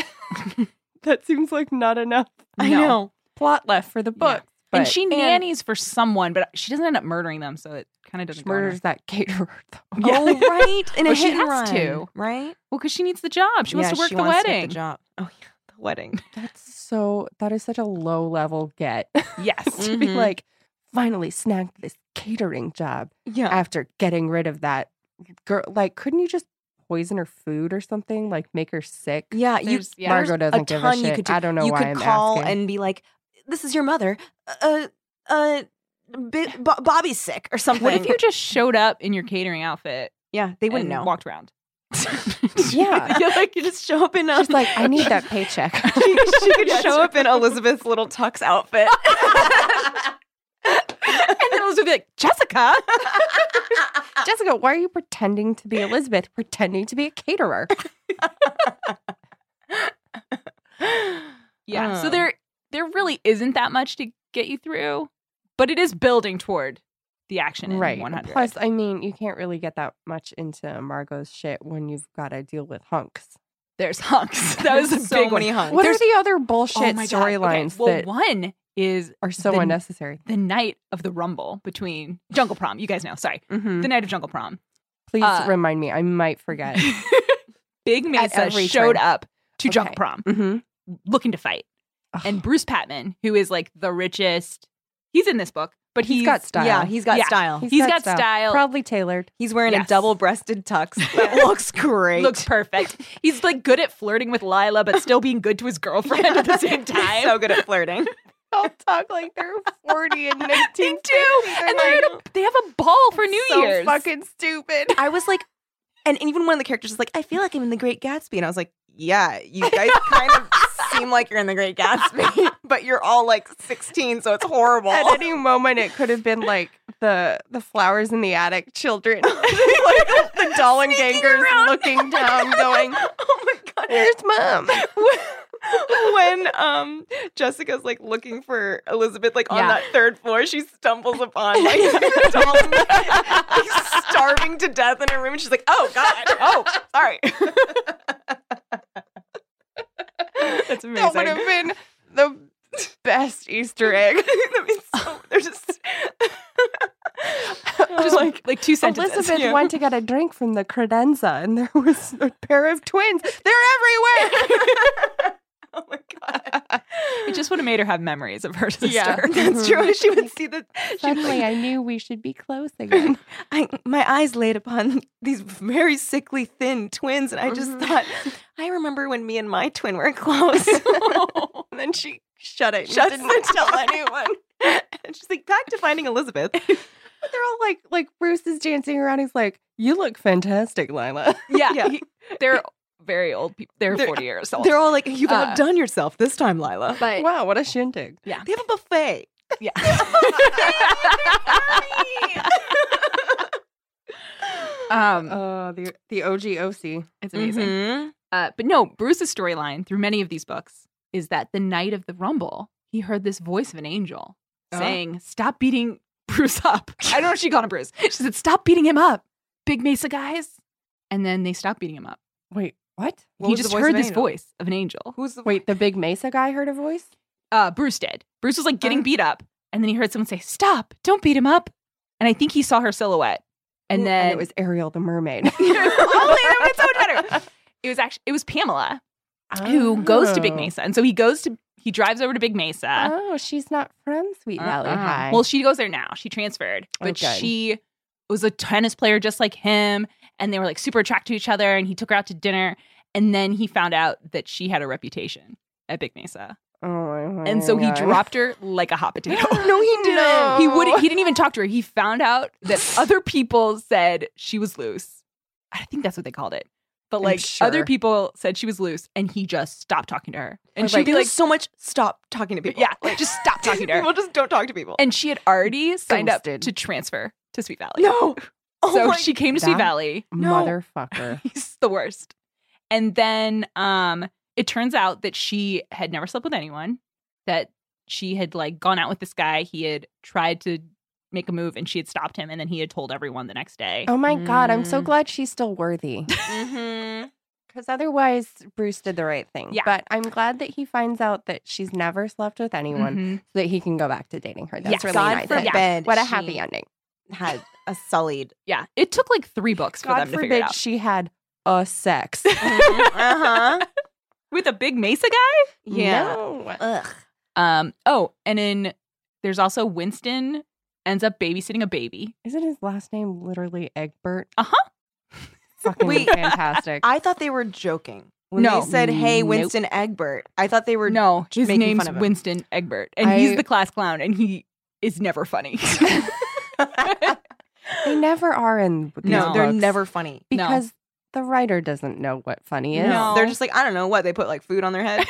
Speaker 2: that seems like not enough
Speaker 1: I
Speaker 3: No.
Speaker 1: know.
Speaker 2: plot left for the
Speaker 3: Yeah.
Speaker 2: book.
Speaker 3: and
Speaker 2: But-
Speaker 3: she nannies for someone, but she doesn't end up murdering them, so it kind of doesn't.
Speaker 2: She
Speaker 3: go anywhere.
Speaker 2: murders that caterer. Though.
Speaker 3: Yeah.
Speaker 1: Oh, right. In a
Speaker 3: Well, she
Speaker 1: hit and
Speaker 3: has
Speaker 1: run,
Speaker 3: to.
Speaker 1: Right?
Speaker 3: Well, because she needs the job. She wants
Speaker 1: Yeah,
Speaker 3: to work
Speaker 1: she
Speaker 3: the
Speaker 1: wants get
Speaker 3: wedding.
Speaker 1: the job. Oh, yeah. The wedding.
Speaker 2: That's so. That is such a low level get.
Speaker 3: Yes.
Speaker 2: to be
Speaker 1: Mhm.
Speaker 2: like, finally snagged this catering job
Speaker 1: Yeah.
Speaker 2: after getting rid of that girl. Like, couldn't you just poison her food or something? Like, make her sick.
Speaker 1: yeah. You,
Speaker 3: There's- yeah.
Speaker 2: Margot
Speaker 1: a
Speaker 2: doesn't give a
Speaker 1: ton you
Speaker 2: shit.
Speaker 1: could do.
Speaker 2: I don't know
Speaker 1: you
Speaker 2: why
Speaker 1: could
Speaker 2: I'm
Speaker 1: call
Speaker 2: asking.
Speaker 1: and be like, this is your mother. Uh, uh, Bi- Bo- Bobby's sick or something.
Speaker 3: What if you just showed up in your catering outfit?
Speaker 1: Yeah, they wouldn't
Speaker 3: and
Speaker 1: know.
Speaker 3: Walked around.
Speaker 2: Yeah.
Speaker 1: You're like you just show up in.
Speaker 2: She's like, I need that paycheck.
Speaker 1: she, she could
Speaker 3: Yes.
Speaker 1: show up in Elizabeth's little tux outfit.
Speaker 3: and then Elizabeth would be like, Jessica.
Speaker 2: Jessica, why are you pretending to be Elizabeth, pretending to be a caterer?
Speaker 3: yeah. So
Speaker 1: Um.
Speaker 3: there there really isn't that much to get you through, but it is building toward the action in
Speaker 2: right.
Speaker 3: 100.
Speaker 2: Plus, I mean, you can't really get that much into Margot's shit when you've got to deal with hunks.
Speaker 3: There's hunks. That was a
Speaker 1: so
Speaker 3: big
Speaker 1: many
Speaker 3: one.
Speaker 1: hunks.
Speaker 2: What
Speaker 3: There's- Oh
Speaker 2: are the other bullshit
Speaker 3: my God. Okay,
Speaker 2: storylines
Speaker 3: Well,
Speaker 2: that
Speaker 3: one is
Speaker 2: are so
Speaker 3: the-
Speaker 2: unnecessary?
Speaker 3: the night of the rumble between Jungle Prom. You guys know. Sorry.
Speaker 2: Mhm.
Speaker 3: The night of Jungle Prom.
Speaker 2: Please
Speaker 3: Mm-hmm. uh,
Speaker 2: remind me. I might forget.
Speaker 3: Big Mesa
Speaker 2: every
Speaker 3: showed
Speaker 2: turn.
Speaker 3: up to Jungle
Speaker 2: Okay.
Speaker 3: Prom
Speaker 2: mm-hmm.
Speaker 3: looking to fight. And Bruce Patman, who is like the richest, he's in this book, but he's,
Speaker 2: he's got style.
Speaker 1: yeah, he's got
Speaker 3: Yeah.
Speaker 1: style.
Speaker 3: he's got style.
Speaker 2: Probably tailored.
Speaker 1: He's wearing
Speaker 3: Yes.
Speaker 1: a double-breasted tux that looks great.
Speaker 3: looks perfect. He's like good at flirting with Lila, but still being good to his girlfriend at the same time.
Speaker 1: so good at flirting.
Speaker 2: I'll talk like they're 40 and 19.
Speaker 3: they do, and they're at a, they have a ball for New Year's.
Speaker 2: stupid.
Speaker 1: I was like, and even one of the characters is like, I feel like I'm in The Great Gatsby, and I was like, Yeah, you guys kind of seem like you're in The Great Gatsby, but you're all like 16, so it's horrible.
Speaker 2: At any moment, it could have been like the the flowers in the attic children, like the Dollengangers looking down, going,
Speaker 1: oh my god.
Speaker 2: "Where's mom?"
Speaker 1: when um Jessica's like looking for Elizabeth like on
Speaker 3: Yeah.
Speaker 1: that third floor, she stumbles upon like the doll like, starving to death in her room. And she's like, "Oh God, oh sorry." That's amazing.
Speaker 2: That would have been the best Easter egg.
Speaker 1: I mean, so, they're just
Speaker 3: Just like, like two sentences.
Speaker 2: Elizabeth
Speaker 1: yeah.
Speaker 2: went to get a drink from the credenza, and there was a pair of twins. They're everywhere.
Speaker 1: Oh my god.
Speaker 3: It just would have made her have memories of her sister.
Speaker 1: Yeah, that's true. She would see the. she'd be like,
Speaker 2: Suddenly, I knew we should be close again.
Speaker 1: I my eyes laid upon these very sickly thin twins, and I just
Speaker 2: Mhm.
Speaker 1: thought, I remember when me and my twin were close. and then she shut it. Shut
Speaker 2: Shut
Speaker 1: didn't tell anyone. And she's like back to finding Elizabeth.
Speaker 2: But they're all like, like Bruce is dancing around. He's like, "You look fantastic, Lila."
Speaker 3: Yeah.
Speaker 1: Yeah.
Speaker 3: he- they're very old people. They're,
Speaker 1: They're-
Speaker 3: 40 years old.
Speaker 1: They're all like, "You've
Speaker 3: Uh,
Speaker 1: outdone yourself this time, Lila."
Speaker 3: but
Speaker 2: wow, what a shindig!
Speaker 1: they have a buffet.
Speaker 3: yeah. um,
Speaker 2: Oh, the the OG OC.
Speaker 3: it's amazing.
Speaker 1: mm-hmm.
Speaker 3: Uh, but no, Bruce's storyline through many of these books is that the night of the Rumble, he heard this voice of an angel
Speaker 1: Uh-huh.
Speaker 2: Oh.
Speaker 3: saying, Stop beating Bruce up. I don't know if she called him Bruce. She said, Stop beating him up, big Mesa guys. And then they stopped beating him up.
Speaker 2: Wait, what?
Speaker 1: What
Speaker 3: he
Speaker 1: was the
Speaker 3: just
Speaker 1: voice
Speaker 3: heard
Speaker 1: of an
Speaker 3: this
Speaker 1: angel?
Speaker 3: voice of an angel.
Speaker 1: Who's the
Speaker 2: Wait, the big Mesa guy heard a voice.
Speaker 3: Uh, Bruce did. Bruce was like
Speaker 1: Uh-huh.
Speaker 3: getting
Speaker 2: Oh.
Speaker 3: beat up. And then he heard someone say, Stop, don't beat him up. And I think he saw her silhouette. And
Speaker 2: Mm,
Speaker 3: then
Speaker 2: it was Ariel the mermaid,
Speaker 3: only that would sound better. It was actually it was Pamela who goes to Big
Speaker 2: Oh.
Speaker 3: Mesa. And so he goes to he drives over to Big Mesa.
Speaker 2: Oh, she's not from Sweet Valley
Speaker 3: Uh-uh.
Speaker 2: High.
Speaker 3: Well, she goes there now. She transferred, but
Speaker 2: Okay.
Speaker 3: she was a tennis player just like him, and they were like super attracted to each other. And he took her out to dinner, and then he found out that she had a reputation at Big Mesa,
Speaker 2: oh, my
Speaker 3: and so he
Speaker 2: God.
Speaker 3: dropped her like a hot potato.
Speaker 1: No, he didn't.
Speaker 2: No.
Speaker 3: he would not he didn't even talk to her. He found out that other people said she was loose. I think that's what they called it. But
Speaker 2: I'm
Speaker 3: like other
Speaker 2: sure.
Speaker 3: people said she was loose, and he just stopped talking to her, and
Speaker 1: And
Speaker 3: she'd
Speaker 1: she'd
Speaker 3: be like,
Speaker 1: so much. Stop talking to people.
Speaker 3: "Yeah, like, just stop talking to her."
Speaker 1: People just don't talk to people.
Speaker 3: and she had already signed
Speaker 2: Ghosted.
Speaker 3: up to transfer to Sweet Valley.
Speaker 1: no. Oh
Speaker 3: so
Speaker 1: my
Speaker 3: she came to Sweet
Speaker 2: God.
Speaker 3: Valley.
Speaker 1: No.
Speaker 2: Motherfucker.
Speaker 3: He's the worst. And then um it turns out that she had never slept with anyone, that she had like gone out with this guy. He had tried to make a move and she had stopped him and then he had told everyone the next day.
Speaker 2: oh my God, I'm so
Speaker 1: Mm.
Speaker 2: glad she's still worthy.
Speaker 3: Mm-hmm.
Speaker 1: Mhm.
Speaker 2: Because otherwise, Bruce did the right thing.
Speaker 3: Yeah.
Speaker 2: But I'm glad that he finds out that she's never slept with anyone
Speaker 3: Mhm.
Speaker 2: so that he can go back to dating her. That's
Speaker 3: Yes.
Speaker 2: really
Speaker 1: God
Speaker 2: nice.
Speaker 1: forbid.
Speaker 2: That- What a
Speaker 1: she
Speaker 2: happy ending.
Speaker 1: Had a sullied.
Speaker 3: Yeah. It took like three books for
Speaker 2: God
Speaker 3: them to figure it
Speaker 2: forbid
Speaker 3: out.
Speaker 2: she had a sex.
Speaker 1: uh huh.
Speaker 3: With a big Mesa guy?
Speaker 1: Yeah.
Speaker 2: No.
Speaker 1: Ugh.
Speaker 3: Um oh, and then there's also Winston ends up babysitting a baby.
Speaker 2: Isn't his last name literally Egbert?
Speaker 3: Uh-huh.
Speaker 2: Fucking
Speaker 1: Wait.
Speaker 2: fantastic.
Speaker 1: I thought they were joking when
Speaker 3: No.
Speaker 1: they said, "Hey,
Speaker 3: Nope.
Speaker 1: Winston Egbert." I thought they were.
Speaker 3: No, his
Speaker 1: making fun
Speaker 3: name's
Speaker 1: of him.
Speaker 3: Winston Egbert, and he's
Speaker 2: I-
Speaker 3: the class clown, and he is never funny.
Speaker 2: they never are in these
Speaker 1: No, they're
Speaker 2: books
Speaker 1: never funny.
Speaker 3: no.
Speaker 2: because the writer doesn't know what funny is.
Speaker 3: No.
Speaker 1: They're just like I don't know what they put like food on their head.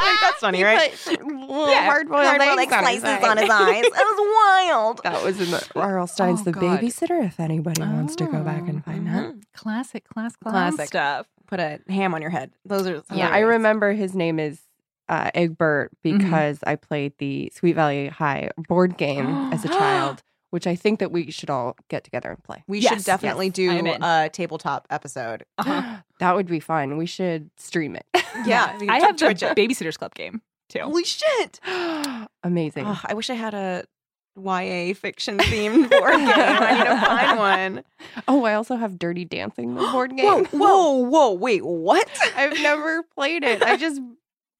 Speaker 1: Like, that's funny, right?
Speaker 3: Yeah,
Speaker 2: hard-boiled
Speaker 1: Cardboard,
Speaker 2: eggs
Speaker 1: like
Speaker 2: on his
Speaker 1: uh, slices
Speaker 2: eye.
Speaker 1: on his eyes. It was wild.
Speaker 2: That was in the R.L. Stein's
Speaker 3: Oh,
Speaker 2: The
Speaker 3: God.
Speaker 2: Babysitter. If anybody wants to go back and find that.
Speaker 1: Mhm.
Speaker 3: classic class clown
Speaker 1: Classic.
Speaker 3: stuff.
Speaker 1: Put a ham on your head. Those are
Speaker 2: Yeah, I
Speaker 1: hilarious.
Speaker 2: remember his name is uh, Egbert
Speaker 1: Mm-hmm.
Speaker 2: because I played the Sweet Valley High board game as a child, which I think that we should all get together and play.
Speaker 1: We
Speaker 3: Yes,
Speaker 1: should definitely
Speaker 3: yes, I'm
Speaker 1: do
Speaker 3: in.
Speaker 1: a tabletop episode.
Speaker 3: Uh-huh.
Speaker 2: that would be fun. We should stream
Speaker 1: Yeah, we can
Speaker 3: I have the
Speaker 1: Twitch it.
Speaker 3: Babysitters Club game too.
Speaker 1: Holy shit!
Speaker 2: it. Amazing.
Speaker 1: Ugh, I wish I had a YA fiction themed board game. I need to find one.
Speaker 2: Oh, I also have Dirty Dancing, the board game.
Speaker 1: Whoa, whoa, whoa! Wait, what?
Speaker 2: I've never played it. I just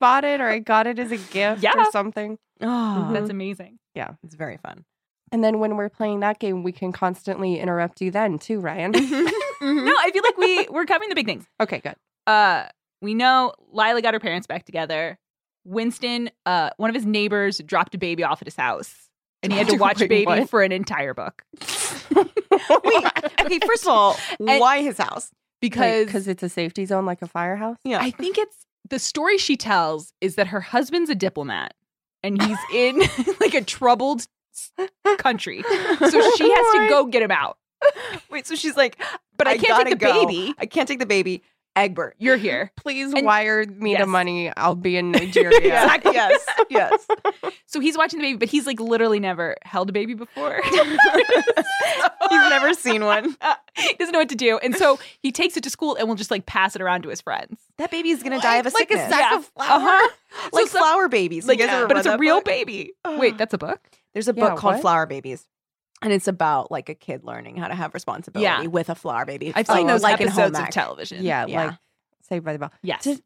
Speaker 2: bought it or I got it as a gift
Speaker 3: Yeah.
Speaker 2: or something.
Speaker 1: Oh,
Speaker 3: That's amazing.
Speaker 1: it's very fun.
Speaker 2: And then when we're playing that game, we can constantly interrupt you then too, Ryan.
Speaker 1: Mm-hmm.
Speaker 3: No, I feel like we we're covering the big things.
Speaker 2: okay, good.
Speaker 3: Uh, we know Lila got her parents back together. Winston, uh, one of his neighbors dropped a baby off at his house, and he had to watch
Speaker 2: Wait,
Speaker 3: baby
Speaker 2: what?
Speaker 3: for an entire book
Speaker 1: Wait, okay. First of all,
Speaker 3: And-
Speaker 1: why his house?
Speaker 3: because
Speaker 2: Because it's a safety zone like a firehouse.
Speaker 1: Yeah,
Speaker 3: I think it's the story she tells is that her husband's a diplomat and he's in like a troubled s- country. So she has to go get him out.
Speaker 1: Wait, so she's like,
Speaker 3: But I,
Speaker 1: I
Speaker 3: can't
Speaker 1: gotta
Speaker 3: take the
Speaker 1: go.
Speaker 3: baby.
Speaker 1: I can't take the baby. Egbert.
Speaker 3: You're here.
Speaker 2: Please
Speaker 3: And-
Speaker 2: wire me
Speaker 3: Yes.
Speaker 2: the money. I'll be in Nigeria.
Speaker 1: Exactly. Yes. Yes.
Speaker 3: So he's watching the baby, but he's like literally never held a baby before.
Speaker 1: He's never seen one.
Speaker 3: he doesn't know what to do. And so he takes it to school and will just like pass it around to his friends.
Speaker 1: That baby is gonna die of a
Speaker 2: Like
Speaker 1: sickness.
Speaker 2: a sack
Speaker 3: Yeah.
Speaker 2: of flour.
Speaker 3: Uh-huh.
Speaker 1: Like
Speaker 3: so some-
Speaker 1: flower babies. You
Speaker 3: Like,
Speaker 1: guys ever
Speaker 3: but
Speaker 1: read
Speaker 3: it's a
Speaker 1: that
Speaker 3: real
Speaker 1: book?
Speaker 3: baby. Wait, that's a book?
Speaker 1: There's a
Speaker 2: Yeah,
Speaker 1: book called
Speaker 2: what?
Speaker 1: Flower Babies. And it's about like a kid learning how to have responsibility with a flower baby.
Speaker 3: I've seen
Speaker 1: Like-
Speaker 3: those
Speaker 1: Oh, like in
Speaker 3: episodes
Speaker 1: Home
Speaker 3: of
Speaker 1: Ec.
Speaker 3: television.
Speaker 2: Yeah,
Speaker 1: Yeah.
Speaker 2: like Saved by the Bell.
Speaker 3: Yes. Mm-hmm.
Speaker 2: Did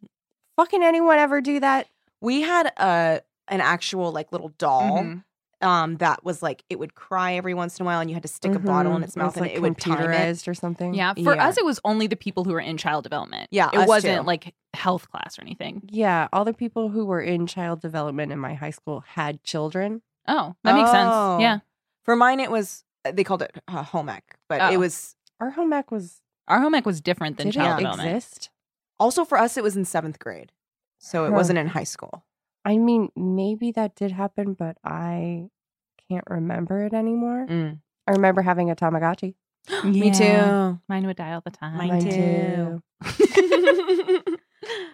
Speaker 2: fucking anyone ever do that?
Speaker 1: We had a an actual like little doll
Speaker 3: Mhm.
Speaker 1: um that was like it would cry every once in a while and you had to stick a bottle in
Speaker 2: Mhm.
Speaker 1: its mouth
Speaker 2: was,
Speaker 1: and
Speaker 2: like,
Speaker 1: it would time it.
Speaker 2: computerized or something.
Speaker 3: Yeah. For
Speaker 1: Yeah.
Speaker 3: us, it was only the people who were in child development.
Speaker 1: Yeah, us
Speaker 3: It wasn't
Speaker 1: too.
Speaker 3: like health class or anything.
Speaker 2: Yeah, all the people who were in child development in my high school had children.
Speaker 3: Oh, that makes
Speaker 1: Oh.
Speaker 3: sense. Yeah.
Speaker 1: For mine it was they called it uh, home ec, but it
Speaker 3: Oh.
Speaker 1: was
Speaker 2: Our home ec was
Speaker 3: Our home ec was different than
Speaker 2: did
Speaker 3: child
Speaker 2: it
Speaker 3: development.
Speaker 2: exist?
Speaker 1: also for us it was in 7th grade. So it
Speaker 2: Huh.
Speaker 1: wasn't in high school.
Speaker 2: I mean, maybe that did happen, but I can't remember it anymore.
Speaker 1: Mm.
Speaker 2: I remember having a Tamagotchi.
Speaker 1: Me
Speaker 3: Yeah.
Speaker 1: too.
Speaker 3: Mine would die all the time.
Speaker 1: Mine too.
Speaker 3: all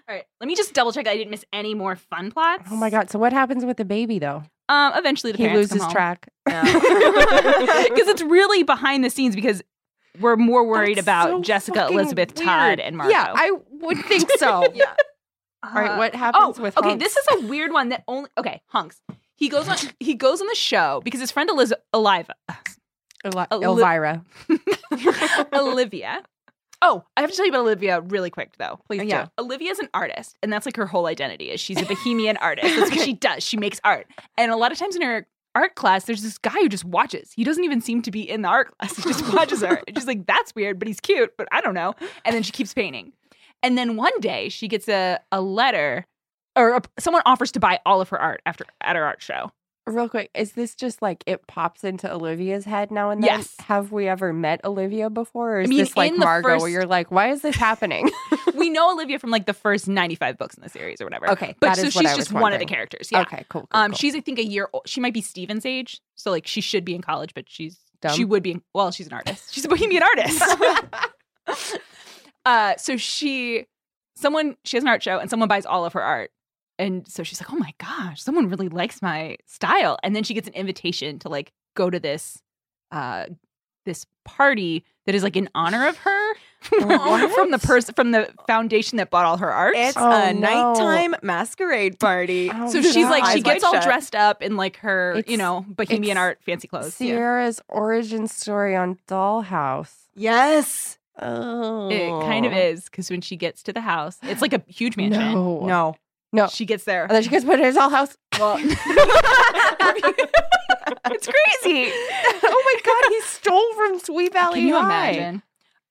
Speaker 3: right. Let me just double check that I didn't miss any more fun plots.
Speaker 2: Oh my god! So what happens with the baby though?
Speaker 3: Um, eventually the
Speaker 2: He
Speaker 3: parents come
Speaker 2: loses
Speaker 3: home.
Speaker 2: track.
Speaker 3: because it's really behind the scenes because we're more worried
Speaker 2: That's
Speaker 3: about
Speaker 2: so
Speaker 3: Jessica,
Speaker 2: fucking
Speaker 3: Elizabeth,
Speaker 2: weird.
Speaker 3: Todd, and Margot.
Speaker 2: Yeah, I would think so.
Speaker 1: yeah.
Speaker 2: All right, what
Speaker 3: Oh,
Speaker 2: happens with?
Speaker 3: okay.
Speaker 2: Hans?
Speaker 3: This is a weird one that only okay. Hunks. He goes on. He goes on the show because his friend Eliz- Eliva,
Speaker 2: Eli-
Speaker 3: a li-
Speaker 2: Elvira.
Speaker 3: Olivia. Oh, I have to tell you about Olivia really quick though.
Speaker 1: Please
Speaker 3: Yeah. Olivia's an artist, and that's like her whole identity is she's a bohemian artist. That's what she does. She makes art. And a lot of times in her art class, there's this guy who just watches. He doesn't even seem to be in the art class. He just watches her. And she's like, that's weird, but he's cute, but I don't know. And then she keeps painting. And then one day she gets a, a letter or a, someone offers to buy all of her art after at her art show.
Speaker 2: Real quick, is this just like it pops into Olivia's head now and then?
Speaker 3: Yes.
Speaker 2: Have we ever met Olivia before? Or
Speaker 3: I
Speaker 2: is
Speaker 3: mean,
Speaker 2: this like
Speaker 3: in the
Speaker 2: Margot
Speaker 3: first-
Speaker 2: where you're like, why is this happening?
Speaker 3: We know Olivia from like the first 95 books in the series or whatever.
Speaker 2: Okay,
Speaker 3: But
Speaker 2: that
Speaker 3: so
Speaker 2: is what
Speaker 3: she's
Speaker 2: I was
Speaker 3: just one of the
Speaker 2: wondering.
Speaker 3: characters. Yeah.
Speaker 2: Okay, cool. cool,
Speaker 3: Um,
Speaker 2: cool.
Speaker 3: she's I think a year. old. She might be Steven's age, so like she should be in college, but she's
Speaker 2: Dumb.
Speaker 3: she would be. In, well, she's an artist. She's a bohemian artist. uh, so she, someone, she has an art show, and someone buys all of her art, and so she's like, oh my gosh, someone really likes my style, and then she gets an invitation to like go to this, uh, this party that is like in honor of her
Speaker 1: What?
Speaker 3: from the person from the foundation that bought all her art.
Speaker 1: It's
Speaker 2: Oh,
Speaker 1: a
Speaker 2: no.
Speaker 1: nighttime masquerade party.
Speaker 2: Oh,
Speaker 3: So she's like,
Speaker 2: God.
Speaker 3: she
Speaker 1: Eyes wide
Speaker 3: gets all
Speaker 1: shut.
Speaker 3: dressed up in like her, you
Speaker 2: It's-
Speaker 3: know, bohemian
Speaker 2: it's
Speaker 3: art, fancy clothes.
Speaker 2: Sierra's origin story on Dollhouse.
Speaker 1: Yes.
Speaker 2: Oh,
Speaker 3: It kind of is because when she gets to the house, it's like a huge mansion.
Speaker 2: No,
Speaker 1: No.
Speaker 2: no.
Speaker 3: She gets there.
Speaker 2: And then she goes, but it is Dollhouse.
Speaker 3: Well, it's crazy.
Speaker 2: oh my god, he stole from Sweet Valley.
Speaker 3: Can you
Speaker 2: High.
Speaker 3: imagine?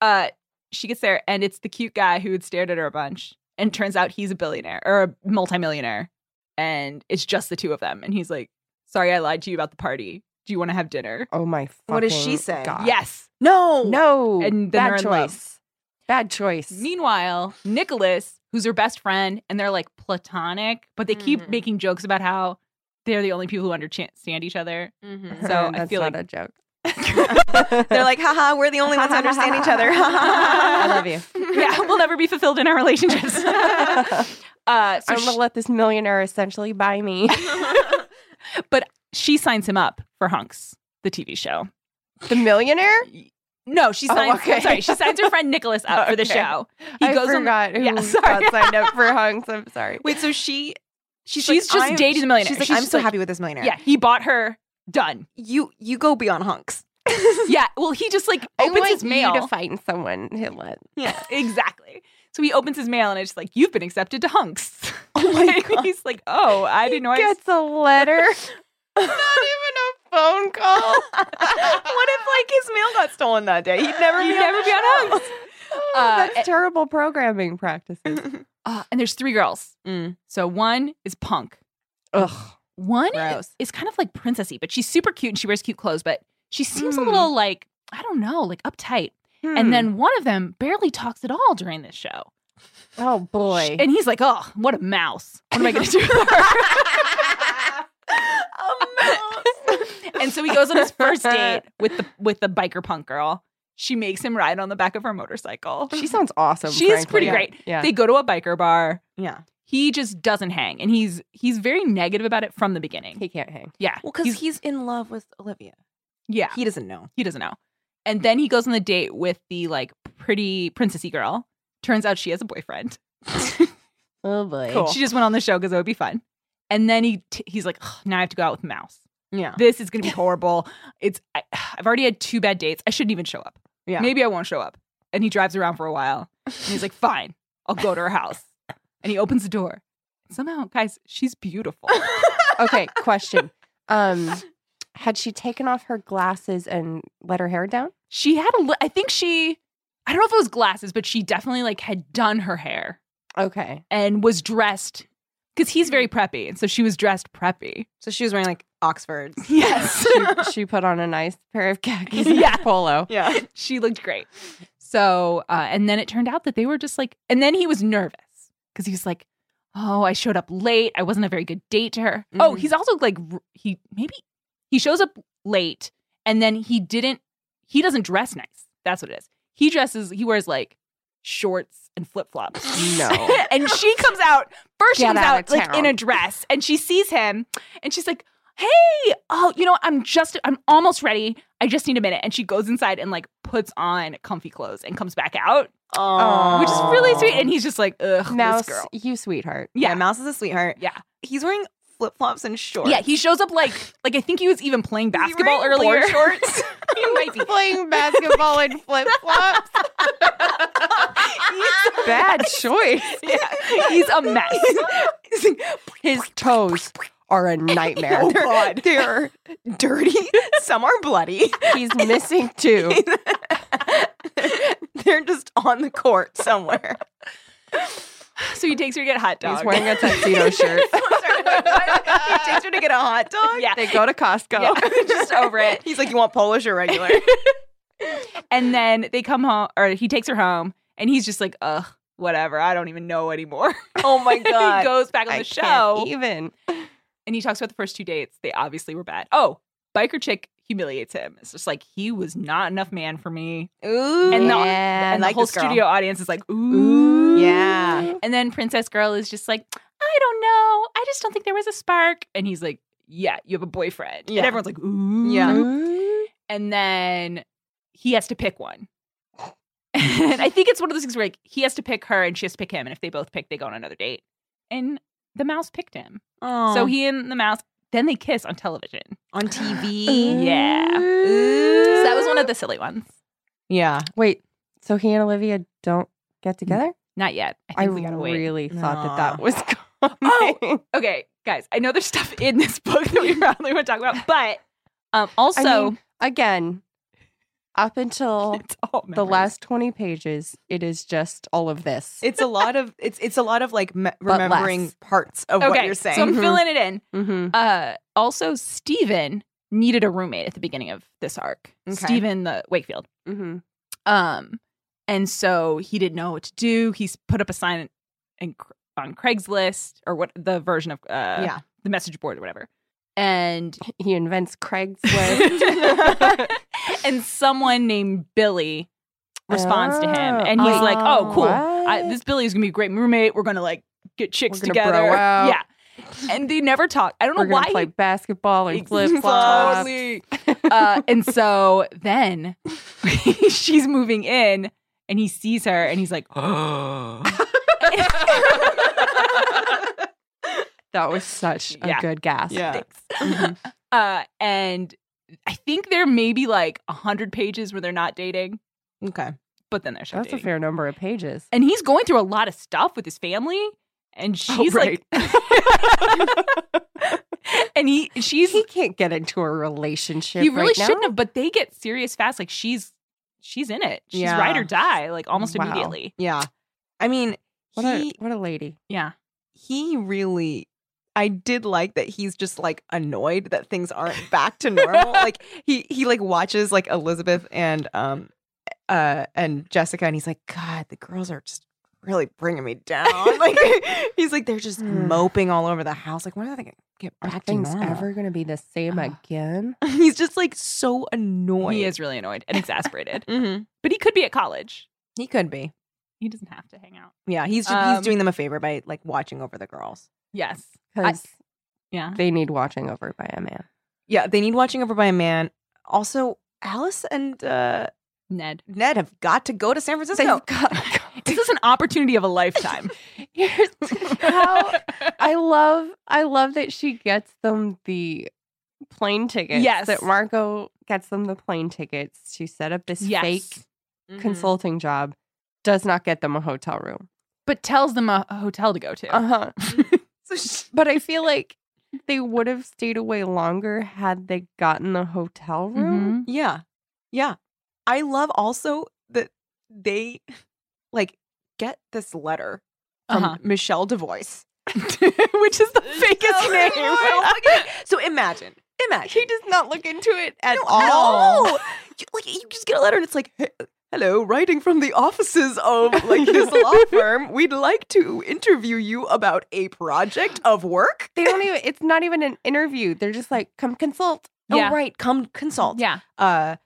Speaker 3: Uh, she gets there, and it's the cute guy who had stared at her a bunch, and turns out he's a billionaire or a multimillionaire, and it's just the two of them. And he's like, "Sorry, I lied to you about the party. Do you want to have dinner?"
Speaker 2: Oh my! Fucking
Speaker 1: What does she say?
Speaker 2: Oh, God.
Speaker 3: Yes.
Speaker 1: No.
Speaker 2: No.
Speaker 3: And then they're
Speaker 2: bad
Speaker 3: in love.
Speaker 2: choice. Bad choice.
Speaker 3: Meanwhile, Nicholas, who's her best friend, and they're like platonic, but they keep
Speaker 1: Mhm.
Speaker 3: making jokes about how they're the only people who understand each other.
Speaker 1: Mhm.
Speaker 3: So I
Speaker 2: That's
Speaker 3: feel
Speaker 2: not
Speaker 3: like-
Speaker 2: a joke.
Speaker 1: They're like, haha, we're the only ones who understand each other.
Speaker 2: I love you.
Speaker 3: yeah, we'll never be fulfilled in our relationships. uh, so
Speaker 2: I'm gonna
Speaker 3: she-
Speaker 2: let this millionaire essentially buy me.
Speaker 3: she signs him up for Hunks, the TV show.
Speaker 2: The millionaire?
Speaker 3: No, she
Speaker 2: Oh,
Speaker 3: signs.
Speaker 2: okay.
Speaker 3: I'm sorry, she signs her friend Nicholas up for the
Speaker 2: Okay.
Speaker 3: show.
Speaker 2: I
Speaker 3: on the-
Speaker 2: forgot who
Speaker 3: Yeah, sorry.
Speaker 2: got signed up for hunks. I'm sorry.
Speaker 1: Wait, so she she's,
Speaker 3: She's just
Speaker 1: I'm-
Speaker 3: dating the millionaire.
Speaker 1: She's like,
Speaker 3: She's
Speaker 1: I'm
Speaker 3: just
Speaker 1: so
Speaker 3: like-
Speaker 1: happy with this millionaire.
Speaker 3: Yeah, he bought her. Done.
Speaker 1: You you go beyond hunks.
Speaker 3: Yeah. Well, he just like
Speaker 2: I
Speaker 3: opens
Speaker 2: want
Speaker 3: his mail.
Speaker 2: you to find someone. He'll let-
Speaker 1: Yeah.
Speaker 3: Exactly. So he opens his mail and it's just like, you've been accepted to Hunks.
Speaker 1: Oh my God.
Speaker 3: He's like, oh, I didn't know I was.
Speaker 2: Gets a letter. Not even a phone call.
Speaker 1: what if like his mail got stolen that day? He'd never
Speaker 3: You'd
Speaker 1: be
Speaker 3: never
Speaker 1: on
Speaker 3: be on
Speaker 1: the
Speaker 3: Hunks.
Speaker 2: Oh,
Speaker 3: Uh,
Speaker 2: that's
Speaker 3: it-
Speaker 2: terrible programming practices.
Speaker 1: show.
Speaker 3: Uh, and there's three girls.
Speaker 1: Mm.
Speaker 3: So one is punk.
Speaker 2: Ugh.
Speaker 3: One
Speaker 1: Gross.
Speaker 3: is, is kind of like princessy, but she's super cute and she wears cute clothes, but she seems a
Speaker 1: Mm.
Speaker 2: Hmm.
Speaker 3: little like, I don't know, like uptight.
Speaker 2: Hmm.
Speaker 3: And then one of them barely talks at all during this show.
Speaker 2: oh boy,
Speaker 3: And he's like, oh, what a mouse. What am I going to do with her? and so he goes on his first date with the with the biker punk girl. She makes him ride on the back of her motorcycle.
Speaker 2: she sounds awesome.
Speaker 3: She's
Speaker 2: frankly.
Speaker 3: pretty
Speaker 2: Yeah.
Speaker 3: great.
Speaker 2: Yeah.
Speaker 3: They go to a biker bar.
Speaker 1: yeah.
Speaker 3: He just doesn't hang, and he's he's very negative about it from the beginning.
Speaker 2: he can't hang.
Speaker 3: yeah,
Speaker 1: Well, because
Speaker 3: He's-
Speaker 1: he's, in love with Olivia.
Speaker 3: yeah
Speaker 1: He doesn't know.
Speaker 3: he doesn't know. And then he goes on the date with the like pretty princessy girl. Turns out she has a boyfriend.
Speaker 2: Oh boy.
Speaker 1: Cool.
Speaker 3: She just went on the show because it would be fun. And then he t- he's like, "Ugh, now I have to go out with Mouse.
Speaker 1: Yeah.
Speaker 3: This is gonna be horrible. It's I, I've already had two bad dates. I shouldn't even show up.
Speaker 1: Yeah.
Speaker 3: Maybe I won't show up. And he drives around for a while. And he's like, fine, I'll go to her house. And he opens the door. Somehow, guys, she's beautiful.
Speaker 2: Okay, question. Um, had she taken off her glasses and let her hair down?
Speaker 3: She had a li- I think she I don't know if it was glasses, but she definitely like had done her hair
Speaker 2: Okay.
Speaker 3: and was dressed cuz he's very preppy, and so she was dressed preppy.
Speaker 1: So she was wearing like Oxfords.
Speaker 3: Yes.
Speaker 2: She, she put on a nice pair of khakis and
Speaker 3: Yeah.
Speaker 2: a polo.
Speaker 1: Yeah.
Speaker 3: she looked great. So, uh, and then it turned out that they were just like, and then he was nervous because he was like, oh, I showed up late. I wasn't a very good date to her. Oh,
Speaker 2: Mhm.
Speaker 3: he's also like, r- he maybe he shows up late and then he didn't, he doesn't dress nice. That's what it is. He dresses, he wears like shorts and flip flops.
Speaker 2: No.
Speaker 3: and she comes out, first she
Speaker 2: Get
Speaker 3: comes
Speaker 2: out
Speaker 3: out
Speaker 2: of
Speaker 3: like in
Speaker 2: town.
Speaker 3: a dress and she sees him and she's like, hey, oh, you know, what? I'm just, I'm almost ready. I just need a minute. And she goes inside and like puts on comfy clothes and comes back out,
Speaker 1: Aww.
Speaker 3: which is really sweet.
Speaker 2: Aw.
Speaker 3: And he's just like, ugh,
Speaker 2: Mouse,
Speaker 3: this girl.
Speaker 2: you sweetheart.
Speaker 1: yeah.
Speaker 3: Yeah.
Speaker 1: Mouse is a sweetheart.
Speaker 3: Yeah.
Speaker 1: He's wearing flip flops and shorts.
Speaker 3: Yeah. He shows up like, like I think he was even playing
Speaker 1: Is he
Speaker 3: basketball
Speaker 1: wearing board
Speaker 3: earlier.
Speaker 1: Shorts.
Speaker 3: he might be.
Speaker 2: Playing basketball in flip flops. Bad choice.
Speaker 3: Yeah. He's a mess.
Speaker 2: His toes are a nightmare.
Speaker 1: They're- They're dirty. Some are bloody.
Speaker 2: He's missing two.
Speaker 1: They're just on the court somewhere.
Speaker 3: so he takes her to get hot dogs.
Speaker 2: He's wearing a tuxedo shirt.
Speaker 1: Sorry, wait, what? He takes her to get a hot dog.
Speaker 3: yeah.
Speaker 2: They go to Costco.
Speaker 3: yeah. just over it.
Speaker 1: He's like, you want Polish or regular?
Speaker 3: And then they come home, or he takes her home, and he's just like, ugh, whatever. I don't even know anymore.
Speaker 1: oh my
Speaker 3: he goes back on
Speaker 2: I
Speaker 3: the
Speaker 2: can't
Speaker 3: show,
Speaker 2: even.
Speaker 3: and he talks about the first two dates. They obviously were bad. Oh, biker chick humiliates him. It's just like he was not enough man for me,
Speaker 1: Ooh.
Speaker 3: And the-
Speaker 2: yeah.
Speaker 3: and the
Speaker 1: like
Speaker 3: whole
Speaker 1: this girl.
Speaker 3: studio audience is like, ooh,
Speaker 2: Ooh.
Speaker 1: Yeah.
Speaker 3: And then Princess Girl is just like, I don't know. I just don't think there was a spark. And he's like, Yeah, you have a boyfriend.
Speaker 1: Yeah.
Speaker 3: And everyone's like, Ooh.
Speaker 1: Yeah.
Speaker 2: Ooh.
Speaker 3: and then he has to pick one. And I think it's one of those things where like he has to pick her and she has to pick him, and if they both pick, they go on another date. And the mouse picked him, so he and the mouse then they kiss on television.
Speaker 1: on TV.
Speaker 3: Yeah. So that was one of the silly ones.
Speaker 1: Yeah.
Speaker 2: Wait, so he and Olivia don't get together?
Speaker 3: Not yet. I
Speaker 2: I
Speaker 3: think we gotta wait. Oh,
Speaker 2: really thought that that
Speaker 1: Nah.
Speaker 2: was coming.
Speaker 3: Okay, guys, I know there's stuff in this book that we probably want to talk about, but um, also
Speaker 2: mean, again, up until
Speaker 3: it's all
Speaker 2: the
Speaker 3: memories.
Speaker 2: last 20 pages, it is just all of this.
Speaker 1: It's a lot of it's it's a lot of like me-
Speaker 2: less.
Speaker 1: remembering parts of
Speaker 3: Okay,
Speaker 1: what you're
Speaker 3: so I'm
Speaker 1: saying.
Speaker 2: Mhm.
Speaker 3: filling it in.
Speaker 2: mm-hmm.
Speaker 3: Uh, also, Steven needed a roommate at the beginning of this arc.
Speaker 1: Okay.
Speaker 3: Steven the Wakefield.
Speaker 2: Mm-hmm.
Speaker 3: Um, and so he didn't know what to do. He's put up a sign in, on Craigslist or what the version of uh,
Speaker 1: yeah.
Speaker 3: the message board or whatever. And
Speaker 2: He invents Craigslist.
Speaker 3: and someone named Billy responds to him, and he's
Speaker 2: Oh,
Speaker 3: like, "Oh, cool! I,
Speaker 2: what?
Speaker 3: this Billy is gonna be a great roommate. We're gonna like get chicks
Speaker 2: We're gonna
Speaker 3: together.
Speaker 2: bro out.
Speaker 3: Yeah." And they never talk. I don't
Speaker 2: We're
Speaker 3: know
Speaker 2: going
Speaker 3: why
Speaker 2: to
Speaker 3: he
Speaker 2: play basketball and
Speaker 3: Ex-
Speaker 2: flip flops.
Speaker 1: Totally.
Speaker 3: uh, and so then she's moving in and he sees her and he's like
Speaker 2: That was such a
Speaker 3: Yeah.
Speaker 2: good gasp.
Speaker 1: Yeah.
Speaker 3: thanks
Speaker 2: Mhm.
Speaker 3: uh, and i think there may be like 100 pages where they're not dating
Speaker 1: okay.
Speaker 3: but then they're still
Speaker 2: That's a
Speaker 3: dating.
Speaker 2: fair number of pages.
Speaker 3: and he's going through a lot of stuff with his family
Speaker 2: Oh,
Speaker 3: and she's like and he she's
Speaker 2: He can't get into a relationship.
Speaker 3: he really
Speaker 2: right now.
Speaker 3: shouldn't have but they get serious fast like she's she's in it she's
Speaker 1: Yeah.
Speaker 3: ride or die like almost
Speaker 2: Wow.
Speaker 3: immediately
Speaker 1: Yeah. I mean,
Speaker 2: What
Speaker 1: he
Speaker 2: a what a lady.
Speaker 3: yeah
Speaker 1: he really I did like that he's just like annoyed that things aren't back to normal. like he he like watches like Elizabeth and um uh and Jessica and he's like god the girls are just really bringing me down. like he's like they're just
Speaker 2: Hmm.
Speaker 1: moping all over the house. Like when are they going to get
Speaker 2: Are
Speaker 1: back to
Speaker 2: things
Speaker 1: normal?
Speaker 2: ever going to be the same
Speaker 3: Ugh.
Speaker 2: again?
Speaker 1: he's just like so annoyed.
Speaker 3: he is really annoyed and exasperated
Speaker 1: Mhm.
Speaker 3: but he could be at college.
Speaker 1: He could be.
Speaker 3: He doesn't have to hang out.
Speaker 1: Yeah, he's just,
Speaker 3: Um,
Speaker 1: he's doing them a favor by like watching over the girls.
Speaker 3: Yes.
Speaker 2: Because
Speaker 3: Yeah.
Speaker 2: they need watching over by a man.
Speaker 1: Yeah, they need watching over by a man. Also, Alice and uh
Speaker 3: Ned.
Speaker 1: Ned have got to go to San Francisco.
Speaker 3: This is an opportunity of a lifetime.
Speaker 2: Here's how I love I love that she gets them the plane tickets.
Speaker 3: Yes.
Speaker 2: That Marco gets them the plane tickets to set up this
Speaker 3: yes.
Speaker 1: Mm-hmm.
Speaker 3: Mm-hmm.
Speaker 2: fake consulting job, does not get them a hotel room.
Speaker 3: but tells them a, a hotel to go to.
Speaker 2: Uh huh.
Speaker 1: So she,
Speaker 2: But I feel like they would have stayed away longer had they gotten the hotel room.
Speaker 3: Mhm.
Speaker 1: yeah. Yeah. I love also that they like get this letter from
Speaker 3: Uh-huh.
Speaker 1: Michelle DeVoice, which is the fakest name.
Speaker 3: Oh
Speaker 1: so imagine. Imagine.
Speaker 2: He does not look into it at
Speaker 1: Mm-hmm. No,
Speaker 2: all.
Speaker 1: all. You- like you just get a letter and it's like, "He- "Hello, writing from the offices of like this law firm. We'd like to interview you about a project of work.
Speaker 2: They don't even. It's not even an interview. They're just like, come consult.
Speaker 3: Yeah.
Speaker 1: Oh, right, come consult.
Speaker 3: Yeah.
Speaker 1: Uh,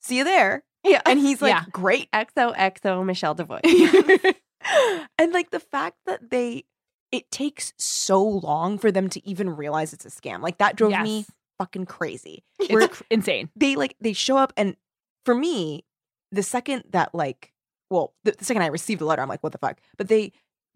Speaker 1: see you there."
Speaker 2: Yeah.
Speaker 1: And he's like,
Speaker 3: Yeah.
Speaker 1: "Great."
Speaker 2: XOXO Michelle DeVoy.
Speaker 1: and like the fact that they, it takes so long for them to even realize it's a scam. Like that drove
Speaker 3: Yes.
Speaker 1: me fucking crazy. We're-
Speaker 3: It's cr- insane.
Speaker 1: they like they show up and for me the second that like well the, the second i received the letter i'm like what the fuck but they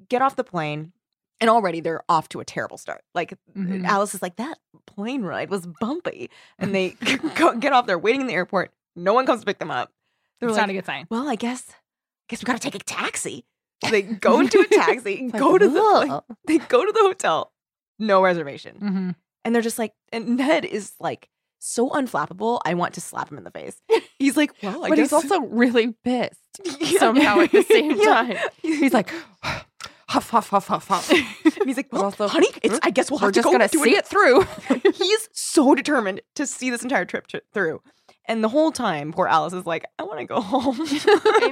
Speaker 1: get off the plane and already they're off to a terrible start like
Speaker 3: Mhm.
Speaker 1: alice is like that plane ride was bumpy and they go, get off there waiting in the airport no one comes to pick them up they're
Speaker 3: It's
Speaker 1: like
Speaker 3: not a good sign.
Speaker 1: well i guess I guess we gotta take a taxi So they go into a taxi go to the like, they go to the hotel no reservation
Speaker 3: Mm-hmm.
Speaker 1: Mm. and they're just like, and Ned is like so unflappable. I want to slap him in the face. He's like, well, I
Speaker 2: but
Speaker 1: guess
Speaker 2: he's also really pissed
Speaker 1: Yeah.
Speaker 2: somehow at the same
Speaker 1: Yeah.
Speaker 2: time. He's like, huff, huff, huff, huff, huff.
Speaker 1: and he's like,
Speaker 2: But
Speaker 1: well,
Speaker 2: also,
Speaker 1: honey, it's, I guess we'll have
Speaker 2: We're
Speaker 1: to
Speaker 2: just
Speaker 1: go
Speaker 2: gonna
Speaker 1: do
Speaker 2: see it through.
Speaker 1: it. he's so determined to see this entire trip tr- through. And the whole time, poor Alice is like, I want to go home.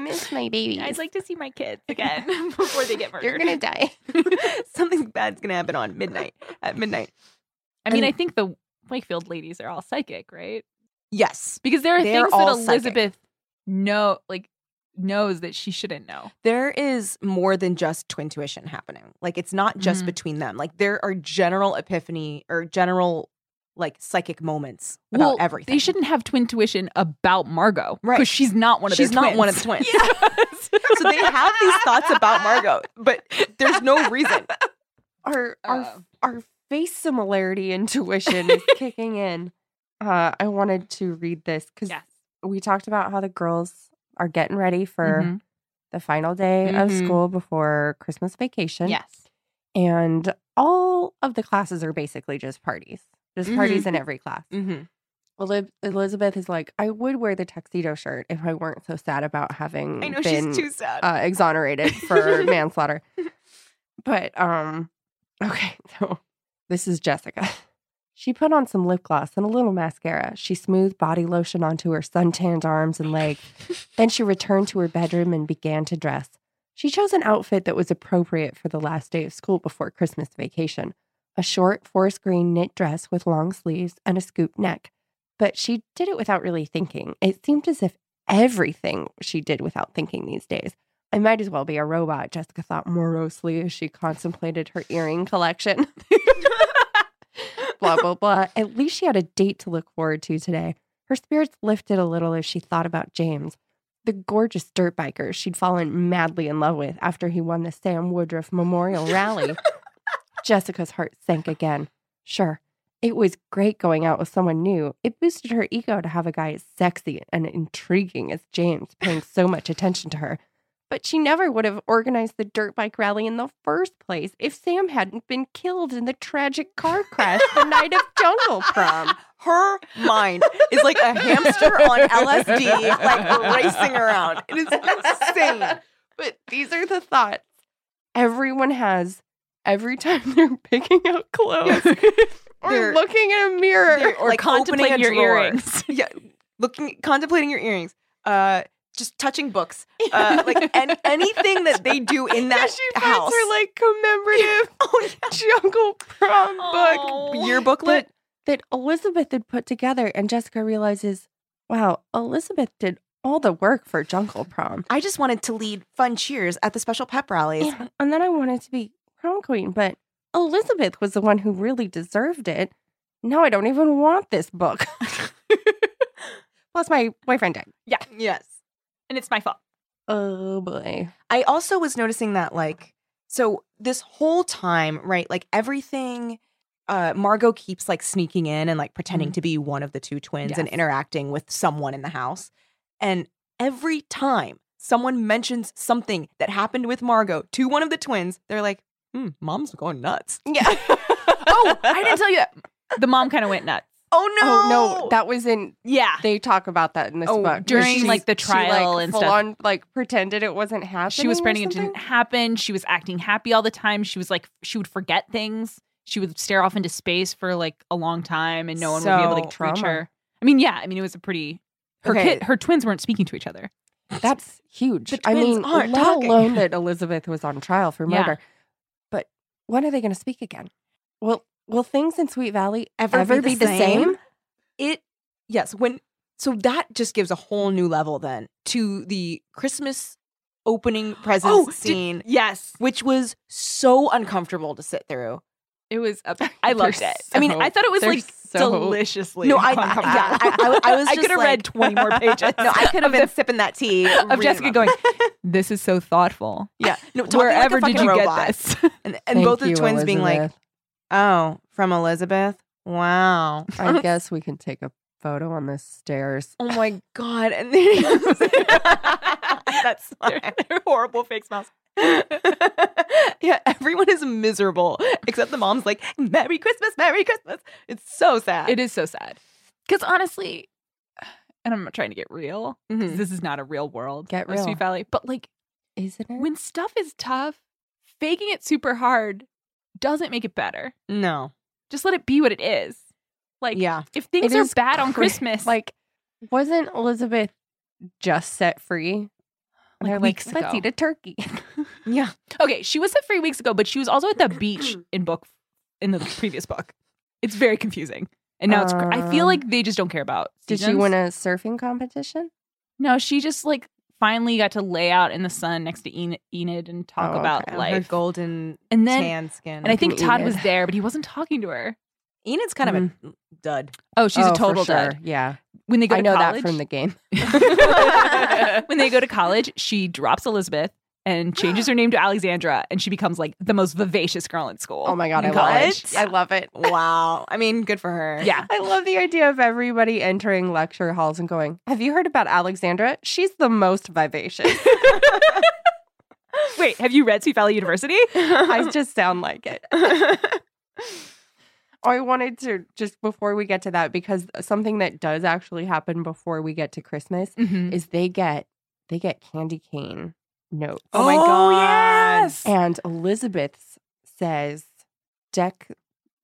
Speaker 2: miss my baby.
Speaker 3: like to see my kids again before they get murdered.
Speaker 2: die.
Speaker 1: Something bad's gonna happen on midnight. At midnight,
Speaker 3: I mean,
Speaker 1: And-
Speaker 3: I think the Wakefield ladies are all psychic, right?
Speaker 1: yes,
Speaker 3: Because there are
Speaker 1: They're
Speaker 3: things that
Speaker 1: all psychic.
Speaker 3: Elizabeth know, like knows that she shouldn't know.
Speaker 1: there is more than just twin tuition happening. Like it's not just
Speaker 3: Mhm.
Speaker 1: between them. Like there are general epiphany or general like psychic moments
Speaker 3: Well,
Speaker 1: about everything.
Speaker 3: They shouldn't have twin tuition about Margot,
Speaker 1: Right.
Speaker 3: Because she's not one of
Speaker 1: She's
Speaker 3: their
Speaker 1: not one of
Speaker 3: twins.
Speaker 1: the twins.
Speaker 3: Yes.
Speaker 1: so they have these thoughts about Margot, but there's no reason.
Speaker 2: Our
Speaker 3: Uh.
Speaker 2: our our face similarity intuition is kicking in. Uh, I wanted to read this because
Speaker 3: Yes.
Speaker 2: we talked about how the girls are getting ready for
Speaker 3: Mhm.
Speaker 2: the final day of
Speaker 1: Mhm.
Speaker 2: school before Christmas vacation.
Speaker 3: Yes.
Speaker 2: and all of the classes are basically just parties, just
Speaker 1: Mhm.
Speaker 2: parties in every class.
Speaker 1: Mm-hmm.
Speaker 2: Elib- Elizabeth is like, I would wear the tuxedo shirt if I weren't so sad about having
Speaker 1: I know
Speaker 2: been
Speaker 1: she's too sad.
Speaker 2: uh, exonerated for manslaughter. But um, okay, so this is Jessica. She put on some lip gloss and a little mascara. She smoothed body lotion onto her suntanned arms and legs. then she returned to her bedroom and began to dress. She chose an outfit that was appropriate for the last day of school before Christmas vacation a short forest green knit dress with long sleeves and a scooped neck. But she did it without really thinking. It seemed as if everything she did without thinking these days. I might as well be a robot, Jessica thought morosely as she contemplated her earring collection. blah, blah, blah. At least she had a date to look forward to today. Her spirits lifted a little as she thought about James, the gorgeous dirt biker she'd fallen madly in love with after he won the Sam Woodruff Memorial Rally. Jessica's heart sank again. Sure, it was great going out with someone new. It boosted her ego to have a guy as sexy and intriguing as James paying so much attention to her. But she never would have organized the dirt bike rally in the first place if Sam hadn't been killed in the tragic car crash the night of jungle prom.
Speaker 1: Her mind is like a hamster on LSD, like racing around. It is insane.
Speaker 2: But these are the thoughts everyone has every time they're picking out clothes or
Speaker 1: They're-
Speaker 2: looking in a mirror.
Speaker 1: they're-
Speaker 3: Or
Speaker 1: Like
Speaker 3: contemplating
Speaker 1: opening a
Speaker 3: your
Speaker 1: drawer.
Speaker 3: earrings.
Speaker 1: Yeah, looking, contemplating your earrings, uh, just touching books, uh, like and anything that they do in
Speaker 2: Yeah,
Speaker 1: that
Speaker 2: she finds
Speaker 1: house.
Speaker 2: her like commemorative jungle prom book
Speaker 3: Oh.
Speaker 1: Year booklet.
Speaker 2: that, that Elizabeth had put together, and Jessica realizes, wow, Elizabeth did all the work for jungle prom,
Speaker 1: I just wanted to lead fun cheers at the special pep rallies.
Speaker 2: Yeah, and then I wanted to be prom queen, but Elizabeth was the one who really deserved it. Now I don't even want this book. Plus, my boyfriend died.
Speaker 1: Yes.
Speaker 3: and it's my fault.
Speaker 2: Oh boy.
Speaker 1: I also was noticing that like so this whole time, right? Like everything uh Margot keeps like sneaking in and like pretending to be one of the two twins and
Speaker 3: Mm-hmm. Yes.
Speaker 1: interacting with someone in the house. And every time someone mentions something that happened with Margot to one of the twins, they're like, hmm, mom's going nuts.
Speaker 2: Yeah.
Speaker 3: oh, I didn't tell you that. The mom kind of went nuts.
Speaker 1: Oh no.
Speaker 2: Oh no, that was in.
Speaker 3: Yeah.
Speaker 2: They talk about that in this
Speaker 1: Oh,
Speaker 2: book where
Speaker 3: during,
Speaker 2: she-
Speaker 3: like, the
Speaker 2: she, like,
Speaker 3: trial and
Speaker 2: full
Speaker 3: stuff.
Speaker 2: On, like pretended it wasn't happening.
Speaker 3: She was
Speaker 2: or
Speaker 3: pretending it
Speaker 2: something?
Speaker 3: didn't happen. She was acting happy all the time. She was like, she would forget things. She would stare off into space for like a long time, and no one would be able to
Speaker 2: So
Speaker 3: like, treat
Speaker 2: trauma.
Speaker 3: her. I mean, yeah. I mean, it was a pretty. Her
Speaker 1: Okay.
Speaker 3: kid, her twins weren't speaking to each other.
Speaker 2: That's huge.
Speaker 1: The
Speaker 2: I
Speaker 1: twins
Speaker 2: mean,
Speaker 1: aren't
Speaker 2: let
Speaker 1: talking.
Speaker 2: alone that Elizabeth was on trial for
Speaker 3: Yeah.
Speaker 2: murder. But when are they going to speak again? Will Will things in Sweet Valley
Speaker 1: Ever
Speaker 2: ever,
Speaker 1: be the
Speaker 2: be, the same?
Speaker 1: same? it yes when so that just gives a whole new level then to the christmas opening presents
Speaker 3: Oh, did-
Speaker 1: scene
Speaker 3: Yes,
Speaker 1: which was so uncomfortable to sit through
Speaker 3: it was. up- I loved
Speaker 2: They're
Speaker 3: it. I mean,
Speaker 2: so-
Speaker 3: I thought it was
Speaker 2: they're
Speaker 3: like
Speaker 2: so-
Speaker 3: deliciously.
Speaker 1: no i, I-
Speaker 3: uncomfortable.
Speaker 1: yeah i, I, I was
Speaker 3: I
Speaker 1: just
Speaker 3: could have
Speaker 1: like-
Speaker 3: read twenty more pages.
Speaker 1: no i could have
Speaker 3: of
Speaker 1: been
Speaker 3: the-
Speaker 1: sipping that tea
Speaker 3: of
Speaker 1: reading
Speaker 3: Jessica
Speaker 1: about
Speaker 3: going.
Speaker 1: it.
Speaker 3: This is so thoughtful.
Speaker 1: yeah no talking like a
Speaker 3: Wherever did
Speaker 1: fucking
Speaker 3: you
Speaker 1: robot.
Speaker 3: get this?
Speaker 1: and, and both of the twins being like oh from elizabeth wow
Speaker 2: "I guess we can take a photo on the stairs."
Speaker 1: oh my god and then that's
Speaker 3: they're, they're horrible fake smiles.
Speaker 1: yeah, everyone is miserable except the mom's like, Merry Christmas, Merry Christmas. It's so sad.
Speaker 3: It is so sad. Because honestly, and I'm not trying to get real. 'cause
Speaker 1: Mhm.
Speaker 3: This is not a real world.
Speaker 2: Mm-hmm. Get
Speaker 3: of
Speaker 2: real.
Speaker 3: Sweet Valley. But like
Speaker 2: Isn't it?
Speaker 3: when stuff is tough, faking it super hard doesn't make it better.
Speaker 1: No.
Speaker 3: Just let it be what it is. Like
Speaker 1: Yeah.
Speaker 3: if things
Speaker 2: It
Speaker 3: are
Speaker 2: is
Speaker 3: bad on
Speaker 2: cra-
Speaker 3: Christmas, like,
Speaker 2: like, wasn't Elizabeth just set free? And they're
Speaker 3: weeks
Speaker 2: like, let's
Speaker 3: ago.
Speaker 2: eat a turkey.
Speaker 1: Yeah.
Speaker 3: okay, she was set three weeks ago, but she was also at the beach in book in the previous book. It's very confusing. And now it's cr- I feel
Speaker 2: Um,
Speaker 3: like they just don't care about.
Speaker 2: Did she
Speaker 3: seasons.
Speaker 2: win a surfing competition?
Speaker 3: No, she just like finally got to lay out in the sun next to En- Enid and talk
Speaker 2: Oh,
Speaker 3: about
Speaker 2: okay.
Speaker 1: Like
Speaker 3: like
Speaker 1: golden
Speaker 3: and then
Speaker 1: tan skin.
Speaker 3: and I think
Speaker 2: Enid.
Speaker 3: Todd was there, but he wasn't talking to her.
Speaker 1: Enid's kind of a dud.
Speaker 3: Oh, she's
Speaker 2: Oh,
Speaker 3: a
Speaker 2: for
Speaker 3: total
Speaker 2: sure.
Speaker 3: dud.
Speaker 2: Yeah,
Speaker 3: When they go
Speaker 2: I
Speaker 3: to
Speaker 2: know
Speaker 3: college,
Speaker 2: that from the game.
Speaker 1: the-
Speaker 3: when they go to college, she drops Elizabeth and changes her name to Alexandra, and she becomes like the most vivacious girl in school.
Speaker 2: Oh my god, I
Speaker 3: in
Speaker 1: got
Speaker 2: love
Speaker 3: college.
Speaker 2: it! I love it.
Speaker 1: Wow. I mean, good for her.
Speaker 3: Yeah,
Speaker 2: I love the idea of everybody entering lecture halls and going, Have you heard about Alexandra? She's the most vivacious.
Speaker 3: Wait, have you read Sweet Valley University?
Speaker 2: I just sound like it. I wanted to just before we get to that, because something that does actually happen before we get to Christmas
Speaker 1: Mm-hmm.
Speaker 3: Mhm.
Speaker 2: is they get they get candy cane notes.
Speaker 1: Oh my God.
Speaker 3: yes.
Speaker 2: And Elizabeth says, Deck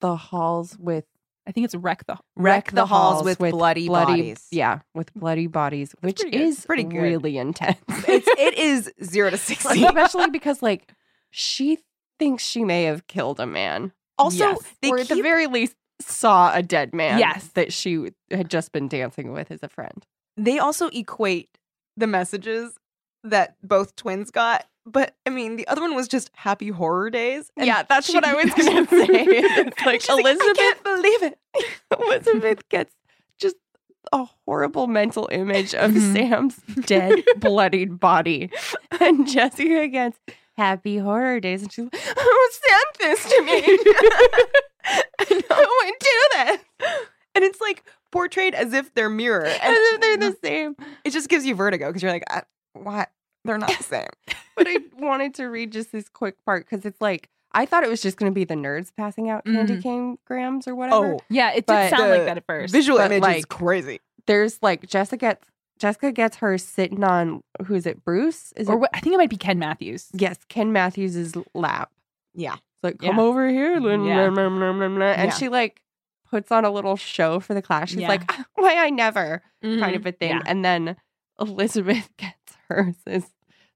Speaker 2: the halls with
Speaker 3: I think it's wreck the
Speaker 1: Wreck the halls with bloody, bodies.
Speaker 2: Yeah, with bloody bodies, which
Speaker 3: pretty good.
Speaker 2: is
Speaker 1: Pretty good.
Speaker 2: really intense.
Speaker 1: It's, it is zero to 60.
Speaker 2: especially because like she thinks she may have killed a man
Speaker 1: Also,
Speaker 3: Yes.
Speaker 1: they
Speaker 2: or
Speaker 1: keep
Speaker 2: at the very least saw a dead man
Speaker 3: Yes.
Speaker 2: that she had just been dancing with as a friend
Speaker 1: they also equate the messages that both twins got. But I mean, the other one was just happy horror days. and
Speaker 2: that's
Speaker 1: she-
Speaker 2: It's like
Speaker 1: She's
Speaker 2: elizabeth
Speaker 1: I can't believe it.
Speaker 2: elizabeth gets just a horrible mental image of
Speaker 1: Mm-hmm.
Speaker 3: Mhm.
Speaker 2: sam's dead bloodied body and jessica gets happy horror days and she's like who sent this to me
Speaker 1: I know.
Speaker 2: who would do that
Speaker 1: And it's like portrayed as if they're mirror.
Speaker 2: as
Speaker 1: And
Speaker 2: if they're the same
Speaker 1: it just gives you vertigo because you're like, I, why? They're not the same.
Speaker 2: but I wanted to read just this quick part because it's like I thought it was just going to be the nerds passing out candy
Speaker 3: Mhm.
Speaker 2: cane grams or whatever.
Speaker 3: Yeah, it did
Speaker 2: But
Speaker 3: sound like
Speaker 1: the
Speaker 3: that at first.
Speaker 1: Oh, visual
Speaker 2: but,
Speaker 1: image is
Speaker 2: like,
Speaker 1: crazy.
Speaker 2: There's like Jessica gets Jessica gets her sitting on who is it? Bruce is
Speaker 3: or
Speaker 2: it?
Speaker 3: what, I think it might be Ken Matthews.
Speaker 2: Yes, Ken Matthews's lap.
Speaker 1: Yeah.
Speaker 2: It's like
Speaker 3: Yeah.
Speaker 2: come over here, lin-
Speaker 3: Yeah.
Speaker 2: lin- lin- lin- lin- lin," and
Speaker 1: Yeah.
Speaker 2: she like puts on a little show for the class. She's
Speaker 3: Yeah.
Speaker 2: like, "Ah, why I never
Speaker 1: Mm-hmm.
Speaker 2: kind of a thing.
Speaker 3: Yeah.
Speaker 2: And then Elizabeth gets hers. Is,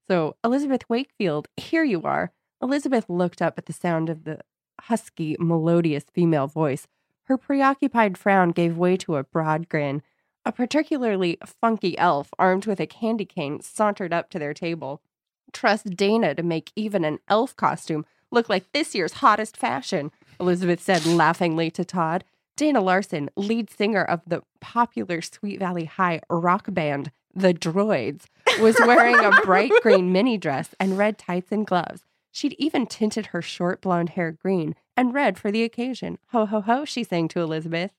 Speaker 2: so Elizabeth Wakefield, here you are. Elizabeth looked up at the sound of the husky, melodious female voice. Her preoccupied frown gave way to a broad grin. A particularly funky elf, armed with a candy cane, sauntered up to their table. Trust Dana to make even an elf costume look like this year's hottest fashion, Elizabeth said laughingly to Todd. Dana Larson, lead singer of the popular Sweet Valley High rock band The Droids, was wearing a bright green mini dress and red tights and gloves. She'd even tinted her short blonde hair green and red for the occasion. Ho ho ho, she sang to Elizabeth.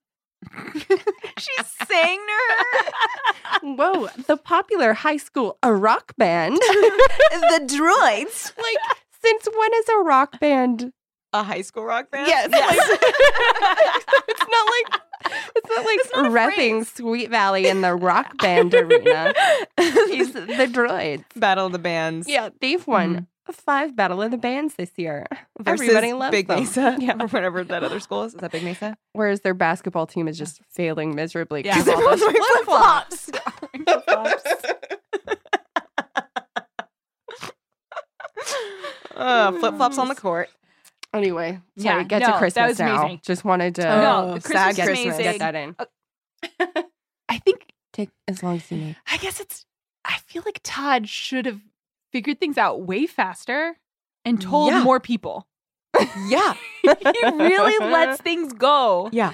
Speaker 1: She's sang to
Speaker 2: Whoa, the popular high school a rock band.
Speaker 1: her. the droids.
Speaker 2: like, since when is a rock band?
Speaker 1: A high school rock band?
Speaker 2: Yes.
Speaker 1: Yes.
Speaker 2: It's not like it's not like
Speaker 1: It's not a
Speaker 2: repping Sweet Valley in the rock band arena. He's the droids.
Speaker 1: Battle of the Bands.
Speaker 2: Yeah, they've won
Speaker 3: Mm-hmm.
Speaker 2: five Battle of the Bands this year.
Speaker 1: Versus
Speaker 2: Everybody loves
Speaker 1: Big
Speaker 2: them.
Speaker 1: Mesa.
Speaker 2: Yeah.
Speaker 1: Or whatever that other school is. Is that Big Mesa?
Speaker 2: Whereas their basketball team is just failing miserably.
Speaker 3: Yeah.
Speaker 2: 'cause of all
Speaker 1: everyone's
Speaker 2: those
Speaker 1: wearing
Speaker 2: flip-flops.
Speaker 1: uh, flip flops on the court.
Speaker 2: Anyway, sorry,
Speaker 3: Yeah,
Speaker 2: get
Speaker 3: no,
Speaker 2: to
Speaker 3: that
Speaker 2: Christmas
Speaker 3: was
Speaker 2: now.
Speaker 3: amazing.
Speaker 2: Just wanted to
Speaker 3: No,
Speaker 1: Oh,
Speaker 3: Christmas
Speaker 1: sad
Speaker 3: is
Speaker 2: get,
Speaker 1: Christmas.
Speaker 3: amazing. Oh.
Speaker 2: get that in.
Speaker 3: I think
Speaker 2: Take as long as you need.
Speaker 3: I guess it's I feel like Todd should have figured things out way faster and told
Speaker 1: Yeah.
Speaker 3: more people.
Speaker 1: Yeah.
Speaker 3: he really lets things go.
Speaker 1: Yeah.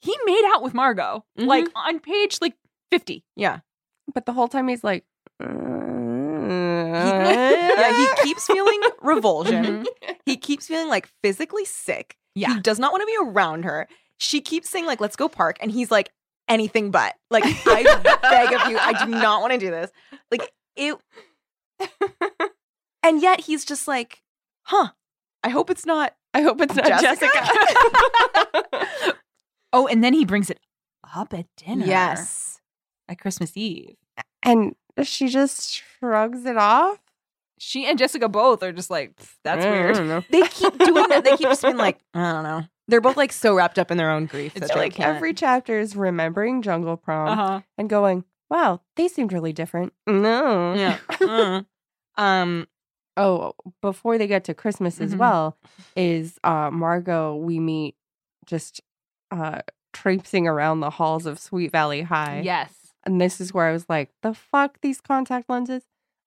Speaker 3: He made out with Margot.
Speaker 1: Mhm.
Speaker 3: Like on page like 50.
Speaker 1: Yeah.
Speaker 2: But the whole time he's like, "Mm." yeah,
Speaker 1: yeah. He keeps feeling revulsion. He keeps feeling like physically sick.
Speaker 3: Yeah.
Speaker 1: He does not want to be around her. She keeps saying like, "Let's go park," and he's like, "Anything but." Like, I beg of you, I do not want to do this. Like it. And yet he's just like, "Huh? I hope it's not
Speaker 2: I hope it's not Jessica.
Speaker 1: Jessica."
Speaker 3: Oh, and then he brings it up at dinner.
Speaker 1: yes.
Speaker 3: At Christmas Eve.
Speaker 2: and she just shrugs it off.
Speaker 3: She and Jessica both are just like, "Pff, that's weird.
Speaker 1: They Mm. keep doing that. They keep just being like, "I don't know." They're both like so wrapped up in their own grief
Speaker 3: It's
Speaker 1: that they
Speaker 3: really
Speaker 1: can't.
Speaker 3: can't.
Speaker 2: Every chapter is remembering Jungle Prom
Speaker 3: Uh-huh.
Speaker 2: and going, wow, they seemed really different. No.
Speaker 1: Yeah. Mm. um.
Speaker 2: Oh, before they get to Christmas as
Speaker 3: Mhm.
Speaker 2: well, is uh, Margot, we meet just uh, traipsing around the halls of Sweet Valley High.
Speaker 3: Yes.
Speaker 2: And this is where I was like, the fuck, these contact lenses?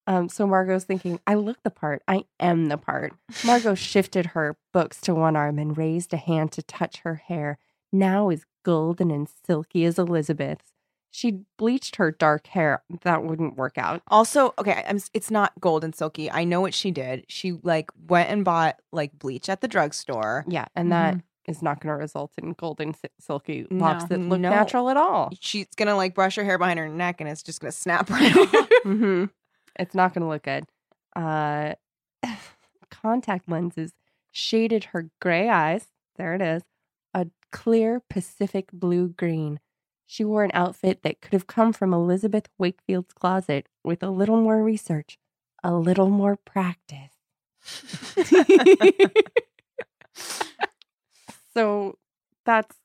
Speaker 2: Um, so Margot's thinking, I look the part. I am the part. Margot shifted her books to one arm and raised a hand to touch her hair, now as golden and silky as Elizabeth's. She bleached her dark hair. That wouldn't work out.
Speaker 1: Also, okay, I'm, s- it's not gold and silky. I know what she did. She like went and bought like bleach at the drugstore.
Speaker 2: Yeah, and that is not going to result in golden si- silky
Speaker 3: No.
Speaker 2: locks that look
Speaker 1: No.
Speaker 2: natural at all.
Speaker 1: She's gonna like brush her hair behind her neck, and it's just gonna snap right off.
Speaker 2: mm-hmm. It's not going to look good. Uh, contact lenses shaded her gray eyes. There it is. A clear Pacific blue green. She wore an outfit that could have come from Elizabeth Wakefield's closet with a little more research, a little more practice. So that's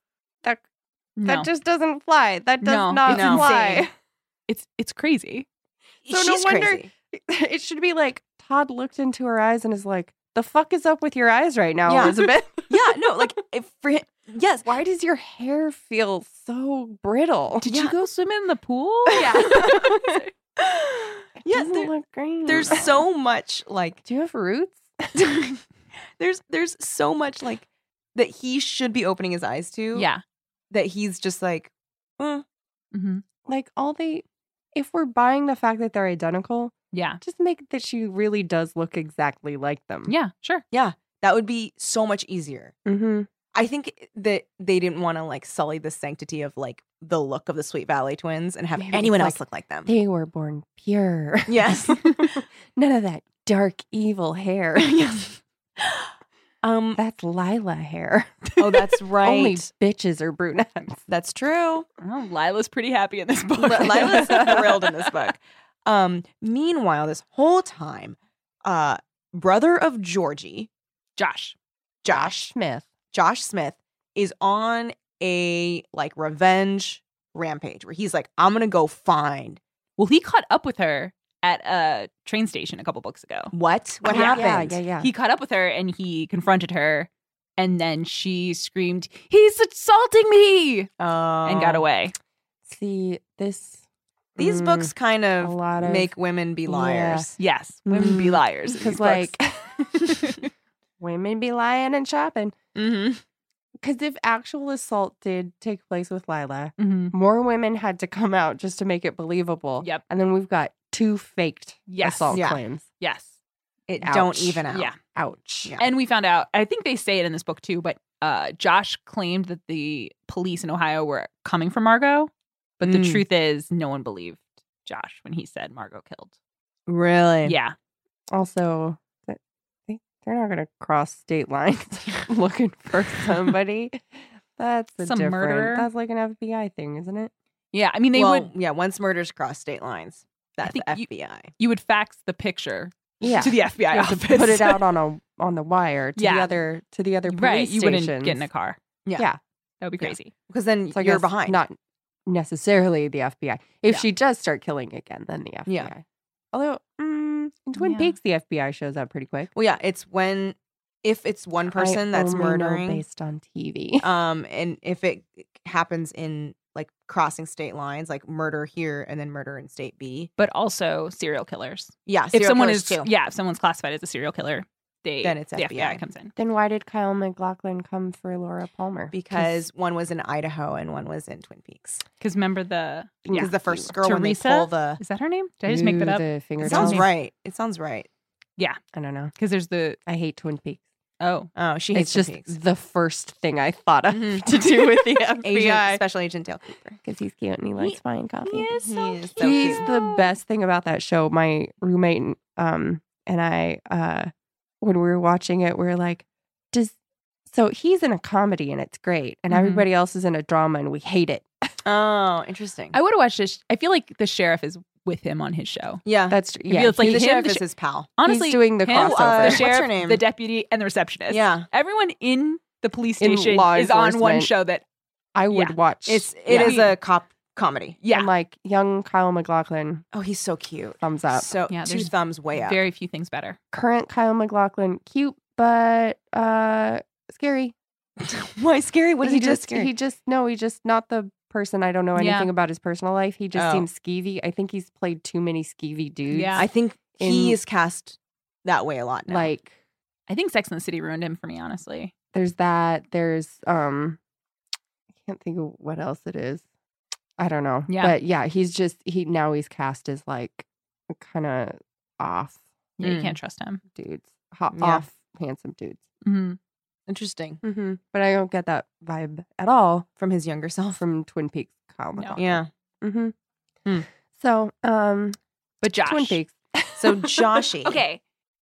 Speaker 2: that.
Speaker 3: No.
Speaker 2: That just doesn't fly. That does
Speaker 3: No,
Speaker 2: not
Speaker 3: it's insane.
Speaker 2: fly.
Speaker 3: it's it's crazy.
Speaker 2: So no
Speaker 1: She's
Speaker 2: wonder-
Speaker 1: crazy.
Speaker 2: It should be like Todd looked into her eyes and is like, "The fuck is up with your eyes right now,
Speaker 1: Yeah.
Speaker 2: Elizabeth?"
Speaker 1: Yeah, no, like if for him, yes.
Speaker 2: Why does your hair feel so brittle?
Speaker 3: Did
Speaker 1: Yeah.
Speaker 3: you go swim in the pool?
Speaker 1: yes,
Speaker 2: Doesn't
Speaker 1: there-
Speaker 2: look green.
Speaker 1: there's so much like
Speaker 2: Do you have roots?
Speaker 1: there's there's so much like that he should be opening his eyes to.
Speaker 3: yeah.
Speaker 1: that he's just like
Speaker 3: hmm
Speaker 2: Like all they, if we're buying the fact that they're identical,
Speaker 3: Yeah.
Speaker 2: just make it that she really does look exactly like them.
Speaker 3: Yeah. Sure.
Speaker 1: that would be so much easier.
Speaker 2: Mm-hmm.
Speaker 1: I think that they didn't want to like sully the sanctity of like the look of the Sweet Valley twins and have
Speaker 2: Maybe
Speaker 1: anyone
Speaker 2: it's
Speaker 1: else
Speaker 2: like
Speaker 1: look like them.
Speaker 2: They were born pure.
Speaker 1: yes.
Speaker 2: None of that dark evil hair.
Speaker 1: yes. Um
Speaker 2: That's Lila hair.
Speaker 1: oh that's right.
Speaker 2: Only bitches are brunettes.
Speaker 1: that's true.
Speaker 3: Well, Oh, Lila's pretty happy in this book.
Speaker 1: Li- Lila's thrilled in this book. Um meanwhile this whole time uh brother of Georgie,
Speaker 3: Josh.
Speaker 1: Josh,
Speaker 2: Smith.
Speaker 1: Josh Smith is on a like revenge rampage where he's like I'm going to go find
Speaker 3: Well, he caught up with her at a train station a couple books ago.
Speaker 1: what what
Speaker 2: yeah,
Speaker 1: happened.
Speaker 2: Yeah, yeah, yeah.
Speaker 3: He caught up with her and he confronted her, and then she screamed, "He's assaulting me!" and got
Speaker 1: Um,
Speaker 3: away.
Speaker 2: See this.
Speaker 1: These
Speaker 2: Mm,
Speaker 1: books kind
Speaker 2: a
Speaker 1: of
Speaker 2: lot of
Speaker 1: make women be
Speaker 2: yeah.
Speaker 1: liars.
Speaker 3: Yes, women be
Speaker 2: Mm,
Speaker 3: liars. in
Speaker 2: because
Speaker 3: these
Speaker 2: like
Speaker 3: books.
Speaker 2: women be lying and shopping.
Speaker 1: Mm-hmm.
Speaker 2: Because if actual assault did take place with Lila,
Speaker 3: Mhm.
Speaker 2: more women had to come out just to make it believable.
Speaker 3: Yep.
Speaker 2: And then we've got two faked
Speaker 3: Yes.
Speaker 2: assault
Speaker 1: Yeah.
Speaker 2: claims.
Speaker 3: yes,
Speaker 1: It
Speaker 2: Ouch.
Speaker 1: don't even out.
Speaker 3: yeah.
Speaker 2: Ouch.
Speaker 1: Yeah.
Speaker 3: And we found out. I think they say it in this book too, but uh, Josh claimed that the police in Ohio were coming for Margot, but the
Speaker 1: Mm.
Speaker 3: truth is, no one believed Josh when he said Margot killed.
Speaker 1: Really?
Speaker 3: Yeah,
Speaker 2: Also, th- they- they're not going to cross state lines looking for somebody. That's a
Speaker 3: Some
Speaker 2: different.
Speaker 3: murderer.
Speaker 2: That's like an FBI thing, isn't it?
Speaker 3: yeah. I mean, they
Speaker 1: well,
Speaker 3: would.
Speaker 1: Yeah. Once murders cross state lines, that's
Speaker 3: think you-
Speaker 1: FBI.
Speaker 3: You would fax the picture
Speaker 2: Yeah.
Speaker 3: to the FBI
Speaker 2: You have
Speaker 3: office.
Speaker 2: to put it out on a on the wire to the
Speaker 3: Yeah.
Speaker 2: other to the other police
Speaker 3: right. You wouldn't
Speaker 2: stations.
Speaker 3: get in a car.
Speaker 1: Yeah.
Speaker 2: Yeah.
Speaker 3: that would be
Speaker 1: Yeah.
Speaker 3: crazy.
Speaker 1: Because then
Speaker 2: So I
Speaker 1: you're
Speaker 2: guess
Speaker 1: behind.
Speaker 2: Not necessarily the FBI. If
Speaker 3: Yeah.
Speaker 2: she does start killing again, then the FBI.
Speaker 1: Yeah.
Speaker 2: Although mm, in Twin
Speaker 3: Yeah.
Speaker 2: Peaks, the FBI shows up pretty quick.
Speaker 1: well, yeah. It's when if it's one person
Speaker 2: I
Speaker 1: that's
Speaker 2: only know
Speaker 1: murdering,
Speaker 2: based on TV.
Speaker 1: um, and if it happens in like crossing state lines, like murder here and then murder in state B.
Speaker 3: But also serial killers.
Speaker 1: Yeah.
Speaker 3: if
Speaker 1: serial
Speaker 3: someone
Speaker 1: killers
Speaker 3: is
Speaker 1: too.
Speaker 3: yeah, if someone's classified as a serial killer, they
Speaker 1: Then it's
Speaker 3: the FBI.
Speaker 1: FBI.
Speaker 3: comes in.
Speaker 2: then why did Kyle McLaughlin come for Laura Palmer?
Speaker 1: because one was in Idaho and one was in Twin Peaks.
Speaker 3: Because remember the
Speaker 1: Because
Speaker 2: Yeah.
Speaker 1: the first girl when they
Speaker 3: Teresa?
Speaker 1: pull the
Speaker 3: is that her name? Did I just make that
Speaker 2: Ooh,
Speaker 3: up?
Speaker 2: The
Speaker 1: it
Speaker 2: fingernails.
Speaker 1: sounds
Speaker 3: down.
Speaker 1: right. It sounds right.
Speaker 2: I don't know.
Speaker 3: Because there's the
Speaker 2: I hate Twin Peaks.
Speaker 3: oh
Speaker 1: Oh, she hates
Speaker 2: It's just
Speaker 1: Twin Peaks.
Speaker 2: the first thing I thought of
Speaker 3: Mm-hmm.
Speaker 1: Mhm.
Speaker 2: to do with the
Speaker 1: Agent,
Speaker 2: FBI.
Speaker 1: Special Agent Dale Cooper.
Speaker 2: Because he's cute and he likes wine coffee.
Speaker 1: so He's so
Speaker 2: He's
Speaker 1: cute.
Speaker 2: the best thing about that show. My roommate and- um and I uh when we were watching it, we are like, does so he's in a comedy and it's great, and
Speaker 3: Mhm.
Speaker 2: everybody else is in a drama and we hate it.
Speaker 1: Oh, interesting.
Speaker 3: I would have watched this. I feel like the sheriff is with him on his show.
Speaker 1: yeah.
Speaker 2: That's yeah.
Speaker 3: feels like
Speaker 2: he-
Speaker 1: the
Speaker 3: him,
Speaker 1: sheriff
Speaker 3: the
Speaker 1: is
Speaker 3: sh-
Speaker 1: his pal.
Speaker 3: Honestly,
Speaker 2: he's doing the
Speaker 3: him,
Speaker 1: uh,
Speaker 2: crossover.
Speaker 3: the
Speaker 1: What's her
Speaker 3: sheriff,
Speaker 1: name?
Speaker 3: the deputy, and the receptionist.
Speaker 1: Yeah.
Speaker 3: everyone in the police
Speaker 2: In
Speaker 3: station
Speaker 2: law
Speaker 3: is on one
Speaker 2: enforcement.
Speaker 3: show that
Speaker 2: I would
Speaker 3: yeah.
Speaker 2: watch.
Speaker 1: It's it
Speaker 3: Yeah.
Speaker 1: is a cop comedy.
Speaker 3: yeah,
Speaker 2: and like young Kyle McLaughlin.
Speaker 1: Oh, he's so cute.
Speaker 2: Thumbs up.
Speaker 1: So
Speaker 3: Yeah,
Speaker 1: two
Speaker 3: there's
Speaker 1: thumbs way up.
Speaker 3: very few things better.
Speaker 2: Current Kyle McLaughlin, cute but uh scary.
Speaker 1: Why scary? What did he, do?
Speaker 2: just?
Speaker 1: Scary?
Speaker 2: He just no. He just not the person. I don't know
Speaker 3: Yeah.
Speaker 2: anything about his personal life. He just
Speaker 1: Oh.
Speaker 2: seems skeevy. I think he's played too many skeevy dudes.
Speaker 3: Yeah.
Speaker 1: I think he
Speaker 2: in-
Speaker 1: is cast that way a lot now.
Speaker 2: like
Speaker 3: I think Sex and the City ruined him for me, honestly.
Speaker 2: there's that. There's um, I can't think of what else it is. I don't know.
Speaker 3: Yeah.
Speaker 2: but yeah, he's just he now he's cast as like kind of off
Speaker 3: Yeah,
Speaker 1: Mm.
Speaker 3: you can't trust him.
Speaker 2: dudes, hot,
Speaker 1: Yeah.
Speaker 2: off handsome dudes.
Speaker 3: Mhm.
Speaker 1: interesting
Speaker 2: Mm-hmm. But I don't get that vibe at all
Speaker 1: from his younger self.
Speaker 2: from Twin Peaks. Kyle MacLachlan.
Speaker 1: yeah.
Speaker 2: Mm-hmm.
Speaker 1: Hmm.
Speaker 2: So um,
Speaker 3: But Josh,
Speaker 2: Twin Peaks.
Speaker 1: So Joshy.
Speaker 3: Okay.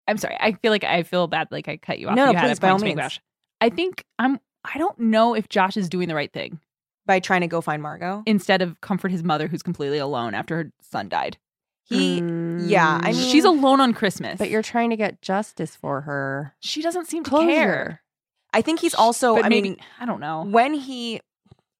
Speaker 3: I'm sorry. I feel like I feel bad like I cut you off.
Speaker 1: No,
Speaker 3: you
Speaker 1: no,
Speaker 3: had a
Speaker 1: please, by
Speaker 3: point
Speaker 1: all
Speaker 3: to make,
Speaker 1: means.
Speaker 3: Josh. I think I'm I don't know if Josh is doing the right thing
Speaker 1: by trying to go find Margot.
Speaker 3: instead of comfort his mother who's completely alone after her son died.
Speaker 1: He
Speaker 2: Hmm.
Speaker 1: yeah, I mean-
Speaker 3: She's alone on Christmas.
Speaker 2: But you're trying to get justice for her.
Speaker 3: she doesn't seem to
Speaker 2: Closure.
Speaker 3: care.
Speaker 1: I think he's also
Speaker 3: but
Speaker 1: I
Speaker 3: maybe
Speaker 1: mean
Speaker 3: I don't know.
Speaker 1: when he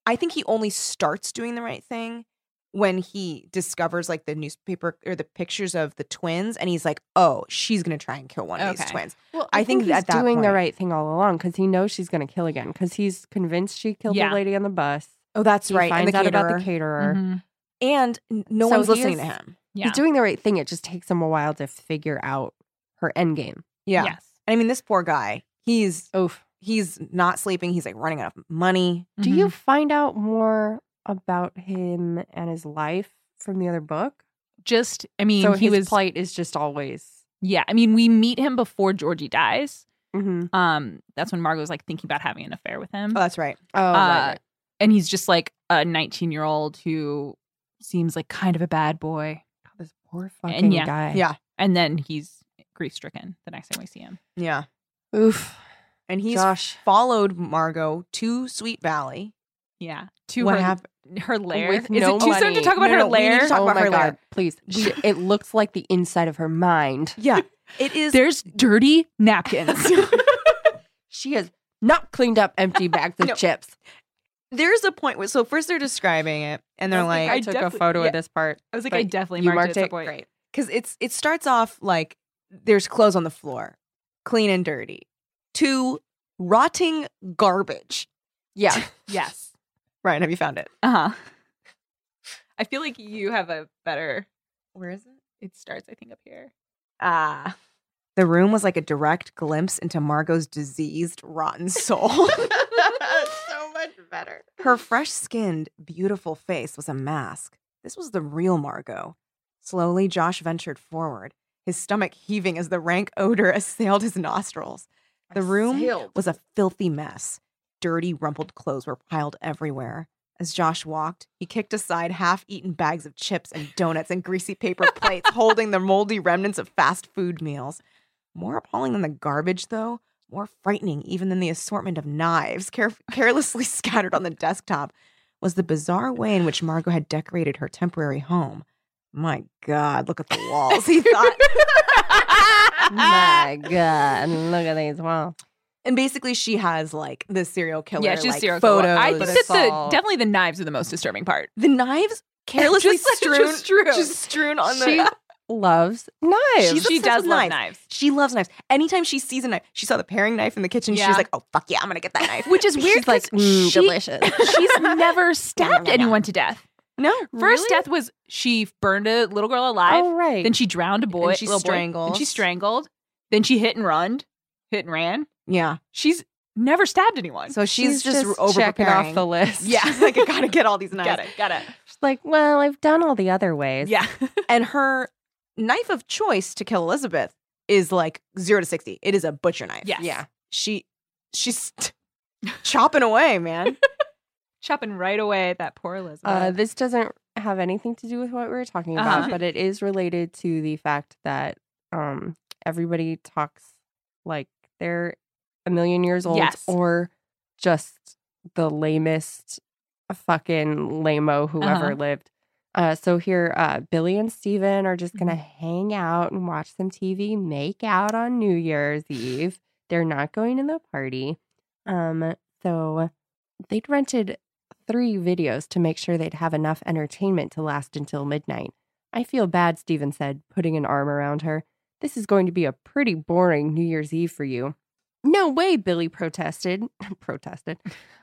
Speaker 1: i think he only starts doing the right thing when he discovers like the newspaper or the pictures of the twins and he's like oh she's gonna try and kill one of these
Speaker 3: Okay.
Speaker 1: twins
Speaker 2: Well,
Speaker 1: I think
Speaker 2: he's
Speaker 1: at that
Speaker 2: doing the
Speaker 1: point-
Speaker 2: right thing all along because he knows she's going to kill again because he's convinced she killed
Speaker 3: Yeah.
Speaker 2: the lady on the bus.
Speaker 1: oh that's
Speaker 2: He
Speaker 1: right and
Speaker 2: finds
Speaker 1: the
Speaker 2: out
Speaker 1: caterer,
Speaker 2: about the caterer.
Speaker 3: Mhm.
Speaker 1: and n- no
Speaker 2: So
Speaker 1: one's
Speaker 2: he
Speaker 1: listening to
Speaker 2: is-
Speaker 1: him
Speaker 3: Yeah.
Speaker 2: He's doing the right thing. It just takes him a while to figure out her end game.
Speaker 1: yeah
Speaker 3: Yes.
Speaker 1: i mean this poor guy he's
Speaker 2: Oof.
Speaker 1: he's not sleeping he's like running out of money
Speaker 2: Do
Speaker 3: Mm-hmm.
Speaker 2: you find out more about him and his life from the other book?
Speaker 3: just I mean
Speaker 2: so
Speaker 3: he
Speaker 2: his
Speaker 3: was
Speaker 2: plight is just always.
Speaker 3: Yeah, I mean we meet him before Georgie dies.
Speaker 2: Mm-hmm.
Speaker 3: Um that's when Margot's like thinking about having an affair with him.
Speaker 1: oh that's right
Speaker 2: Oh,
Speaker 3: Uh, And he's just like a 19-year-old who seems like kind of a bad boy.
Speaker 2: this poor fucking
Speaker 3: yeah.
Speaker 2: guy.
Speaker 1: yeah
Speaker 3: and then he's grief stricken the next time we see him.
Speaker 1: yeah
Speaker 2: Oof.
Speaker 1: and he's
Speaker 2: Josh.
Speaker 1: followed margot to sweet valley
Speaker 3: Yeah, to
Speaker 1: what
Speaker 3: her
Speaker 1: happened
Speaker 3: her lair.
Speaker 2: With
Speaker 3: Is
Speaker 2: no
Speaker 3: it too soon to
Speaker 2: money.
Speaker 3: talk about
Speaker 1: No,
Speaker 3: her
Speaker 1: no, we need to
Speaker 3: lair?
Speaker 1: talk
Speaker 2: oh
Speaker 1: about
Speaker 2: my
Speaker 1: her
Speaker 2: god,
Speaker 1: later.
Speaker 2: please. She- it looks like the inside of her mind.
Speaker 1: yeah it is
Speaker 3: There's dirty napkins.
Speaker 2: She has not cleaned up empty bags of
Speaker 1: No.
Speaker 2: chips.
Speaker 1: there's a point where so first they're describing it and they're
Speaker 3: I
Speaker 1: like
Speaker 3: think I took a photo of
Speaker 2: this part.
Speaker 3: I was like,
Speaker 2: But
Speaker 3: I definitely
Speaker 2: you
Speaker 3: marked,
Speaker 2: marked
Speaker 3: it. at
Speaker 2: it?
Speaker 3: some point.
Speaker 2: Great.
Speaker 1: because it's it starts off like there's clothes on the floor, clean and dirty, to rotting garbage.
Speaker 2: Yeah.
Speaker 3: Yes.
Speaker 1: Ryan, have you found it?
Speaker 3: Uh huh. I feel like you have a better.
Speaker 1: Where is it?
Speaker 3: It starts, I think, up here.
Speaker 1: Ah. the room was like a direct glimpse into Margot's diseased, rotten soul.
Speaker 3: so much better.
Speaker 1: Her fresh skinned, beautiful face was a mask. This was the real Margot. Slowly, Josh ventured forward, his stomach heaving as the rank odor assailed his nostrils. The room was a filthy mess. dirty, rumpled clothes were piled everywhere. As Josh walked, he kicked aside half eaten bags of chips and donuts and greasy paper plates holding the moldy remnants of fast food meals. More appalling than the garbage, though, more frightening even than the assortment of knives care- carelessly scattered on the desktop, was the bizarre way in which Margot had decorated her temporary home. My God, look at the walls, he thought.
Speaker 2: My God. Look at these walls.
Speaker 1: And basically, she has like the serial killer.
Speaker 3: yeah, she's
Speaker 1: like,
Speaker 3: serial
Speaker 1: photos.
Speaker 3: killer. I
Speaker 2: but
Speaker 3: think
Speaker 2: it's
Speaker 3: that the
Speaker 2: all-
Speaker 3: definitely the knives are the most disturbing part.
Speaker 1: the knives carelessly
Speaker 3: Just-
Speaker 1: strewn,
Speaker 3: just strewn.
Speaker 1: just strewn on the.
Speaker 2: She loves knives.
Speaker 1: She's
Speaker 3: she
Speaker 1: obsessed
Speaker 3: does
Speaker 1: with
Speaker 3: love
Speaker 1: knives.
Speaker 3: knives.
Speaker 1: she loves knives. Anytime she sees a knife, she saw the paring knife in the kitchen. She
Speaker 3: Yeah.
Speaker 1: was like, "Oh fuck yeah, I'm gonna get that knife."
Speaker 3: Which is weird.
Speaker 2: She's like,
Speaker 3: 'cause
Speaker 2: "Mm,
Speaker 3: she-
Speaker 2: delicious.
Speaker 3: she's never stabbed
Speaker 1: no, no.
Speaker 3: anyone to death.
Speaker 1: no,
Speaker 3: First
Speaker 1: really?
Speaker 3: death was she burned a little girl alive.
Speaker 2: oh, right.
Speaker 3: Then she drowned a boy.
Speaker 1: And she
Speaker 3: little boy. Then she
Speaker 1: strangles.
Speaker 3: strangled. Then she hit and run. Hit and ran.
Speaker 1: Yeah.
Speaker 3: She's never stabbed anyone.
Speaker 1: So she's, just, over
Speaker 2: checking off the list.
Speaker 3: Yeah.
Speaker 1: She's like, I gotta get all these knives.
Speaker 3: got it. Got it.
Speaker 2: She's like, well, I've done all the other ways.
Speaker 3: Yeah.
Speaker 1: And her knife of choice to kill Elizabeth is like zero to sixty. It is a butcher knife.
Speaker 3: Yes.
Speaker 2: Yeah.
Speaker 1: She, she's chopping away, man.
Speaker 3: Chopping right away at that poor Elizabeth.
Speaker 2: Uh, this doesn't have anything to do with what we were talking about,
Speaker 3: Uh-huh.
Speaker 2: but it is related to the fact that um, everybody talks like they're a million years old
Speaker 3: Yes.
Speaker 2: or just the lamest fucking lameo whoever
Speaker 3: Uh-huh.
Speaker 2: lived. Uh, so here, uh, Billy and Steven are just gonna hang out and watch some TV, make out on New Year's Eve. They're not going to the party. Um, so they'd rented three videos to make sure they'd have enough entertainment to last until midnight. I feel bad, Steven said, putting an arm around her. This is going to be a pretty boring New Year's Eve for you. No way, Billy protested. protested.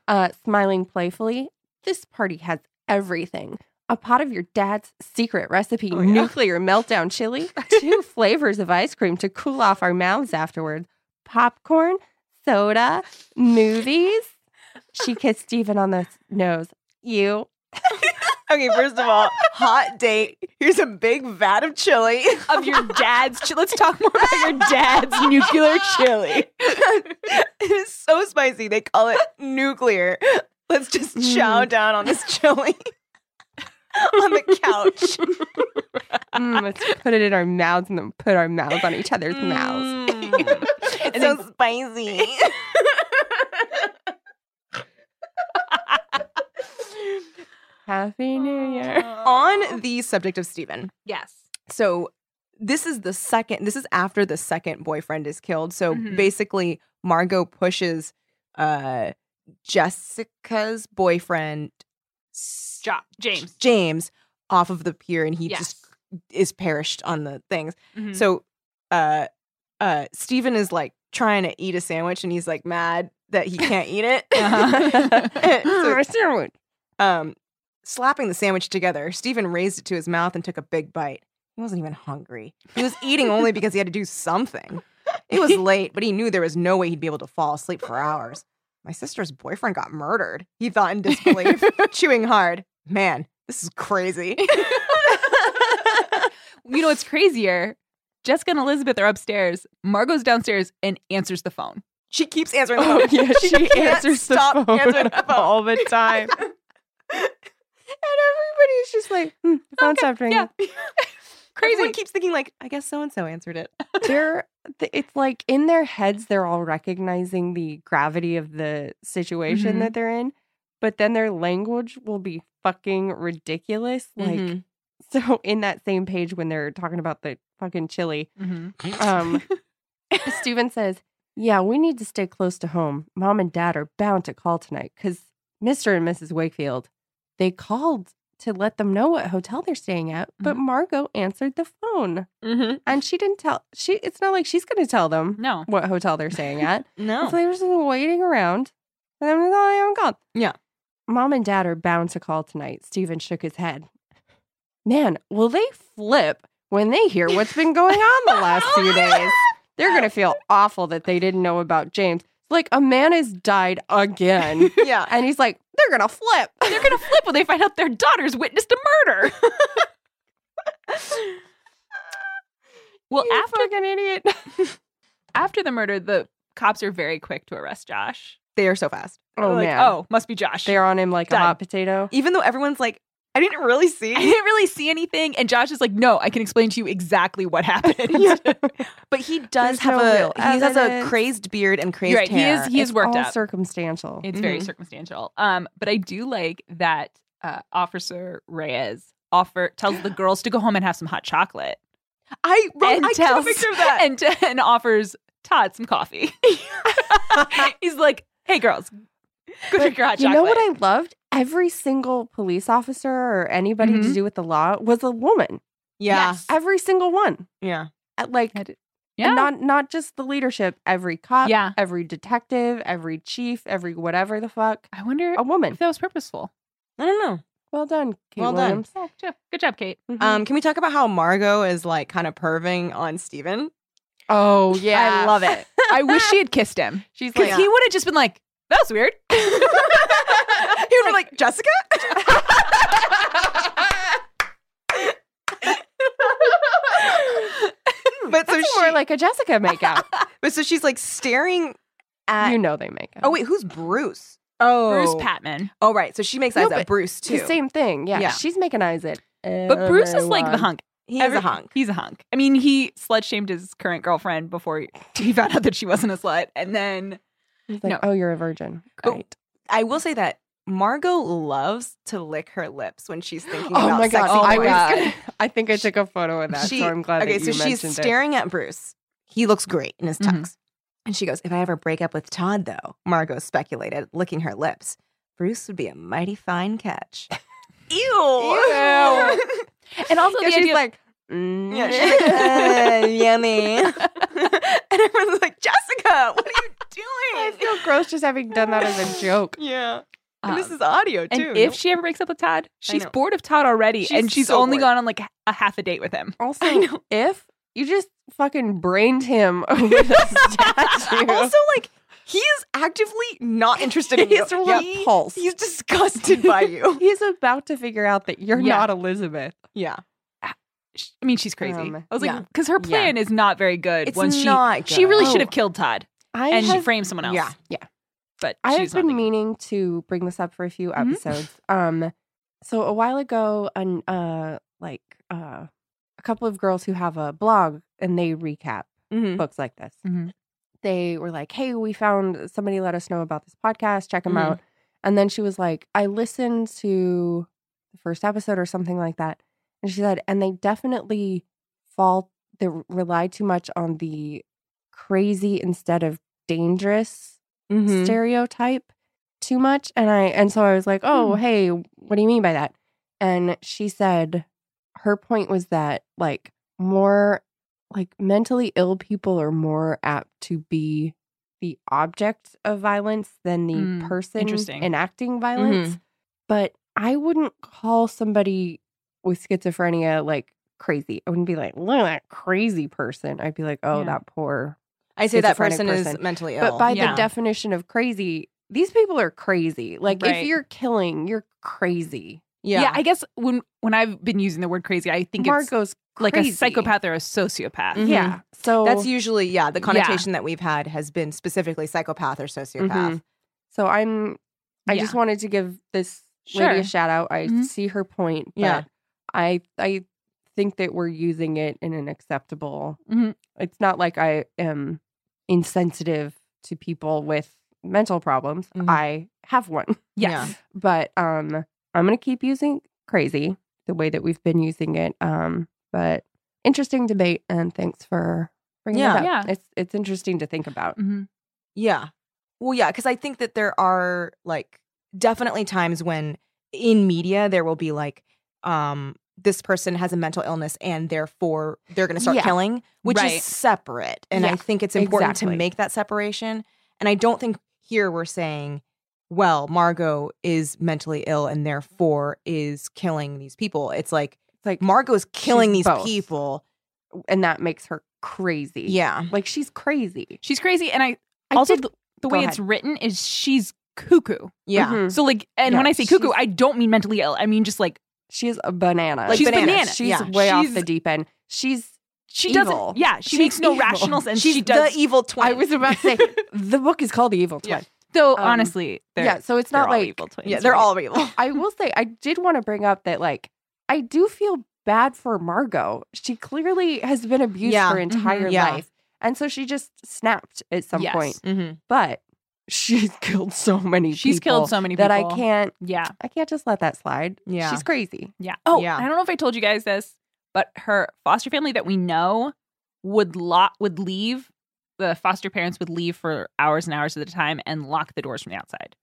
Speaker 2: Uh, smiling playfully, this party has everything. A pot of your dad's secret recipe
Speaker 1: Oh, yeah.
Speaker 2: nuclear meltdown chili, two flavors of ice cream to cool off our mouths afterwards, popcorn, soda, movies. She kissed Steven on the nose. You.
Speaker 1: okay, first of all, hot date. Here's a big vat of chili.
Speaker 3: of your dad's. Chi- Let's talk more about your dad's nuclear chili.
Speaker 1: it is so spicy. They call it nuclear. Let's just chow down on this chili on the couch.
Speaker 2: Mm, let's put it in our mouths and then put our mouths on each other's mouths.
Speaker 1: Mm. It's
Speaker 3: And
Speaker 1: so
Speaker 3: then-
Speaker 1: spicy.
Speaker 2: Happy New Year.
Speaker 1: on the subject of Steven.
Speaker 3: yes.
Speaker 1: So this is the second this is after the second boyfriend is killed. So
Speaker 3: Mhm.
Speaker 1: basically Margot pushes uh Jessica's boyfriend
Speaker 3: Job. James.
Speaker 1: James off of the pier and he
Speaker 3: Yes.
Speaker 1: just is perished on the things.
Speaker 3: Mhm.
Speaker 1: So uh uh Steven is like trying to eat a sandwich and he's like mad that he can't eat it.
Speaker 3: Uh-huh.
Speaker 1: So,
Speaker 2: Mm, a sandwich.
Speaker 1: um slapping the sandwich together, Steven raised it to his mouth and took a big bite. He wasn't even hungry. He was eating only because he had to do something. It was late, but he knew there was no way he'd be able to fall asleep for hours. My sister's boyfriend got murdered, he thought in disbelief, chewing hard. Man, this is crazy.
Speaker 3: you know what's crazier? Jessica and Elizabeth are upstairs. Margot's downstairs and answers the phone.
Speaker 1: She keeps answering the phone.
Speaker 2: yeah, she
Speaker 1: can't
Speaker 2: answers the
Speaker 1: stop
Speaker 2: phone
Speaker 1: answering the phone.
Speaker 2: all the time. and everybody's just like, mm, the phone stopped ringing.
Speaker 3: yeah. Crazy.
Speaker 1: Everyone keeps thinking like, I guess so and so answered it.
Speaker 2: they're th- it's like in their heads they're all recognizing the gravity of the situation
Speaker 3: Mhm.
Speaker 2: that they're in but then their language will be fucking ridiculous like
Speaker 1: Mhm.
Speaker 2: so in that same page when they're talking about the fucking chili
Speaker 3: Mm-hmm.
Speaker 1: uh,
Speaker 2: um steven says yeah we need to stay close to home mom and dad are bound to call tonight because mr and mrs wakefield they called to let them know what hotel they're staying at but margot answered the phone
Speaker 3: Mm-hmm.
Speaker 1: Mhm.
Speaker 2: and she didn't tell she it's not like she's gonna tell them
Speaker 3: No.
Speaker 2: what hotel they're staying at.
Speaker 1: No.
Speaker 3: Oh.
Speaker 2: So they're just waiting around. And then they haven't called.
Speaker 1: Yeah.
Speaker 2: Mom and dad are bound to call tonight. Steven shook his head. Man, will they flip when they hear what's been going on the last
Speaker 3: Oh,
Speaker 2: few days? They're going to feel awful that they didn't know about James. Like, a man has died again.
Speaker 1: yeah.
Speaker 2: and he's like, they're going to flip.
Speaker 3: They're gonna flip when they find out their daughter's witnessed a murder. well,
Speaker 2: You
Speaker 3: after
Speaker 2: fucking idiot.
Speaker 3: after the murder, the cops are very quick to arrest Josh.
Speaker 1: They are so fast.
Speaker 2: Oh
Speaker 3: like,
Speaker 2: man,
Speaker 3: oh, must be Josh.
Speaker 2: they're on him like
Speaker 3: Done.
Speaker 2: a hot potato.
Speaker 1: Even though everyone's like, I didn't really see.
Speaker 3: I didn't really see anything. And Josh is like, no, I can explain to you exactly what happened.
Speaker 2: Yeah.
Speaker 1: But he does
Speaker 2: There's
Speaker 1: have
Speaker 2: no
Speaker 1: a
Speaker 2: real
Speaker 1: he has a
Speaker 2: evidence.
Speaker 1: crazed beard and crazed
Speaker 3: You're right. He
Speaker 1: hair.
Speaker 3: is he is
Speaker 2: It's
Speaker 3: worked
Speaker 2: all
Speaker 3: up.
Speaker 2: circumstantial.
Speaker 3: It's very
Speaker 1: Mhm.
Speaker 3: circumstantial. Um, but I do like that uh, Officer Reyes offer tells the girls to go home and have some hot chocolate
Speaker 1: I wrote,
Speaker 3: And
Speaker 1: I took a
Speaker 3: tells-
Speaker 1: picture of that.
Speaker 3: and and offers Todd some coffee. He's like, "Hey girls, go drink your hot
Speaker 2: you
Speaker 3: chocolate."
Speaker 2: know what I loved? Every single police officer or anybody
Speaker 3: Mhm.
Speaker 2: to do with the law was a woman.
Speaker 1: yeah,
Speaker 3: Yes.
Speaker 2: Every single one.
Speaker 1: yeah.
Speaker 2: At, Like
Speaker 3: I
Speaker 2: and
Speaker 3: did- yeah.
Speaker 2: not not just the leadership, every cop,
Speaker 3: Yeah.
Speaker 2: every detective, every chief, every whatever the fuck.
Speaker 3: I wonder
Speaker 2: A woman.
Speaker 3: if that was purposeful.
Speaker 1: I don't know.
Speaker 2: Well done, Kate
Speaker 1: Well done.
Speaker 2: Williams.
Speaker 3: Yeah, good job, good job Kate.
Speaker 2: Mhm.
Speaker 1: Um, can we talk about how Margot is like kind of perving on Steven?
Speaker 2: oh yeah.
Speaker 3: I love it. I wish she had kissed him
Speaker 2: She's
Speaker 3: because
Speaker 2: like
Speaker 1: Oh, Yeah.
Speaker 3: he would have just been like, "That was weird."
Speaker 1: He would be like, Jessica? but so
Speaker 2: Hmm, that's
Speaker 1: she,
Speaker 2: more like a Jessica makeout.
Speaker 1: but so she's like staring at
Speaker 2: you know they make it.
Speaker 1: Oh wait, who's Bruce? Oh
Speaker 3: Bruce Patman.
Speaker 1: Oh right. So she makes
Speaker 2: No,
Speaker 1: eyes at
Speaker 2: but
Speaker 1: Bruce too.
Speaker 2: the same thing. Yeah.
Speaker 1: Yeah.
Speaker 2: She's making eyes at
Speaker 3: But Bruce is like the
Speaker 2: everyone.
Speaker 3: hunk.
Speaker 1: He is
Speaker 3: Every-
Speaker 1: a hunk.
Speaker 3: He's a hunk. I mean, he slut shamed his current girlfriend before he found out that she wasn't a slut. And then
Speaker 2: He's like,
Speaker 3: No.
Speaker 2: oh, you're a virgin.
Speaker 1: Oh,
Speaker 2: Great.
Speaker 1: I will say that Margot loves to lick her lips when she's thinking
Speaker 2: Oh
Speaker 1: about
Speaker 2: my god!
Speaker 1: sexy
Speaker 2: I was.
Speaker 1: boys.
Speaker 3: God.
Speaker 2: Gonna, I think I took a photo of that,
Speaker 1: She-
Speaker 2: so I'm glad.
Speaker 1: Okay,
Speaker 2: that
Speaker 1: so
Speaker 2: you
Speaker 1: she's
Speaker 2: mentioned it.
Speaker 1: staring at Bruce. He looks great in his tux.
Speaker 3: Mhm.
Speaker 1: And she goes, If I ever break up with Todd, though, Margot speculated, licking her lips, Bruce would be a mighty fine catch. Ew.
Speaker 2: Ew.
Speaker 3: And also
Speaker 2: Yeah,
Speaker 3: the
Speaker 2: she's
Speaker 3: idea of-
Speaker 2: like, mm,
Speaker 1: yeah, she's like, "Uh, yummy. and everyone's like, Jessica, what are you doing?
Speaker 2: I feel gross just having done that as a joke.
Speaker 1: Yeah. And this
Speaker 3: um,
Speaker 1: is audio,
Speaker 3: and
Speaker 1: too.
Speaker 3: if she ever breaks up with Todd, she's
Speaker 1: know.
Speaker 3: bored of Todd already,
Speaker 1: She's
Speaker 3: and she's
Speaker 1: so
Speaker 3: only
Speaker 1: bored.
Speaker 3: gone on like a half a date with him.
Speaker 2: Also,
Speaker 1: I know.
Speaker 2: if you just fucking brained him with a statue,
Speaker 1: also, like, he is actively not interested in you.
Speaker 2: he's repulsed.
Speaker 1: He's disgusted by you.
Speaker 2: He's about to figure out that you're
Speaker 3: Yeah.
Speaker 2: not Elizabeth.
Speaker 1: yeah.
Speaker 3: Sh- I mean, she's crazy.
Speaker 2: Um,
Speaker 3: I was
Speaker 1: yeah.
Speaker 3: like, because her plan is not very good.
Speaker 1: It's
Speaker 3: once
Speaker 1: not
Speaker 3: she she really
Speaker 2: good.
Speaker 3: should have killed Todd
Speaker 2: I
Speaker 3: and she
Speaker 2: have,
Speaker 3: framed someone else.
Speaker 1: Yeah.
Speaker 2: Yeah.
Speaker 3: but
Speaker 2: I have
Speaker 3: she's not
Speaker 2: been
Speaker 3: thinking-
Speaker 2: meaning to bring this up for a few
Speaker 3: Mhm.
Speaker 2: episodes. Um, so a while ago, an uh, like uh, a couple of girls who have a blog and they recap
Speaker 3: Mm-hmm.
Speaker 1: Mhm.
Speaker 2: books like this.
Speaker 3: Mhm.
Speaker 2: They were like, "Hey, we found somebody. Let us know about this podcast. Check them
Speaker 1: Mhm.
Speaker 3: Mm-hmm.
Speaker 2: out." And then she was like, "I listened to the first episode or something like that," and she said, "And they definitely fall. They rely too much on the crazy instead of dangerous
Speaker 3: Mm-hmm.
Speaker 1: Mhm.
Speaker 2: stereotype too much." And I and so I was like, "Oh,
Speaker 3: Hmm.
Speaker 2: hey, what do you mean by that?" And she said, her point was that like more like mentally ill people are more apt to be the object of violence than the
Speaker 3: Mm,
Speaker 2: person
Speaker 3: interesting. Mm-hmm.
Speaker 2: enacting violence but i wouldn't call somebody with schizophrenia like crazy i wouldn't be like look at that crazy person i'd be like oh
Speaker 3: Yeah.
Speaker 2: that poor
Speaker 1: I say that person,
Speaker 2: schizophrenic
Speaker 1: is
Speaker 2: person.
Speaker 1: mentally ill.
Speaker 2: but by
Speaker 3: Yeah.
Speaker 2: the definition of crazy these people are crazy like
Speaker 3: Right.
Speaker 2: if you're killing you're crazy
Speaker 3: Yeah.
Speaker 1: yeah,
Speaker 3: I guess when when I've been using the word crazy, I think it's Mm-hmm.
Speaker 2: margot's
Speaker 3: like
Speaker 2: crazy. Mm-hmm.
Speaker 3: a psychopath or a sociopath.
Speaker 1: Mhm.
Speaker 2: yeah so
Speaker 1: that's usually yeah. The
Speaker 3: Yeah.
Speaker 1: connotation that we've had has been specifically psychopath or sociopath.
Speaker 2: Mhm. So I'm I
Speaker 3: Yeah.
Speaker 2: just wanted to give this
Speaker 3: Sure.
Speaker 2: lady a shout out. I
Speaker 3: Mhm.
Speaker 2: see her point, but
Speaker 1: Yeah.
Speaker 2: I I think that we're using it in an acceptable.
Speaker 3: Mhm.
Speaker 2: It's not like I am insensitive to people with mental problems.
Speaker 1: Mhm.
Speaker 2: I have one.
Speaker 3: Yes.
Speaker 2: But um I'm going to keep using crazy the way that we've been using it. Um but interesting debate and thanks for bringing
Speaker 1: Yeah.
Speaker 2: it up.
Speaker 3: Yeah.
Speaker 2: It's it's interesting to think about.
Speaker 3: Mhm.
Speaker 1: Yeah. Well, yeah, because I think that there are like definitely times when in media there will be like, um, this person has a mental illness and therefore they're going to start
Speaker 2: Yeah.
Speaker 1: killing, which
Speaker 3: Right.
Speaker 1: is separate. And I
Speaker 2: Yeah,
Speaker 1: think it's important to
Speaker 2: exactly.
Speaker 1: make that separation. And I don't think here we're saying, well, Margot is mentally ill and therefore is killing these people. It's like
Speaker 2: It's like
Speaker 1: Margot's killing
Speaker 2: She's
Speaker 1: these
Speaker 2: both.
Speaker 1: people.
Speaker 2: and that makes her crazy.
Speaker 1: Yeah.
Speaker 2: Like she's crazy.
Speaker 3: She's crazy, and I,
Speaker 2: I
Speaker 3: also
Speaker 2: did-
Speaker 3: the, the
Speaker 2: Go
Speaker 3: way
Speaker 2: ahead.
Speaker 3: it's written is she's cuckoo.
Speaker 1: Yeah.
Speaker 2: Mhm.
Speaker 3: So like, and when
Speaker 2: Yeah,
Speaker 3: I say cuckoo,
Speaker 2: she's-
Speaker 3: I don't mean mentally ill. I mean just like
Speaker 2: She's a banana.
Speaker 1: Like
Speaker 3: She's
Speaker 1: bananas.
Speaker 3: banana.
Speaker 2: She's
Speaker 1: Yeah.
Speaker 2: way off
Speaker 3: She's-
Speaker 2: the deep end. She's
Speaker 3: she
Speaker 2: Evil.
Speaker 3: doesn't. Yeah, she
Speaker 2: She's
Speaker 3: makes no
Speaker 2: evil.
Speaker 3: rational sense.
Speaker 1: She's e-,
Speaker 3: she does.
Speaker 1: the evil twin.
Speaker 2: I was about to say the book is called The Evil
Speaker 1: Yeah.
Speaker 2: Twin.
Speaker 3: Though
Speaker 2: Um,
Speaker 3: honestly, they're,
Speaker 2: yeah, so it's
Speaker 3: they're
Speaker 2: not
Speaker 3: all
Speaker 2: like
Speaker 3: evil twins.
Speaker 1: Yeah, they're
Speaker 3: right?
Speaker 1: all evil.
Speaker 2: I will say I did want to bring up that like I do feel bad for Margot. She clearly has been abused
Speaker 1: Yeah,
Speaker 2: her entire
Speaker 1: mhm, yeah.
Speaker 2: life. And so she just snapped at some
Speaker 3: Mm-hmm. Yes.
Speaker 2: point.
Speaker 1: Mm-hmm.
Speaker 2: But she's killed so many
Speaker 3: She's
Speaker 2: people
Speaker 3: killed so many people
Speaker 2: that I can't
Speaker 3: Yeah,
Speaker 2: I can't just let that slide.
Speaker 1: Yeah.
Speaker 2: She's crazy.
Speaker 3: yeah. Oh,
Speaker 1: Yeah.
Speaker 3: I don't know if I told you guys this, but her foster family that we know would lock would leave. The foster parents would leave for hours and hours at a time and lock the doors from the outside.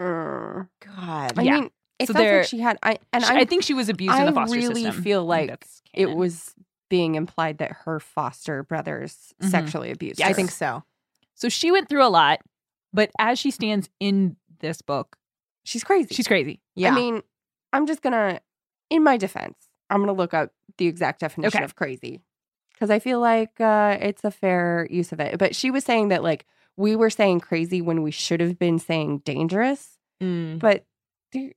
Speaker 2: Mm.
Speaker 1: God.
Speaker 2: I
Speaker 3: Yeah.
Speaker 2: mean, it
Speaker 3: So
Speaker 2: sounds
Speaker 3: they're-
Speaker 2: like she had I and
Speaker 3: And I
Speaker 2: I'm-
Speaker 3: think she was abused
Speaker 2: I
Speaker 3: in the foster
Speaker 2: really
Speaker 3: system.
Speaker 2: feel
Speaker 3: I think
Speaker 2: like
Speaker 3: that's
Speaker 2: it
Speaker 3: canon.
Speaker 2: was being implied that her foster brothers
Speaker 3: Mhm.
Speaker 2: sexually abused
Speaker 1: Yeah, I
Speaker 2: her.
Speaker 1: think so.
Speaker 3: So she went through a lot, but as she stands in this book,
Speaker 2: she's crazy.
Speaker 3: she's crazy.
Speaker 1: Yeah.
Speaker 2: I mean, I'm just gonna, in my defense, I'm gonna look up the exact definition
Speaker 3: Okay.
Speaker 2: of crazy because I feel like uh, it's a fair use of it. But she was saying that like we were saying crazy when we should have been saying dangerous,
Speaker 1: Mm.
Speaker 2: but the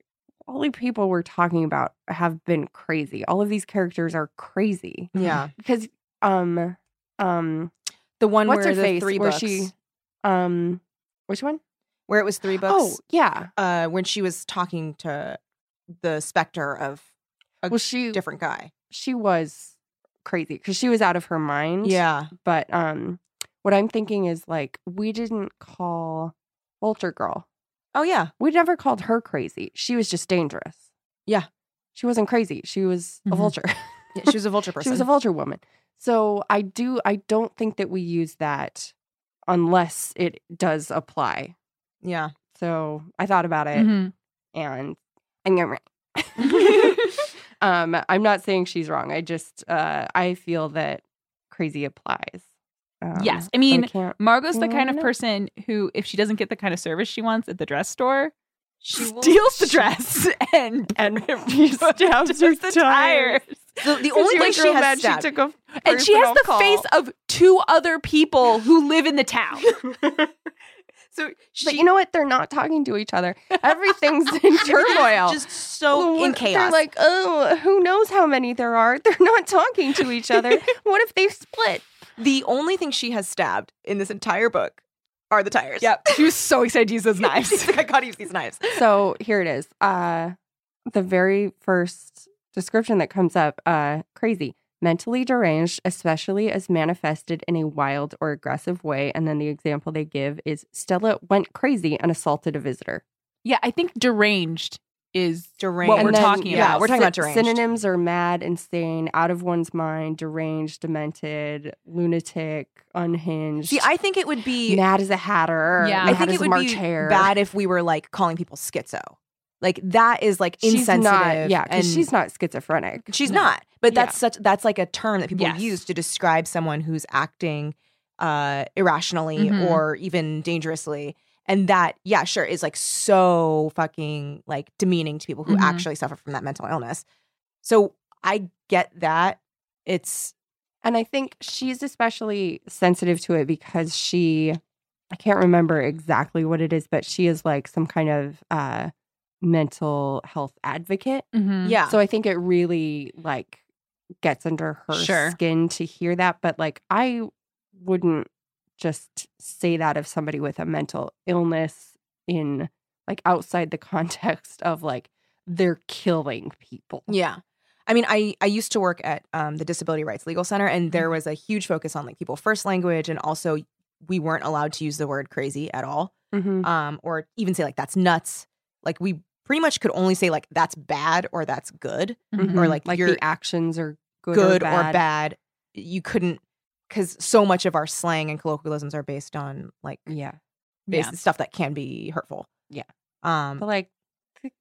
Speaker 2: only people we're talking about have been crazy. All of these characters are crazy
Speaker 1: Yeah.
Speaker 2: because um um
Speaker 1: The one
Speaker 2: what's
Speaker 1: where
Speaker 2: her
Speaker 1: the
Speaker 2: face
Speaker 1: three
Speaker 2: where
Speaker 1: books,
Speaker 2: she um which one?
Speaker 1: where it was three books.
Speaker 2: Oh yeah.
Speaker 1: uh, when she was talking to the specter of a
Speaker 2: Well, she
Speaker 1: different guy.
Speaker 2: she was crazy because she was out of her mind.
Speaker 1: Yeah.
Speaker 2: But um, what I'm thinking is like we didn't call Vulture Girl.
Speaker 1: Oh yeah.
Speaker 2: We never called her crazy. She was just dangerous.
Speaker 1: Yeah.
Speaker 2: She wasn't crazy. She was a
Speaker 3: Mhm.
Speaker 2: vulture.
Speaker 1: Yeah, she was a vulture person.
Speaker 2: she was a vulture woman. So I do. I don't think that we use that unless it does apply.
Speaker 1: yeah.
Speaker 2: So I thought about it
Speaker 3: Mhm.
Speaker 2: and I'm gonna. um, I'm not saying she's wrong. I just uh, I feel that crazy applies. Um,
Speaker 3: yes. I
Speaker 2: so
Speaker 3: mean,
Speaker 2: can't.
Speaker 3: Margot's the kind of
Speaker 2: Mm.
Speaker 3: person who, if she doesn't get the kind of service she wants at the dress store, she
Speaker 1: She will-
Speaker 3: steals the dress and
Speaker 2: and she stabs her
Speaker 3: tears the
Speaker 2: tire.
Speaker 3: tires.
Speaker 1: The, the only place she has stabbed.
Speaker 2: she took a
Speaker 3: And she
Speaker 2: personal
Speaker 3: has the
Speaker 2: call.
Speaker 3: face of two other people who live in the town.
Speaker 1: so she,
Speaker 2: But you know what? They're not talking to each other. Everything's in turmoil.
Speaker 1: just so
Speaker 2: Well,
Speaker 1: in
Speaker 2: they're
Speaker 1: chaos.
Speaker 2: like, oh, who knows how many there are? They're not talking to each other. what if they split?
Speaker 1: the only thing she has stabbed in this entire book are the tires.
Speaker 3: She was so excited to use those
Speaker 1: She's like, I gotta use these knives.
Speaker 2: So here it is. Uh, the very first description that comes up uh, crazy. Mentally deranged, especially as manifested in a wild or aggressive way. And then the example they give is Stella went crazy and assaulted a visitor.
Speaker 3: yeah, I think deranged is
Speaker 1: Deranged.
Speaker 3: what we're
Speaker 2: And then,
Speaker 3: talking
Speaker 1: yeah,
Speaker 3: about.
Speaker 1: we're talking
Speaker 2: sy-
Speaker 1: about deranged.
Speaker 2: Synonyms are mad, insane, out of one's mind, deranged, demented, lunatic, unhinged.
Speaker 1: See, I think it would be.
Speaker 2: mad as a hatter.
Speaker 3: Yeah.
Speaker 1: I
Speaker 2: mad
Speaker 1: think
Speaker 2: as
Speaker 1: it
Speaker 2: a
Speaker 1: would
Speaker 2: Uh, March
Speaker 1: be
Speaker 2: hare.
Speaker 1: bad if we were like calling people schizo. Like that is like
Speaker 2: She's
Speaker 1: insensitive.
Speaker 2: not, yeah,
Speaker 1: and
Speaker 2: because she's not schizophrenic.
Speaker 1: She's
Speaker 3: No.
Speaker 1: not. But
Speaker 2: Yeah.
Speaker 1: that's such that's like a term that people
Speaker 3: Yes.
Speaker 1: use to describe someone who's acting uh irrationally
Speaker 2: Mm-hmm.
Speaker 3: Mhm.
Speaker 1: or even dangerously. And that, yeah, sure, is like so fucking like demeaning to people who
Speaker 2: Mm-hmm.
Speaker 3: Mhm.
Speaker 1: actually suffer from that mental illness. So I get that. It's
Speaker 2: And I think she's especially sensitive to it because she, I can't remember exactly what it is, but she is like some kind of uh, mental health advocate.
Speaker 3: Mhm.
Speaker 1: yeah.
Speaker 2: So I think it really like gets under her
Speaker 3: Sure.
Speaker 2: skin to hear that. But like, I wouldn't just say that of somebody with a mental illness in like outside the context of like they're killing people.
Speaker 1: Yeah. I mean, I, I used to work at um, the Disability Rights Legal Center, and
Speaker 2: Mm-hmm.
Speaker 1: there was a huge focus on like people first language, and also we weren't allowed to use the word crazy at all,
Speaker 2: Mhm.
Speaker 1: um, or even say like that's nuts. Like we pretty much could only say like that's bad or that's good,
Speaker 3: Mhm.
Speaker 1: or
Speaker 2: Mhm.
Speaker 1: like,
Speaker 2: like
Speaker 1: you're
Speaker 2: the actions are good,
Speaker 1: good
Speaker 2: or bad.
Speaker 1: You couldn't because so much of our slang and colloquialisms are based on like
Speaker 2: Yeah.
Speaker 1: based
Speaker 3: Yeah.
Speaker 1: stuff that can be hurtful.
Speaker 2: Yeah.
Speaker 1: Um.
Speaker 2: But like the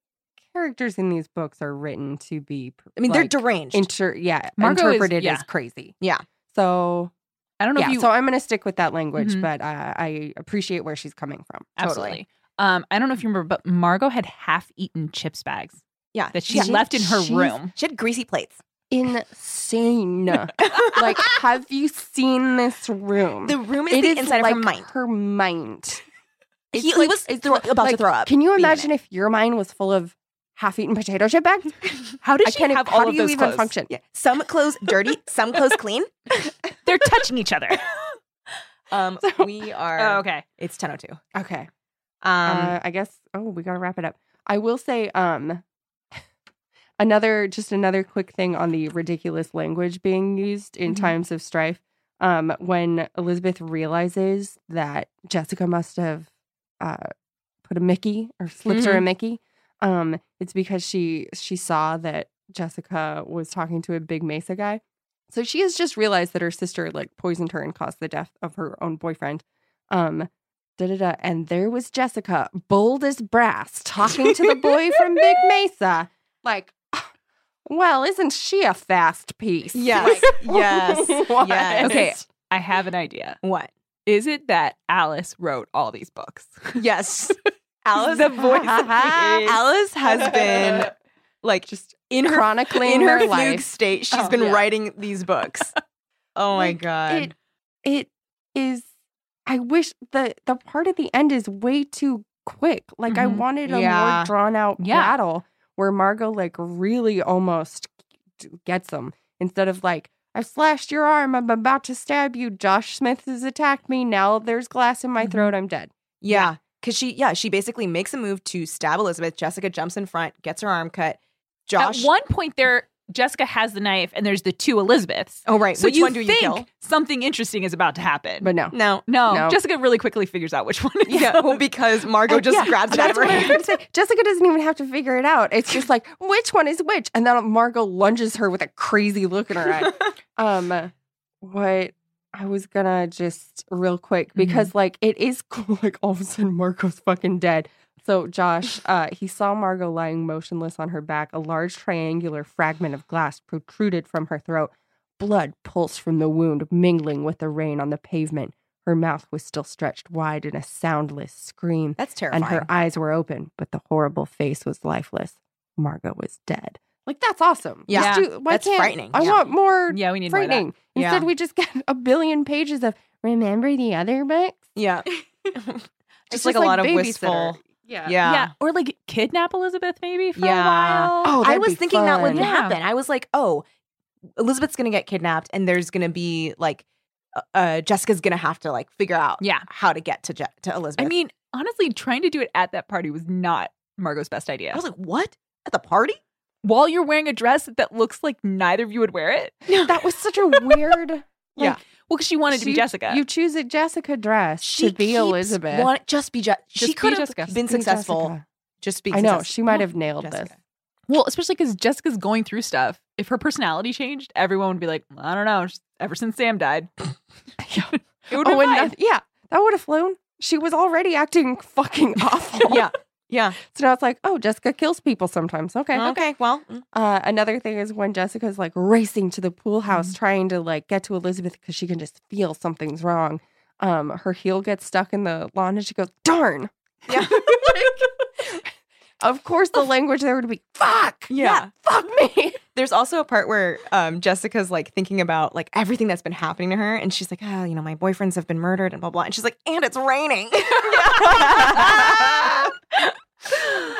Speaker 2: characters in these books are written to be per-
Speaker 1: I mean,
Speaker 2: like,
Speaker 1: they're deranged.
Speaker 2: inter- yeah,
Speaker 3: Margot is-
Speaker 2: interpreted
Speaker 3: yeah.
Speaker 2: as crazy.
Speaker 1: Yeah.
Speaker 2: So
Speaker 3: I don't know
Speaker 2: yeah,
Speaker 3: if you
Speaker 2: so I'm going to stick with that language,
Speaker 1: Mm-hmm.
Speaker 3: Mhm.
Speaker 2: but uh, I appreciate where she's coming from.
Speaker 3: absolutely.
Speaker 1: totally.
Speaker 3: Um, I don't know if you remember, but Margot had half-eaten chips bags
Speaker 1: yeah.
Speaker 3: that she
Speaker 2: Yeah.
Speaker 3: left in her
Speaker 2: She's-
Speaker 3: room.
Speaker 1: She had greasy plates.
Speaker 2: Insane. like have you seen this room?
Speaker 1: The room is the inside
Speaker 2: like
Speaker 1: of her mind.
Speaker 2: Her mind. It's
Speaker 1: he, he
Speaker 2: like-
Speaker 1: was
Speaker 2: it's
Speaker 1: thro- about to
Speaker 2: like,
Speaker 1: throw up.
Speaker 2: Can you
Speaker 1: being in
Speaker 2: imagine
Speaker 1: it.
Speaker 2: if your mind was full of half-eaten potato chip bags?
Speaker 3: How did
Speaker 2: I
Speaker 3: she
Speaker 2: can't
Speaker 3: have
Speaker 2: ev-
Speaker 3: all
Speaker 2: how
Speaker 3: of
Speaker 2: do you
Speaker 3: those
Speaker 2: even
Speaker 3: clothes?
Speaker 2: function?
Speaker 1: Yeah. Some clothes dirty, some clothes clean.
Speaker 3: They're touching each other.
Speaker 1: Um,
Speaker 2: So-
Speaker 1: we are.
Speaker 3: oh, okay.
Speaker 1: It's ten oh two.
Speaker 2: Okay.
Speaker 1: Um,
Speaker 2: uh, I guess. Oh, we got to wrap it up. I will say, um, another just another quick thing on the ridiculous language being used in
Speaker 3: Mhm.
Speaker 2: times of strife. Um, when Elizabeth realizes that Jessica must have uh, put a Mickey or slipped her a Mickey, um, it's because she she saw that Jessica was talking to a big Mesa guy. So she has just realized that her sister like poisoned her and caused the death of her own boyfriend. Um, da da da. And there was Jessica, bold as brass, talking to the boy from Big Mesa, like, well, isn't she a fast piece?
Speaker 1: yes,
Speaker 2: Like,
Speaker 1: yes,
Speaker 2: what?
Speaker 1: yes.
Speaker 3: Okay. I have an idea.
Speaker 1: What?
Speaker 3: Is it that Alice wrote all these books?
Speaker 1: Yes. Alice,
Speaker 3: The voice of the age.
Speaker 1: Alice has been like
Speaker 2: Just
Speaker 1: in her
Speaker 2: chronicling
Speaker 1: in her,
Speaker 2: her
Speaker 1: fugue
Speaker 2: life.
Speaker 1: state. She's
Speaker 3: Oh,
Speaker 1: been
Speaker 3: yeah.
Speaker 1: writing these books. Oh my
Speaker 2: Like,
Speaker 1: god.
Speaker 2: It, it is. I wish the the part at the end is way too quick. Like I
Speaker 3: Mhm.
Speaker 2: wanted a
Speaker 1: Mm-hmm. Yeah.
Speaker 2: more drawn out
Speaker 3: Yeah.
Speaker 2: battle where Margot like really almost g- gets him instead of like I slashed your arm. I'm about to stab you. Josh Smith has attacked me. Now there's glass in my
Speaker 1: Mm-hmm.
Speaker 3: Mhm.
Speaker 2: throat. I'm dead.
Speaker 1: yeah. Cause she yeah, she basically makes a move to stab Elizabeth. Jessica jumps in front, gets her arm cut. Josh
Speaker 3: At one point, there Jessica has the knife, and there's the two Elizabeths.
Speaker 1: Oh right.
Speaker 3: So
Speaker 1: Which
Speaker 3: you
Speaker 1: one do you
Speaker 3: think
Speaker 1: kill?
Speaker 3: something interesting is about to happen?
Speaker 2: But no.
Speaker 1: No.
Speaker 3: no,
Speaker 2: No.
Speaker 3: Jessica really quickly figures out which one. It is.
Speaker 1: Yeah, well, because Margot
Speaker 2: And
Speaker 1: just
Speaker 2: Oh, yeah,
Speaker 1: grabs it out of her
Speaker 2: That's what I was
Speaker 1: hand.
Speaker 2: going to say. Jessica doesn't even have to figure it out. It's just like which one is which, and then Margot lunges her with a crazy look in her eye. Um, what I was gonna just real quick
Speaker 1: Mm-hmm.
Speaker 2: because like it is cool. Like all of a sudden Margot's fucking dead. So Josh, uh, he saw Margot lying motionless on her back. A large triangular fragment of glass protruded from her throat. Blood pulsed from the wound, mingling with the rain on the pavement. Her mouth was still stretched wide in a soundless scream
Speaker 1: That's terrifying.
Speaker 2: and her eyes were open, but the horrible face was lifeless. Margot was dead. Like that's awesome.
Speaker 1: Yeah.
Speaker 2: Just do- why
Speaker 1: That's
Speaker 2: can't-
Speaker 1: frightening.
Speaker 2: I
Speaker 1: Yeah.
Speaker 2: want more
Speaker 3: yeah, we need more of that.
Speaker 2: frightening.
Speaker 1: Yeah.
Speaker 2: Instead, we just get a billion pages of remember the other books.
Speaker 1: yeah.
Speaker 2: It's
Speaker 1: just like a lot of
Speaker 2: babysitter.
Speaker 1: wistful.
Speaker 2: Yeah.
Speaker 1: Yeah.
Speaker 3: Yeah. or like kidnap Elizabeth maybe for
Speaker 1: Yeah.
Speaker 3: a while.
Speaker 2: Oh,
Speaker 1: I
Speaker 2: that'd
Speaker 1: was
Speaker 2: be
Speaker 1: thinking that would
Speaker 2: fun.
Speaker 3: Yeah.
Speaker 1: happen. I was like, oh, Elizabeth's gonna get kidnapped, and there's gonna be like, uh, uh, Jessica's gonna have to like figure out
Speaker 3: Yeah.
Speaker 1: how to get to Je- to Elizabeth.
Speaker 3: I mean, honestly, trying to do it at that party was not Margot's best idea.
Speaker 1: I was like, what at the party?
Speaker 3: While you're wearing a dress that looks like neither of you would wear it.
Speaker 2: That was such a weird.
Speaker 1: Yeah.
Speaker 2: like,
Speaker 3: Well, because she wanted to be
Speaker 2: she-
Speaker 3: Jessica.
Speaker 2: You choose a Jessica dress to be
Speaker 1: keeps
Speaker 2: Elizabeth.
Speaker 1: want- just be Je- she
Speaker 3: Just
Speaker 1: could
Speaker 3: be
Speaker 1: have
Speaker 3: Jessica.
Speaker 1: been
Speaker 2: Be
Speaker 1: successful.
Speaker 2: Jessica.
Speaker 1: Just be.
Speaker 2: I know
Speaker 1: successful.
Speaker 2: she might have nailed this.
Speaker 1: Jessica.
Speaker 3: well, especially because Jessica's going through stuff. If her personality changed, everyone would be like, I don't know. Just, ever since Sam died, it would
Speaker 2: Oh,
Speaker 3: be
Speaker 2: and
Speaker 3: fine.
Speaker 2: noth- yeah, that would have flown. She was already acting fucking awful.
Speaker 1: yeah. Yeah.
Speaker 2: So now it's like, oh, Jessica kills people sometimes. Okay.
Speaker 1: Okay. Well. mm,
Speaker 2: Uh, another thing is when Jessica's like racing to the pool house
Speaker 1: Mm-hmm.
Speaker 2: trying to like get to Elizabeth because she can just feel something's wrong. Um, her heel gets stuck in the lawn and she goes, darn.
Speaker 1: Yeah.
Speaker 2: Of course, the language there would be, fuck.
Speaker 1: Yeah.
Speaker 2: Fuck me.
Speaker 1: There's also a part where um, Jessica's like thinking about like everything that's been happening to her, and she's like, "Ah, you know, my boyfriends have been murdered and blah blah." And she's like, "And it's raining."
Speaker 2: Oh,
Speaker 1: Uh,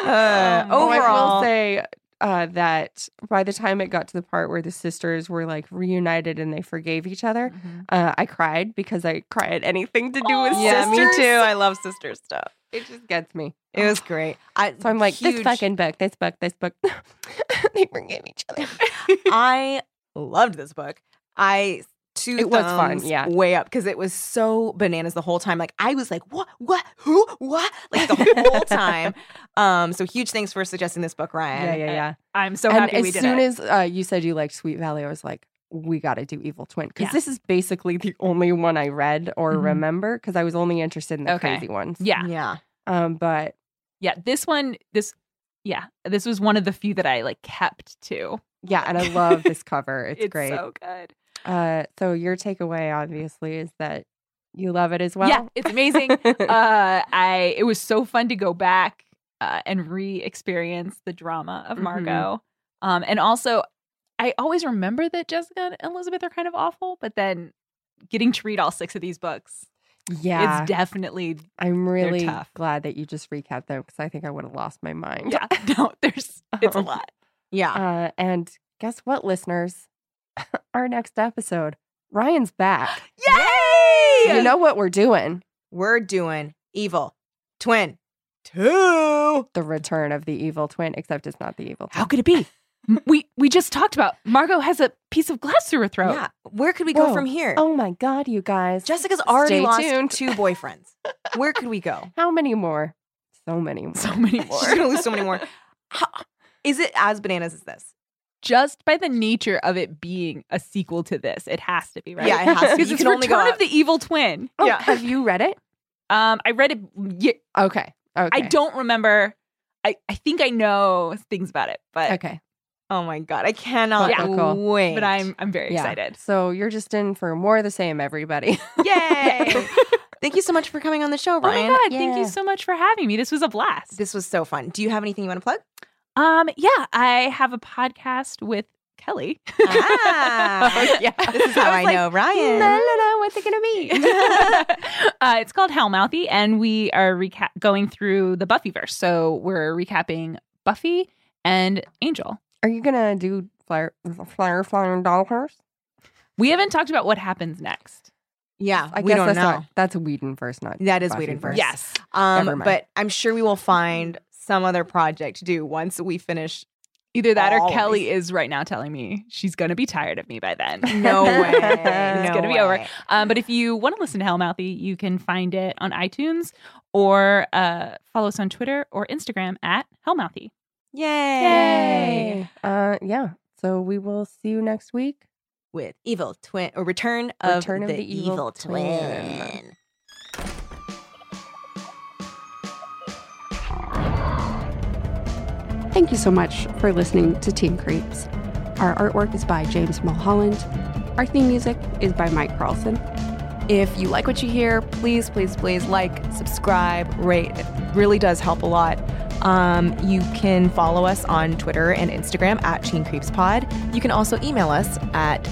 Speaker 3: Oh,
Speaker 2: I will
Speaker 1: overall,
Speaker 2: say uh, that by the time it got to the part where the sisters were like reunited and they forgave each other, uh, I cried because I cry at anything to do with
Speaker 3: Aw.
Speaker 1: Mm-hmm. yeah,
Speaker 2: sisters.
Speaker 1: me too. I love sister stuff.
Speaker 2: It just gets me.
Speaker 1: It was great. I,
Speaker 2: So I'm like, this
Speaker 1: huge-
Speaker 2: fucking book, this book, this book. they forgive each other.
Speaker 1: I loved this book. I two
Speaker 2: It was fun,
Speaker 1: thumbs
Speaker 2: yeah.
Speaker 1: way up because it was so bananas the whole time. Like I was like, what, what, who, what, like the whole time. Um, so huge thanks for suggesting this book, Ryan.
Speaker 2: yeah.
Speaker 3: I'm so
Speaker 2: and
Speaker 3: happy
Speaker 2: as
Speaker 3: we did
Speaker 2: soon
Speaker 3: it.
Speaker 2: as uh, you said you liked Sweet Valley, I was like, we got to do Evil Twin because
Speaker 3: Yeah.
Speaker 2: this is basically the only one I read or
Speaker 3: Mhm.
Speaker 2: remember because I was only interested in the
Speaker 3: Okay.
Speaker 2: crazy ones.
Speaker 3: yeah.
Speaker 1: yeah.
Speaker 2: Um, but
Speaker 3: Yeah. This one, this, yeah, this was one of the few that I like kept too.
Speaker 2: yeah, and I love this cover. It's, great.
Speaker 3: so good.
Speaker 2: Uh, so your takeaway obviously is that you love it as well.
Speaker 3: yeah, it's amazing. uh, I it was so fun to go back uh, and re-experience the drama of
Speaker 2: Mhm.
Speaker 3: Margot. Um, and also, I always remember that Jessica and Elizabeth are kind of awful, but then getting to read all six of these books,
Speaker 2: yeah,
Speaker 3: it's definitely
Speaker 2: I'm really
Speaker 3: tough.
Speaker 2: glad that you just recapped them because I think I would have lost my mind.
Speaker 3: yeah. Oh. No, there's it's a lot.
Speaker 1: Yeah.
Speaker 2: Uh, and guess what, listeners? Our next episode, Ryan's back.
Speaker 1: Yay!
Speaker 2: You know what we're doing.
Speaker 1: We're doing evil twin. two.
Speaker 2: The return of the evil twin, except it's not the evil twin.
Speaker 3: How could it be? M- we we just talked about Margot has a piece of glass through her throat.
Speaker 1: Yeah, where could we go
Speaker 2: Whoa.
Speaker 1: from here?
Speaker 2: Oh my God, you guys.
Speaker 1: Jessica's already
Speaker 2: Stay
Speaker 1: lost
Speaker 2: tuned.
Speaker 1: two boyfriends. Where could we go?
Speaker 2: How many more? So many more.
Speaker 3: So many more.
Speaker 1: She's gonna lose so many more. How- is it as bananas as this?
Speaker 3: Just by the nature of it being a sequel to this, it has to be right.
Speaker 1: Yeah, it has to. be.
Speaker 3: because
Speaker 1: You
Speaker 3: it's
Speaker 1: can only go
Speaker 3: Return
Speaker 1: up.
Speaker 3: of the Evil Twin.
Speaker 2: Oh,
Speaker 1: Yeah.
Speaker 2: Have you read it?
Speaker 3: Um, I read it. ye-
Speaker 2: Okay. Okay.
Speaker 3: I don't remember. I, I think I know things about it, but
Speaker 2: Okay.
Speaker 1: oh my god, I cannot
Speaker 2: Yeah. Cool.
Speaker 1: wait.
Speaker 3: but I'm I'm very
Speaker 2: Yeah.
Speaker 3: excited.
Speaker 2: So you're just in for more of the same, everybody.
Speaker 1: yay! Thank you so much for coming on the show,
Speaker 3: Oh my
Speaker 1: Brian.
Speaker 3: god! Thank you
Speaker 2: yeah.
Speaker 3: so much for having me. This was a blast.
Speaker 1: This was so fun. Do you have anything you want to plug?
Speaker 3: Um, yeah, I have a podcast with Kelly.
Speaker 1: Ah.
Speaker 3: yeah,
Speaker 1: This is how I,
Speaker 3: was like,
Speaker 1: know Ryan.
Speaker 2: La, la, la, what's it gonna be?
Speaker 3: uh, it's called Hellmouthy, and we are reca- going through the Buffyverse. So we're recapping Buffy and Angel.
Speaker 2: Are you gonna do flyer, flyer, flyer, and doll horse?
Speaker 3: We haven't talked about what happens next.
Speaker 1: Yeah,
Speaker 2: I
Speaker 1: we
Speaker 2: guess
Speaker 1: don't
Speaker 2: that's
Speaker 1: know.
Speaker 2: not. That's Whedon first, not
Speaker 1: That is
Speaker 2: Buffy
Speaker 1: Whedon first.
Speaker 3: Yes,
Speaker 1: Um,
Speaker 2: Never mind.
Speaker 1: but I'm sure we will find some other project to do once we finish.
Speaker 3: either that or
Speaker 1: Always.
Speaker 3: Kelly is right now telling me she's going to be tired of me by then.
Speaker 1: No way.
Speaker 2: It's
Speaker 1: No
Speaker 3: gonna be over.
Speaker 1: way.
Speaker 3: Um, but if you want to listen to Hellmouthy, you can find it on iTunes or uh, follow us on Twitter or Instagram at Hellmouthy.
Speaker 1: Yay.
Speaker 3: Yay.
Speaker 2: Uh, yeah. So we will see you next week.
Speaker 1: With Evil Twin or Return of,
Speaker 2: Return
Speaker 1: the, Evil,
Speaker 2: Twin.
Speaker 1: twin.
Speaker 4: Thank you so much for listening to Team Creeps. Our artwork is by James Mulholland. Our theme music is by Mike Carlson.
Speaker 1: If you like what you hear, please, please, please like, subscribe, rate. It really does help a lot. Um, you can follow us on Twitter and Instagram at Teen Creeps Pod. You can also email us at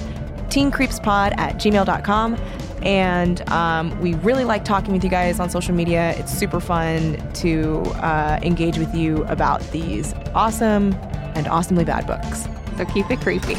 Speaker 1: teencreepspod at gmail.com. And um, we really like talking with you guys on social media. It's super fun to uh, engage with you about these awesome and awesomely bad books.
Speaker 4: So keep it creepy.